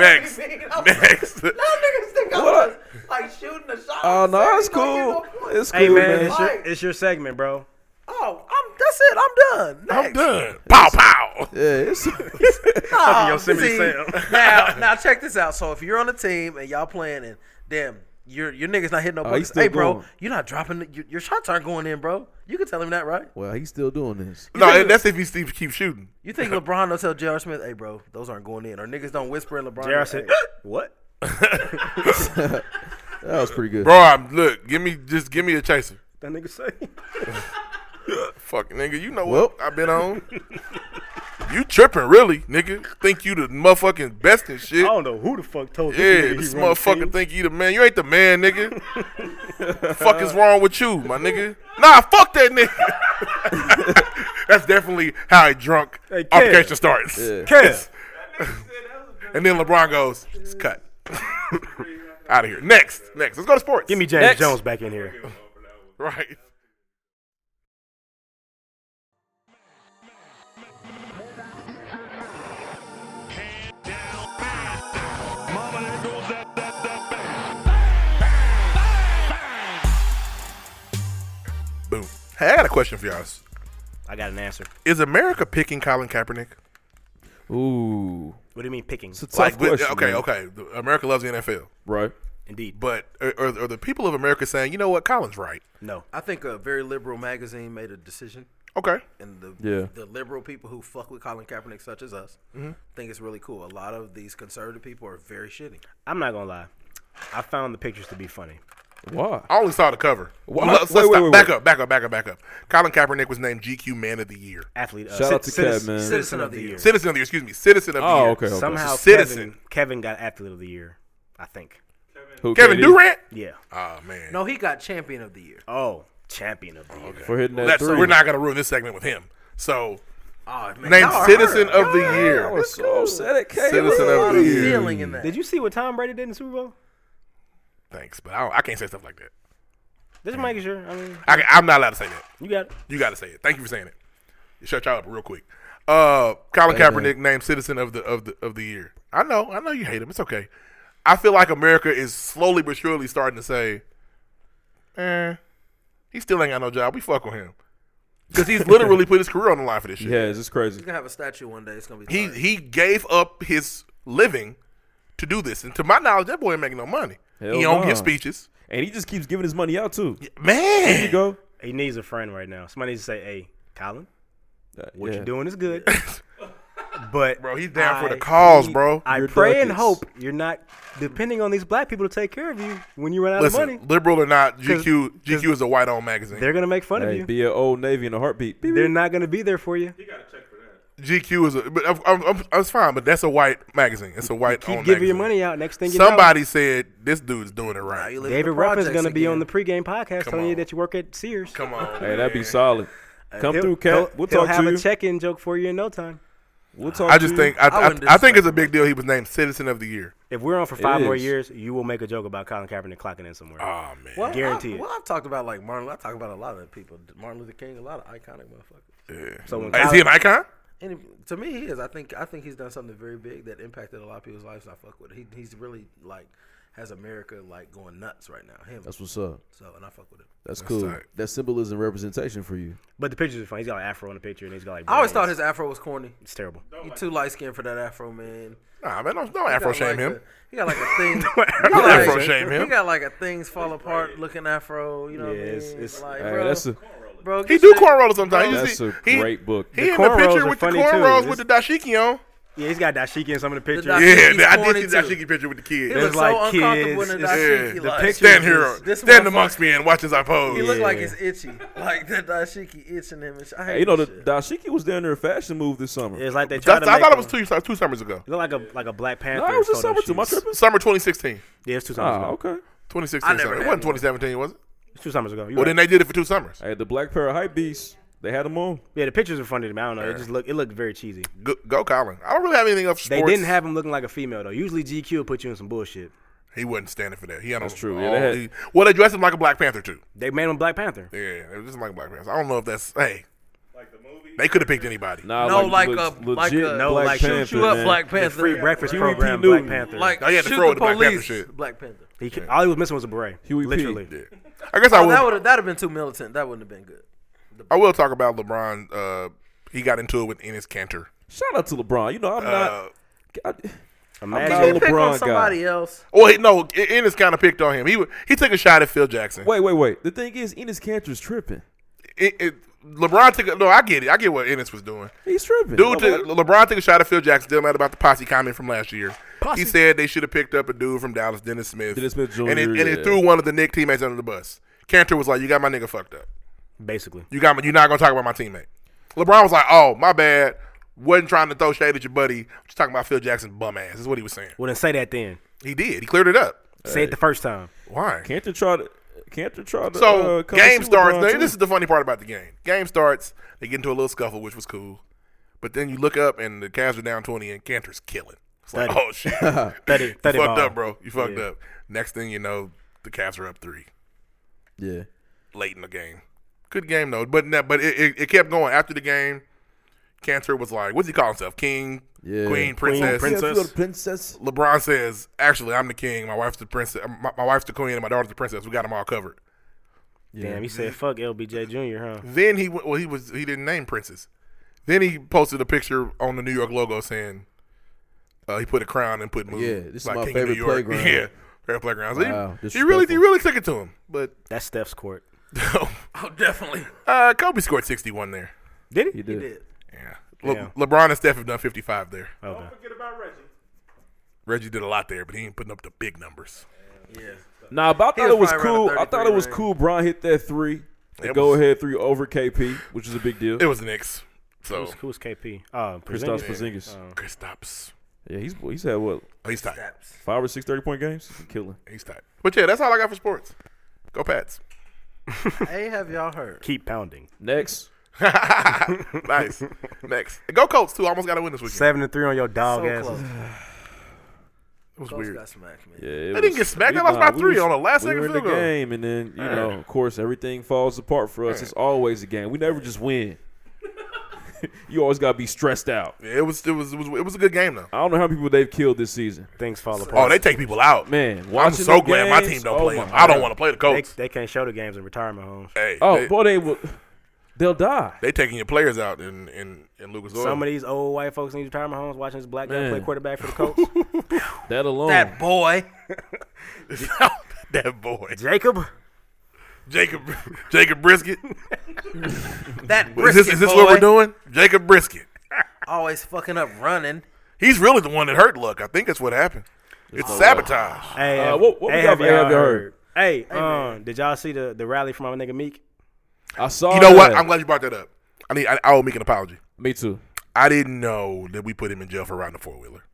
H: Next.
G: to be mean. I'm
H: Next.
G: Y'all niggas think I
E: What?
G: was like shooting a shot.
E: Oh
G: I'm
E: no,
G: saying
E: it's
G: you don't get
E: cool.
G: no points.
E: It's cool,
F: Hey, man,
E: man.
F: it's your, it's your segment, bro.
G: Oh, I'm, that's it. I'm done.
H: I'm
G: Next.
H: done. Pow pow.
E: Yeah, it's
G: Oh,
F: Yosemite
G: see,
F: Sam.
G: now, now check this out. So if you're on a team and y'all playing and damn, your your niggas not hitting no
E: Oh,
G: buckets.
E: he's still
G: hey, bro,
E: going.
G: you're not dropping. The, your, your shots aren't going in, bro. You can tell him that, right?
I: Well, he's still doing this.
H: No,
G: think-
H: that's if he keeps keep shooting.
G: You think LeBron will tell J.R. Smith, "Hey, bro, those aren't going in," or niggas don't whisper in LeBron.
F: J.R.
G: hey,
F: said, what?
I: that was pretty good.
H: Bro, I'm, look, give me just give me a chaser.
F: That nigga say.
H: Fuck, nigga, you know what I've been on. you tripping, really, nigga? Think you the motherfucking best and shit?
F: I don't know who the fuck told
H: Yeah,
F: this nigga he
H: this
F: run the
H: motherfucker
F: team.
H: think you the man. You ain't the man, nigga. fuck is wrong with you, my nigga? Nah, fuck that nigga. That's definitely how a drunk
F: Hey, Kev.
H: altercation starts.
F: Kev.
H: And then LeBron goes, it's cut. Out of here. Next, next. Let's go to sports.
F: Give me James
H: Next.
F: Jones back in here.
H: Right. Boom. Hey, I got a question for y'all.
F: I got an answer.
H: Is America picking Colin Kaepernick?
E: Ooh,
F: What do you mean picking?
E: it's a tough
H: Like, with-
E: question.
H: okay,
E: man.
H: okay. America loves the NFL,
E: right?
F: Indeed.
H: but are, are, are the people of America saying, you know what, Colin's right?
F: No.
G: I think a very liberal magazine made a decision,
H: Okay,
G: and the
E: Yeah.
G: the liberal people who fuck with Colin Kaepernick, such as us, think it's really cool. A lot of these conservative people are very shitty.
F: I'm not gonna lie. I found the pictures to be funny.
E: Why?
F: Uh,
H: I only saw the cover.
E: What?
H: Well, let's-
E: Wait,
H: let's
E: wait,
H: stop.
E: wait,
H: back
E: wait.
H: up, back up, back up, back up. Colin Kaepernick was named GQ Man of the Year,
F: Athlete. Uh,
E: Shout out to
F: cit-
E: Kev, man.
G: Citizen of the year.
H: Citizen of the Year. Excuse me, Citizen of the
E: Oh,
H: Year.
E: okay. okay.
F: Somehow
H: Citizen.
F: Kevin, Kevin got athlete of the year. I think.
E: Who,
H: Kevin
E: KD?
H: Durant.
F: Yeah.
H: Oh man.
G: No, he got champion of the year.
F: Oh, champion of the year.
E: for hitting that
H: Let's-
E: three.
H: we're not gonna ruin this segment with him. So
G: Oh, man,
H: named
G: y'all are
H: Citizen
G: hurt.
H: of the
E: I
H: Year.
E: was so upset at KD.
H: Citizen
G: Y'all
H: of the
G: are
H: Year.
G: feeling in that.
F: Did you see what Tom Brady did in the Super Bowl?
H: Thanks, but I, don't- I can't say stuff like that.
F: This is making sure. I mean,
H: I, I'm not allowed to say that.
F: you got it.
H: You got to say it. Thank you for saying it. Shut y'all up real quick. Uh, Colin
I: Hey, man.
H: Kaepernick named Citizen of the of the of the year. I know, I know you hate him. It's okay. I feel like America is slowly but surely starting to say, "Eh, he still ain't got no job. We fuck with him because he's literally put his career on the line for this shit.
E: Yeah, it's just crazy.
G: He's gonna have a statue one day. It's gonna be.
H: He
G: fire.
H: he gave up his living to do this, and to my knowledge, that boy ain't making no money.
E: Hell
H: he don't
E: nah.
H: give speeches,
E: And he just keeps giving his money out too.
H: man.
E: There you go.
F: He needs a friend right now. Somebody needs to say, "Hey, Colin, what
E: Yeah.
F: you're doing is good." but
H: bro. He's down for the
F: I-
H: cause, bro.
F: I
E: Your
F: pray and
E: ducats.
F: hope you're not depending on these black people to take care of you when you run out
H: Listen,
F: of money.
H: liberal or not, GQ
F: 'cause-
H: GQ is a white owned magazine.
F: They're gonna make fun
E: Hey,
F: of you.
E: be an old navy in a heartbeat. Beep,
F: They're
E: beep.
F: not gonna be there for you.
H: GQ is a, but I'm, I'm, I'm, it's fine, but that's a white magazine. It's a white.
F: Keep
H: owned
F: giving your
H: magazine.
F: money out. Next thing you
H: Somebody said this dude's doing it right.
G: You
F: know,
G: live in the
F: David Ruffin is
G: projects
F: gonna be
G: again.
F: on the pregame podcast
H: Come
F: telling you
H: on.
F: that you work at Sears.
H: Come on,
E: Hey, that'd be
H: man.
E: solid. Come
F: He'll-
E: through, Cap.
F: he'll-
E: We'll
F: he'll
E: talk to
F: have
E: you.
F: a check-in joke for you in no time.
E: We'll
H: I just think I, I, I think it's a big deal. He was named Citizen of the Year.
F: If we're on for
H: It
F: five more
H: is.
F: years, you will make a joke about Colin Kaepernick clocking in somewhere.
H: Oh man,
G: Well,
F: guarantee
G: I,
F: it.
G: Well, I've talked about like Martin. I talk about a lot of people. Martin Luther King, a lot of iconic motherfuckers.
H: Yeah.
F: So when
H: Is
F: Colin-
H: he an icon?
G: And it- to me, he is. I think I think he's done something very big that impacted a lot of people's lives. And I fuck with. It. He he's really like has America like going nuts right now. Him.
I: That's what's up.
G: So and I fuck with it.
I: That's,
F: That's
I: cool.
F: tight.
I: That's symbolism representation for you.
F: But the pictures are fun. He's got an afro in the picture, and he's got like.
G: I always
F: braids.
G: thought his afro was corny.
F: It's terrible.
G: He too light skinned for that afro, man.
H: Nah, man, don't,
G: He got,
H: afro shame
G: like,
H: him.
G: a- he got like a thing.
H: Don't
G: he got,
H: afro
G: like-
H: shame him.
G: He got like a things fall apart looking afro. You know
F: Yeah,
G: what I mean?
F: it's- it's- uh,
G: like,
E: Hey,
G: bro,
E: that's a-
G: bro,
H: He
G: get
H: do
G: your-
H: cornrows sometimes. You
E: That's
H: see-
E: a
H: he-
E: great book.
H: He
F: The
H: in the
F: cornrows
H: picture
F: are
H: with the
F: funny, too.
H: cornrows
F: It's-
H: with the dashiki on.
F: Yeah, he's got dashiki in some of the pictures.
H: Yeah, I did see the dashiki picture with the kids.
G: He looks so uncomfortable in a dashiki.
H: Yeah,
G: like,
H: the stand here,
G: this
H: stand
G: motherfucker-
H: amongst me and watch as I pose.
G: He looked like it's itchy, like that dashiki itching him. And sh- I hate
E: Hey, you know,
G: that
E: the
G: shit.
E: dashiki was down there a fashion move this summer.
F: It's like they tried
H: That's-
F: to.
H: I
F: make
H: thought it
F: him-
H: was two two summers ago.
F: It looked like a like a Black Panther.
E: it was this
F: photo
E: summer too. Am I
F: shoot.
E: tripping?
H: Summer 2016.
F: Yeah, it's two summers
E: Ah,
F: ago.
E: okay.
H: 2016.
F: I never
H: summer. It
F: had
H: wasn't
F: one.
H: 2017, was it?
F: It's two summers ago. You're
H: Well,
F: right.
H: then they did it for two summers.
E: Hey, the black pair of hype beasts, they had them on.
F: Yeah, the pictures are funny to me. I don't know. It just look it looked very cheesy.
H: Go, go Colin. I don't really have anything else. for
F: They
H: sports.
F: didn't have him looking like a female though. Usually GQ will put you in some bullshit.
H: He wasn't standing for that. He had
E: That's
H: on-
E: true.
H: all
E: Yeah, they had-
H: the- well, they dressed him like a Black Panther too.
F: They made him Black Panther.
H: Yeah, it was just like Black Panther. I don't know if that's hey. They could have picked anybody.
E: Nah,
G: No,
E: like,
G: like
E: le-
G: a- like
E: legit
I: Uh,
G: a-
F: No,
E: Black
F: like uh,
E: Panther,
F: shoot you up,
E: man.
G: Black Panther.
F: The free breakfast
E: Huey P.
F: program,
E: Newton.
F: Black Panther.
G: Like
H: Now you had to
G: shoot
H: throw
G: the
H: it to Black Panther
G: police.
H: shit.
G: Black Panther.
F: he could, all he was missing was a beret.
E: Huey P.
F: literally.
H: I guess I
G: Oh,
H: will.
G: that would that have been too militant. That wouldn't have been good.
H: I will talk about LeBron. Uh, he got into it with Ennis Cantor.
E: Shout out to LeBron. You know, I'm
H: Uh,
E: not. I-
F: Imagine-
E: I'm
G: They
E: not a
G: pick on
E: LeBron
G: somebody
E: guy.
G: else.
H: well, he, no, En- Ennis kind of picked on him. He wa- he took a shot at Phil Jackson.
E: Wait, wait, wait. The thing is, Enos Cantor's tripping.
H: It, it, LeBron took a, no. I get it. I get what Ennis was doing.
E: He's tripping.
H: Dude, took, LeBron took a shot at Phil Jackson. Still mad about the posse comment from last year. He said they should have picked up a dude from Dallas, Dennis Smith.
E: Dennis Smith Jr.,
H: and it, and it
E: yeah.
H: threw one of the Nick teammates under the bus. Cantor was like, "You got my nigga fucked up.
F: Basically.
H: You got my, you're not gonna talk about my teammate." LeBron was like, "Oh, my bad. Wasn't trying to throw shade at your buddy. Just talking about Phil Jackson bum ass." Is what he was saying.
F: Well then say that then.
H: He did. He cleared it up.
F: Say it the first time.
H: Why?
E: Cantor tried to. Cantor tried to.
H: So
E: uh, come
H: game
E: see
H: starts.
E: LeBron,
H: they-
E: too.
H: this is the funny part about the game. Game starts. They get into a little scuffle, which was cool. But then you look up and the Cavs are down twenty, and Cantor's killing. It's like,
F: Thirty.
H: oh shit,
F: Thirty-
H: you fucked
F: thirty ball.
H: up, bro. You fucked
F: Yeah.
H: up. Next thing you know, the Cavs are up three
I: Yeah.
H: late in the game. Good game though, but no- but it, it, it kept going after the game. Cantor was like, "What's he call himself? King,
I: Yeah.
H: Queen, Princess."
I: Yeah, if you're the princess.
H: LeBron says, "Actually, I'm the king. My wife's the princess. My, my wife's the queen, and my daughter's the princess. We got them all covered."
F: Damn, he said fuck LBJ Jr., huh?
H: Then he went- well he was he didn't name Princess. Then he posted a picture on the New York logo saying uh, he put a crown and put movie.
I: Yeah, this is my
H: King of
I: favorite
H: New York.
I: playground.
H: Yeah, favorite playground. So he-
I: Wow,
H: he, really he
I: disrespectful.
H: really took it to him. But
F: That's Steph's court.
G: Oh, definitely.
H: uh, Kobe scored sixty one there.
F: Did he?
E: He did.
G: did.
H: Yeah. Le-
F: Yeah.
H: LeBron and Steph have done fifty five there.
E: Oh.
F: Okay.
J: Forget about Reggie.
H: Reggie did a lot there, but he ain't putting up the big numbers.
E: Nah, but I
G: He
E: thought
G: was
E: it was
G: probably around
E: cool.
G: the
E: I thought it was
G: 33
E: cool. Brian hit that three,
H: It
E: the go
H: was-
E: ahead three over KP, which is a big deal.
H: It was the Knicks. So
F: Who's, who's KP? Uh,
E: Kristaps
F: Porzingis.
E: Porzingis.
H: Kristaps,
E: Yeah, he's he's had what
H: oh, he's tight.
E: five or six 30 point games. He's killing.
H: He's tight. But yeah, that's all I got for sports. Go Pats.
G: Hey, have y'all heard?
F: Keep pounding.
E: Next,
H: nice. Next, go Colts too. Almost got to win this weekend.
F: Seven and three on your dog
G: so
F: ass.
G: close.
H: It was
G: Colts
H: weird.
G: got smacked, man.
E: yeah, it
H: They didn't
E: was-
H: get smacked.
E: we-
H: They lost
E: nah,
H: by
E: we
H: three
E: was-
H: on the last
E: we were
H: second
E: in the
H: field goal.
E: game, and then you know, of course, everything falls apart for us. It's always a game. We never just win. you always gotta be stressed out.
H: Yeah, it was it was it was it was a good game though.
E: I don't know how many people they've killed this season.
F: Things fall apart.
H: Oh, they take people out,
E: Man,
H: I'm
E: watching
H: so
E: the
H: glad my
E: games,
H: team don't
E: oh
H: play
E: my
H: them. I don't
E: God.
H: want to play the
F: They,
H: Colts.
F: they can't show the games in retirement homes.
H: Oh, hey,
E: Oh
H: they,
E: boy, they will. They'll die.
H: they taking your players out in in, in Lucas Oil.
F: Some of these old white folks in these retirement homes watching this black guy
E: Man.
F: play quarterback for the Colts.
E: That alone.
G: That boy.
H: that boy,
F: Jacob.
H: Jacob Jacob Brisket.
G: That
H: is this
G: brisket
H: is this
G: boy.
H: what we're doing? Jacob Brisket.
G: Always fucking up running.
H: He's really the one that hurt Luck. I think that's what happened. It's sabotage.
F: Hey,
E: Uh,
F: have-
E: what- what we
F: hey,
E: got
F: have
E: for
F: y'all
E: Have You
F: heard?
E: Heard?
F: Hey, um, did y'all see the, the rally from our nigga Meek?
E: I saw.
H: You know what?
G: Oh.
E: that.
H: I'm glad you brought that up. I need. I, I owe Meek an apology.
E: Me too.
H: I didn't know that we put him in jail for riding a four wheeler.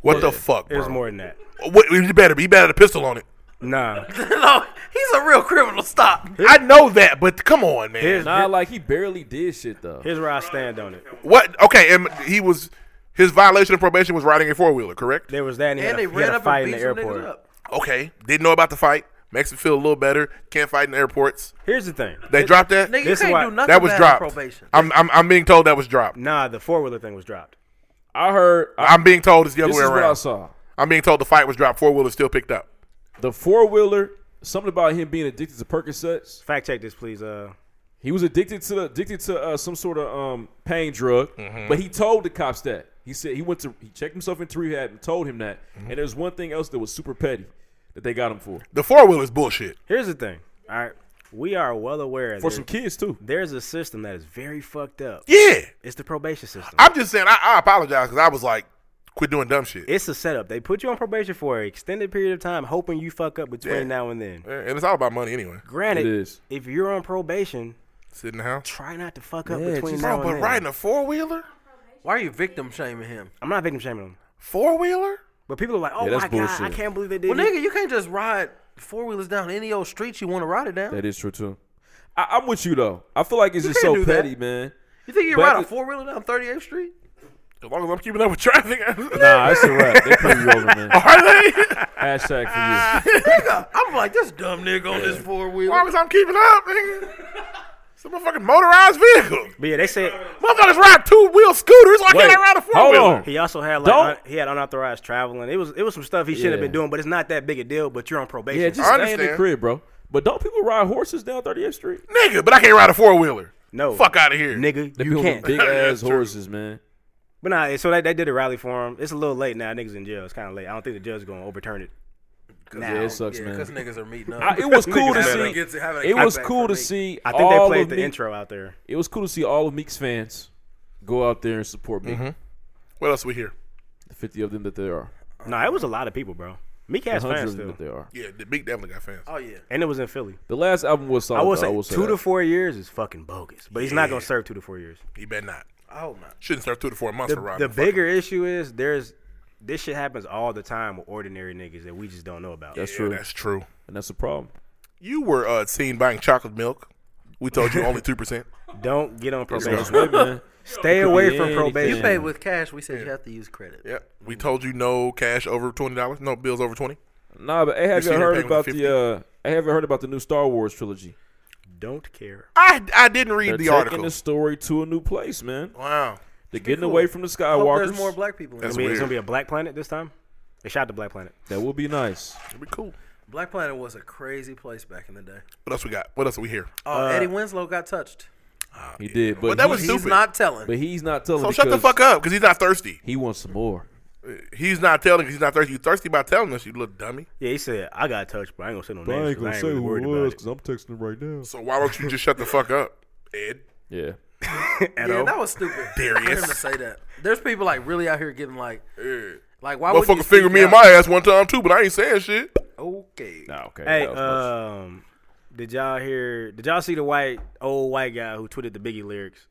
H: What the fuck,
F: It was
H: bro?
F: more than that.
H: What, you better be better. The pistol on it.
F: Nah.
G: no, he's a real criminal. Stop.
H: I know that, but come on, man.
E: nah, like he barely did shit though.
F: Here's where I stand on it.
H: What? Okay, and he was his violation of probation was riding a four wheeler, correct?
F: There was that, and he had a- he had a fight in the airport.
H: Okay, didn't know about the fight. Makes him feel a little better. Can't fight in airports.
F: Here's the thing.
H: They dropped that.
F: Nigga, you This is can't why- do nothing
H: that was
F: bad on
H: dropped.
F: probation.
H: I'm, I'm I'm being told that was dropped.
F: Nah, the four wheeler thing was dropped.
E: I heard.
H: I, am being told it's the other
E: This
H: way
E: is
H: around.
E: what I saw.
H: I'm being told the fight was dropped. Four wheeler still picked up.
E: The four wheeler, something about him being addicted to Percocets.
F: Fact check this, please. Uh,
E: he was addicted to the, addicted to uh, some sort of um, pain drug,
G: Mm-hmm.
E: but he told the cops that he said he went to he checked himself into rehab and told him that.
G: Mm-hmm.
E: And there's one thing else that was super petty that they got him for.
H: The four wheeler is bullshit.
F: Here's the thing. All right, we are well aware
E: For
F: that
E: some kids too.
F: There's a system that is very fucked up.
H: Yeah,
F: it's the probation system.
H: I'm just saying. I, I apologize because I was like, quit doing dumb shit.
F: It's a setup. They put you on probation for an extended period of time, hoping you fuck up between
H: Yeah.
F: now and then.
H: Yeah, and it's all about money anyway.
F: Granted,
H: It is.
F: if you're on probation,
H: sit in the house.
F: Try not to fuck up
G: Yeah,
F: between
G: just-
F: now and
G: Bro, but
F: then.
G: riding
H: a four wheeler?
G: Why are you victim shaming him?
F: I'm not victim shaming them.
H: Four wheeler?
F: But people are like, oh
E: Yeah, that's
F: my god, I
E: bullshit.
F: can't believe they did.
G: Well, nigga, you can't just ride four wheelers down any old street you want to ride it down.
E: That is true too. I, I'm with you though. I feel like it's
G: You
E: just
G: can't
E: so
G: do that.
E: petty, man.
G: You think you
E: Back
G: ride a
E: to-
G: four wheeler down 38th Street?
H: As long as I'm keeping up with traffic. nah,
E: that's a wrap. They put you over, man.
H: Are they?
E: Hashtag for you.
G: nigga, I'm like this dumb nigga on this four wheeler.
H: As long as I'm keeping up, nigga. It's a motherfucking motorized vehicle.
F: But yeah, they said
H: Motherfuckers ride two wheel scooters. Why can't I ride a four wheeler?
F: He also had like un- he had unauthorized traveling. It was it was some stuff he shouldn't have
E: Yeah.
F: been doing, but it's not that big a deal. But you're on probation.
E: Yeah, just stay in the crib, bro. But don't people ride horses down 38th Street?
H: Nigga, but I can't ride a four wheeler.
F: No,
H: Fuck out of here,
F: nigga.
E: They
F: you
E: build them
F: can't.
E: big ass horses, man.
F: But nah, so they, they did a rally for him. It's a little late now. Niggas in jail. It's kind of late. I don't think the judge is gonna overturn it.
E: Yeah, it sucks, man.
G: Because niggas are meeting up.
E: I- it was cool to
G: Niggas
E: see.
G: ain't gets having a
E: It was
G: kickback
E: cool
G: for
E: to
G: me.
E: see.
F: I think they
E: all
F: played
E: of
F: the
E: Meek-
F: intro out there.
E: It was cool to see all of Meek's fans go out there and support Meek.
H: Mhm. What else we hear?
E: The fifty of them that there are.
F: Nah, it was a lot of people, bro. Meek has
E: The hundred
F: fans
E: of them
F: still,
E: that there are.
H: Yeah, the Big definitely got fans.
G: Oh yeah,
F: and it was in Philly.
E: The last album was solid.
F: I will
E: though,
F: say, two
E: that.
F: to four years is fucking bogus. But he's
H: Yeah.
F: not gonna serve two to four years.
H: He better not.
G: I hope not.
H: Shouldn't serve two to four months
F: The,
H: for riding.
F: the
H: a fucking-
F: bigger issue is there's this shit happens all the time with ordinary niggas that we just don't know about.
E: That's
H: Yeah,
E: true.
H: That's true.
E: and that's a problem.
H: You were uh, seen buying chocolate milk. We told you only two percent.
F: Don't get on
H: Let's
F: probation.
H: go.
F: Stay away from probation.
G: You pay with cash. We said you have to use credit.
H: Yep. We told you no cash over twenty dollars. No bills over twenty.
E: Nah, but I
H: This
E: haven't
H: year
E: heard
H: they're paying
E: about
H: with
E: the. Uh, I haven't heard about the new Star Wars trilogy.
F: Don't care.
H: I I didn't read
E: They're
H: the
E: taking
H: article.
E: the story to a new place, man.
H: Wow.
E: They're getting away from the
G: Oh, I hope there's
E: Skywalkers.
G: more black people. In
H: That's
F: It's
G: it.
F: gonna be-
H: weird.
F: it's gonna be a black planet this time. They shot the black planet.
E: That would be nice.
H: It'd be cool.
G: Black Planet was a crazy place back in the day.
H: What else we got? What else we hear?
G: Oh, Eddie Winslow got touched.
E: He did, but,
H: But Uh, that
E: he-
H: was
G: He's
H: stupid.
G: not telling.
E: But he's not telling.
H: so shut the
E: because
H: fuck up, because he's not thirsty.
E: He wants some more.
H: He's not telling. He's not thirsty. You thirsty by telling us, you little dummy.
F: Yeah, he said I got touched, but I ain't gonna say no
L: I
F: names.
L: ain't
F: 'cause I
L: gonna
F: ain't
L: say
F: really
L: who
F: worried
L: it
F: about
L: was
F: it.
L: because I'm texting him right now.
H: So why don't you just shut the fuck up, Ed?
E: Yeah.
G: Yeah,
F: Edo.
G: that was stupid.
H: Darius.
G: For him to say that. There's people like really out here getting like, like why would you
H: Motherfucker fingered
G: speak
H: me in
G: out?
H: my ass one time too, but I ain't saying shit.
G: Okay.
E: Nah, okay.
F: Hey,
E: that was much.
F: um, did y'all hear? Did y'all see the white old white guy who tweeted the Biggie lyrics?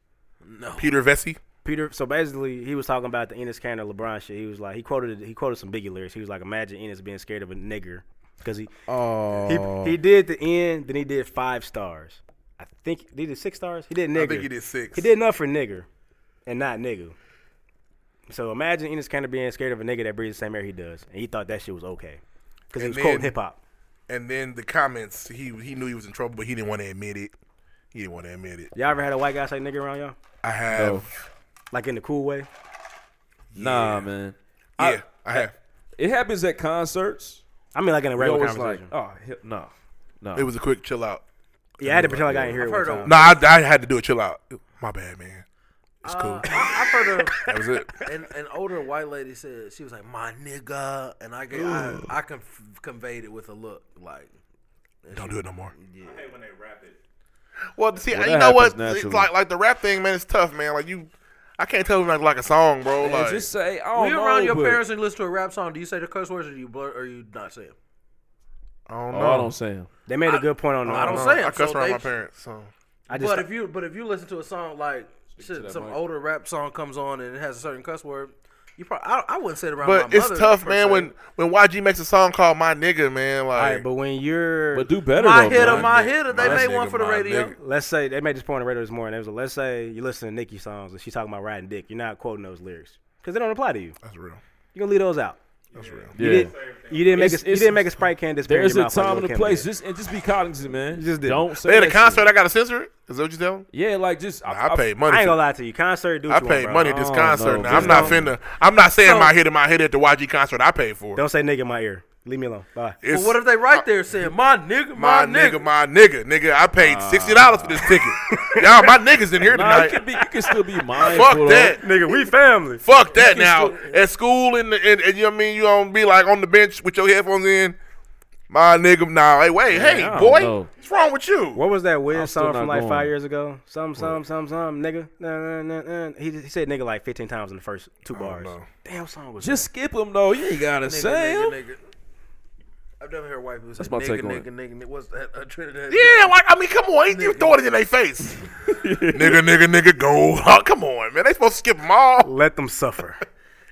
G: No.
H: Peter Vesey.
F: Peter. So basically, he was talking about the Ennis Cantor LeBron shit. He was like, he quoted he quoted some Biggie lyrics. He was like, imagine Ennis being scared of a nigger because he
I: Oh.
F: he he did the end, then he did five stars. I think he did six stars. He did nigger.
H: I think he did six.
F: He did enough for nigger, and not nigga. So imagine Ennis Cantor being scared of a nigga that breathes the same air he does, and he thought that shit was okay because he
H: And
F: was quoting
H: then-
F: hip hop.
H: And then the comments, he he knew he was in trouble, but he didn't want to admit it. He didn't want to admit it.
F: Y'all ever had a white guy say nigga around y'all?
H: I have.
F: Like in the cool way?
E: Nah, man.
H: Yeah, I, have.
E: It happens at concerts.
F: I mean, like in a
E: We
F: regular
E: always like,
F: conversation.
E: oh, hell, no, no.
H: It was a quick chill out.
F: yeah, I had to pretend like I didn't hear it.
G: I've
F: One
G: heard
F: time.
H: No, I, I had to do a chill out. My bad, man. It's cool.
G: Uh, I, I've heard of
H: that was it.
G: an, an older white lady said she was like my nigga, and I gave, I, I conf- conveyed it with a look like
H: Don't do it no more.
J: I hate when they rap it.
H: Well, see,
E: Well,
H: you
E: that
H: know what?
E: happens
H: It's
E: naturally.
H: like like the rap thing, man. It's tough, man. Like you, I can't tell them like like a song, bro.
E: Man,
H: like
E: just say, I don't
G: when you're
E: know,
G: around your
E: but-
G: parents and you listen to a rap song, do you say the curse words or do you blur or you not say them?
H: I don't
E: Oh,
H: know.
E: I don't say 'em.
F: They made a good point on that.
G: I don't
H: No,
G: say
H: I
G: them,
H: cuss
G: so
H: around
G: they-
H: my parents, so
F: I just
G: But if you but if you listen to a song like shit,
E: that
G: some
E: mic.
G: older rap song comes on and it has a certain cuss word, You probably I, I wouldn't say it around.
H: But
G: my
H: it's
G: mother,
H: tough,
G: per
H: man.
G: se.
H: When when YG makes a song called "My Nigga," man, like.
F: All right, but when you're
E: but do better.
G: My
E: though,
G: hitter,
E: bro.
G: my hitter. They
H: My
G: made
H: nigga,
G: one for the
H: my
G: radio.
H: nigga.
F: Let's say they made this point on the radio this morning. It was like, let's say you listen to Nicki songs and she's talking about riding dick. You're not quoting those lyrics because they don't apply to you.
H: That's real.
F: You're gonna leave those out.
H: That's real.
F: You,
E: Yeah.
F: didn't, you didn't make
E: It's-
F: a, you
E: it's-
F: didn't make a sprite can disappear. in
E: There's
F: your
E: a
F: mouth like
E: time
F: Lil'
E: and a
F: Kim
E: place.
F: did.
E: Just and just be cognizant, man.
F: You just did.
E: Don't say
H: They had a
E: that
H: concert.
E: shit.
H: I got to censor it. Is that what you tell me?
E: Yeah, like just
H: Nah, I paid money.
F: I ain't
H: for-
F: gonna lie to you. Concert, do what
H: I
F: you want,
H: paid
F: bro.
H: money at this
E: Oh,
H: concert.
E: no,
H: now. I'm
E: just
H: not
E: don't.
H: finna. I'm not saying
G: So-
H: my hit and my hit at the YG concert. I paid for. it.
F: Don't say nigga in my ear. Leave me alone. Bye.
H: It's
G: But what if they right there saying, "My nigga,
H: my
G: my,
H: nigga, my nigga, nigga? I paid sixty dollars for this ticket. Y'all, my niggas in here
E: Nah, you
H: tonight.
E: can be. You can still be mindful.
H: Fuck
E: though.
H: that.
F: Nigga, we family.
H: Fuck that
E: You
H: now.
E: can still-
H: At school and, and, and you know what I mean, you don't be like on the bench with your headphones in. My nigga, now hey, wait,
E: I
H: hey,
E: don't
H: boy,
E: know.
H: what's wrong with you?
F: What was that
E: I'm
F: Wiz
E: still
F: song
E: not
F: from like
E: going.
F: five years ago? Some, some, some, some, nigga. Nah, nah, nah, nah. He, he said nigga like 15 times in the first two bars.
H: know.
F: Damn song was
E: Just skip them though. You ain't gotta
G: nigga,
E: say 'em.
G: nigga, nigga." I've never heard white people say
E: That's my
G: nigga,
E: take on
G: nigga,
E: it.
G: nigga, nigga. What's that? Uh, Trinidad.
H: Yeah, like I mean, come on, you- you throwing it in their face. nigga, nigga, nigga, go. come on, man. They supposed to skip them all.
F: Let them suffer.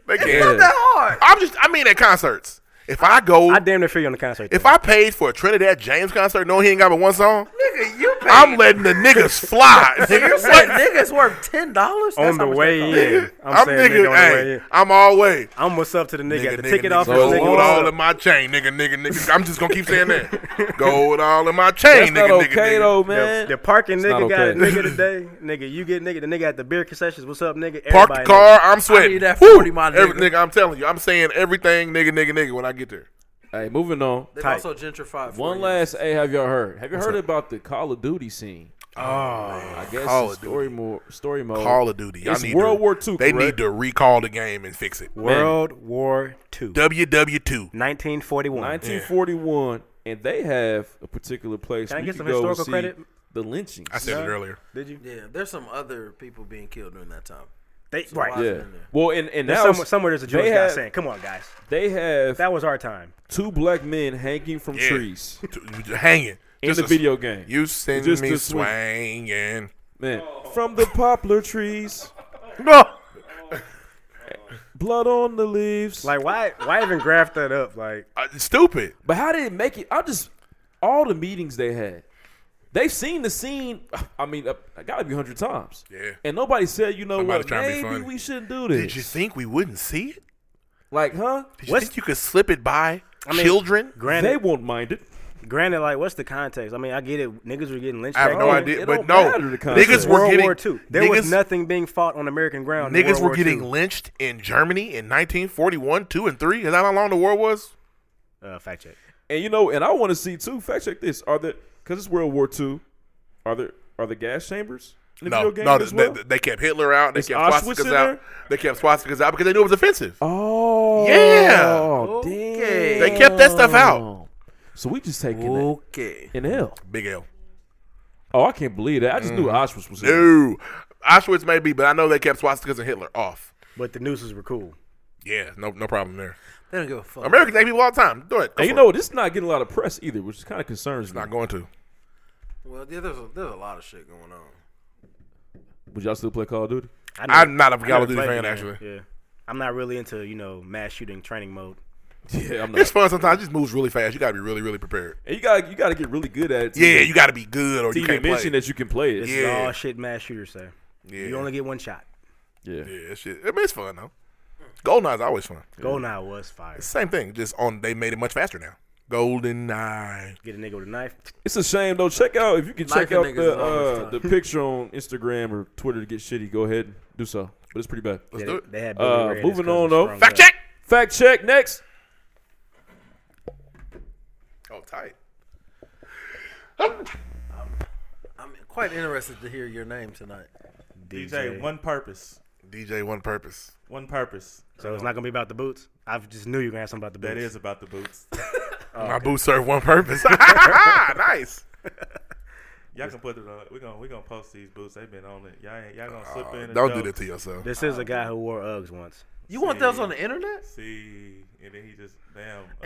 H: They
G: Not
H: can't.
G: that hard.
H: I'm just. I mean, at concerts, if I go,
F: I damn near feel you on the concert.
H: if
F: though.
H: I paid for a Trinidad James concert, no, he ain't got but one song.
G: Nigga, you paid.
H: I'm letting the niggas fly.
G: So
H: nigga.
G: you're saying niggas worth ten dollars
F: on the way in, I'm,
H: I'm
F: saying nigga,
H: nigga.
F: on the way
H: Hey,
F: in.
H: I'm all way.
F: I'm what's up to the nigga.
H: Nigga,
F: Got the
H: nigga,
F: ticket
H: nigga,
F: off
H: gold
F: his nigga.
H: with
F: what's
H: all
F: up?
H: in my chain, nigga, nigga, nigga. I'm just gonna keep saying that. Gold all in my chain,
E: That's
H: nigga,
E: not
H: nigga,
E: okay
H: nigga.
E: though,
F: The,
E: man.
F: the parking
E: not
F: nigga got a
E: okay.
F: nigga today. nigga, you get nigga. The nigga at the beer concessions. What's up, nigga?
H: Park the
F: Everybody
H: car. I'm sweating.
G: need that
H: Woo!
G: 40, my
H: Every-
G: nigga.
H: I'm telling you, I'm saying everything, nigga, nigga, nigga. When I get there,
E: Hey, moving on.
G: They've
F: Tight.
G: also gentrified. for
E: One
G: you.
E: last A. Have y'all heard? Have you heard about the Call of Duty scene? Oh, I guess
H: Call
E: it's
H: of
E: story more story mode.
H: Call of Duty. Y'all
E: It's
H: need
E: World
H: to,
E: War II,
H: They
E: correct?
H: need to recall the game and fix it.
F: World War Two.
H: WW two.
F: 1941.
E: 1941, and they have a particular place.
F: Can I
E: where
F: get
E: you
F: some
E: go and
F: historical
E: see
F: credit?
E: The lynchings.
H: I said it earlier.
F: Did you?
G: Yeah, there's some other people being killed during that time.
F: They,
G: So
F: right.
G: why-
E: Yeah.
G: in there.
E: Well, and and
F: There's
E: now
F: somewhere, somewhere there's a Jewish
E: they
F: guy
E: have-
F: saying, "Come on, guys,
E: they have
F: that was our time."
E: two black men hanging from
H: Yeah.
E: trees
H: T- Hanging
E: in the
H: a-
E: video game.
H: You send
E: Just
H: me
E: to swing.
H: swinging.
E: man, from the poplar trees,
H: No.
E: blood on the leaves.
F: Like, why? Why even graft that up? Like,
H: Uh, stupid.
E: But how did it make it? I just all the meetings they had. They've seen the scene. I mean, uh, gotta be a hundred times.
H: Yeah.
E: And nobody said, you know
H: Somebody
E: what?
H: trying to be
E: Maybe
H: funny.
E: we shouldn't do this.
H: Did you think we wouldn't see it?
E: like, huh?
H: Did you think you could slip it by children?
E: They
F: granted,
E: won't mind it.
F: granted, like, what's the context? I mean, I get it. Niggas were getting lynched.
H: I have
F: back
H: no
F: then.
H: idea.
E: it
H: But
E: don't
H: no,
E: matter the concept.
H: niggas were
F: World
H: getting
F: War Two. There
H: niggas,
F: was nothing being fought on American ground. in
H: Niggas
F: World
H: were
F: War
H: getting
F: II.
H: lynched in Germany in 1941, two and three. Is that how long the war was?
F: Uh, fact check.
E: And you know, and I want to see too. Fact check this: Are there because it's World War Two? Are there are the gas chambers in the
H: No,
E: video game
H: no,
E: as
H: they,
E: well?
H: they- they kept Hitler out. They
E: Is
H: kept
E: Auschwitz
H: swastikas
E: in
H: out.
E: there?
H: They kept swastikas out because they knew it was offensive.
E: oh
H: Yeah.
E: damn.
H: They kept that stuff
I: Oh.
H: out.
E: So we just taking it
G: Okay.
E: in L.
H: Big L.
E: Oh, I can't believe that. I just knew Auschwitz was in.
H: No, Auschwitz maybe, but I know they kept swastikas and Hitler off.
F: But the nooses were cool.
H: Yeah, no, no problem there.
G: They don't give a fuck.
H: Americans hate people all the time. Do it. Go
E: And you
H: for
E: know
H: it.
E: what? This is not getting a lot of press either, which is kind of concerns
H: It's
E: me.
H: not going to.
G: Well, yeah, there's a, there's a lot of shit going on.
E: Would y'all still play Call of Duty?
F: know-
H: I'm not a
F: I
H: Call
F: never
H: of Duty
F: played
H: fan
F: the
H: actually.
F: game. Yeah, I'm not really into you know mass shooting training mode.
E: Yeah, I'm
H: It's
E: not.
H: fun sometimes. It just moves really fast. You gotta be really, really prepared.
E: And you got you got to get really good at it. to
H: Yeah,
E: even-
H: you gotta be good or
E: to
H: you
E: even
H: can't play.
E: mention that you can play it.
F: This
E: Yeah,
F: is
H: Yeah.
F: all shit mass shooters say.
H: yeah,
F: You only get one shot.
E: yeah.
H: yeah, that shit. I mean, it's fun though. Goldeneye's always fun.
F: Goldeneye was fire.
H: Same thing. Just on. They made it much faster now. Goldeneye.
F: Get a nigga with a knife.
E: It's a shame though. Check out if you can check
G: Knifing
E: out
G: niggas
E: the
G: is always
E: uh,
G: fun.
E: the picture on Instagram or Twitter to get shitty. Go ahead and do so, but it's pretty bad.
H: Let's
F: They,
H: do it.
F: they had Billy
E: Uh,
F: Ray and his
E: moving
F: cousin
E: on, though.
F: strung
H: Fact
F: up.
H: check.
E: Fact check next.
H: Oh, tight.
G: I'm quite interested to hear your name tonight.
J: DJ, one purpose.
H: DJ One Purpose.
J: One purpose.
F: So it's not gonna be about the boots. I just knew you were gonna have something about the boots.
J: That is about the boots. Oh,
H: My boots serve one purpose. nice.
J: Y'all can put it on. We're gonna we gonna post these boots. They've been on it. Y'all ain't y'all gonna slip in. and
H: Don't do
J: joke.
H: that to yourself.
E: uh,
F: This is a guy who wore Uggs once.
G: You want those on the internet?
J: See, and then he just damn.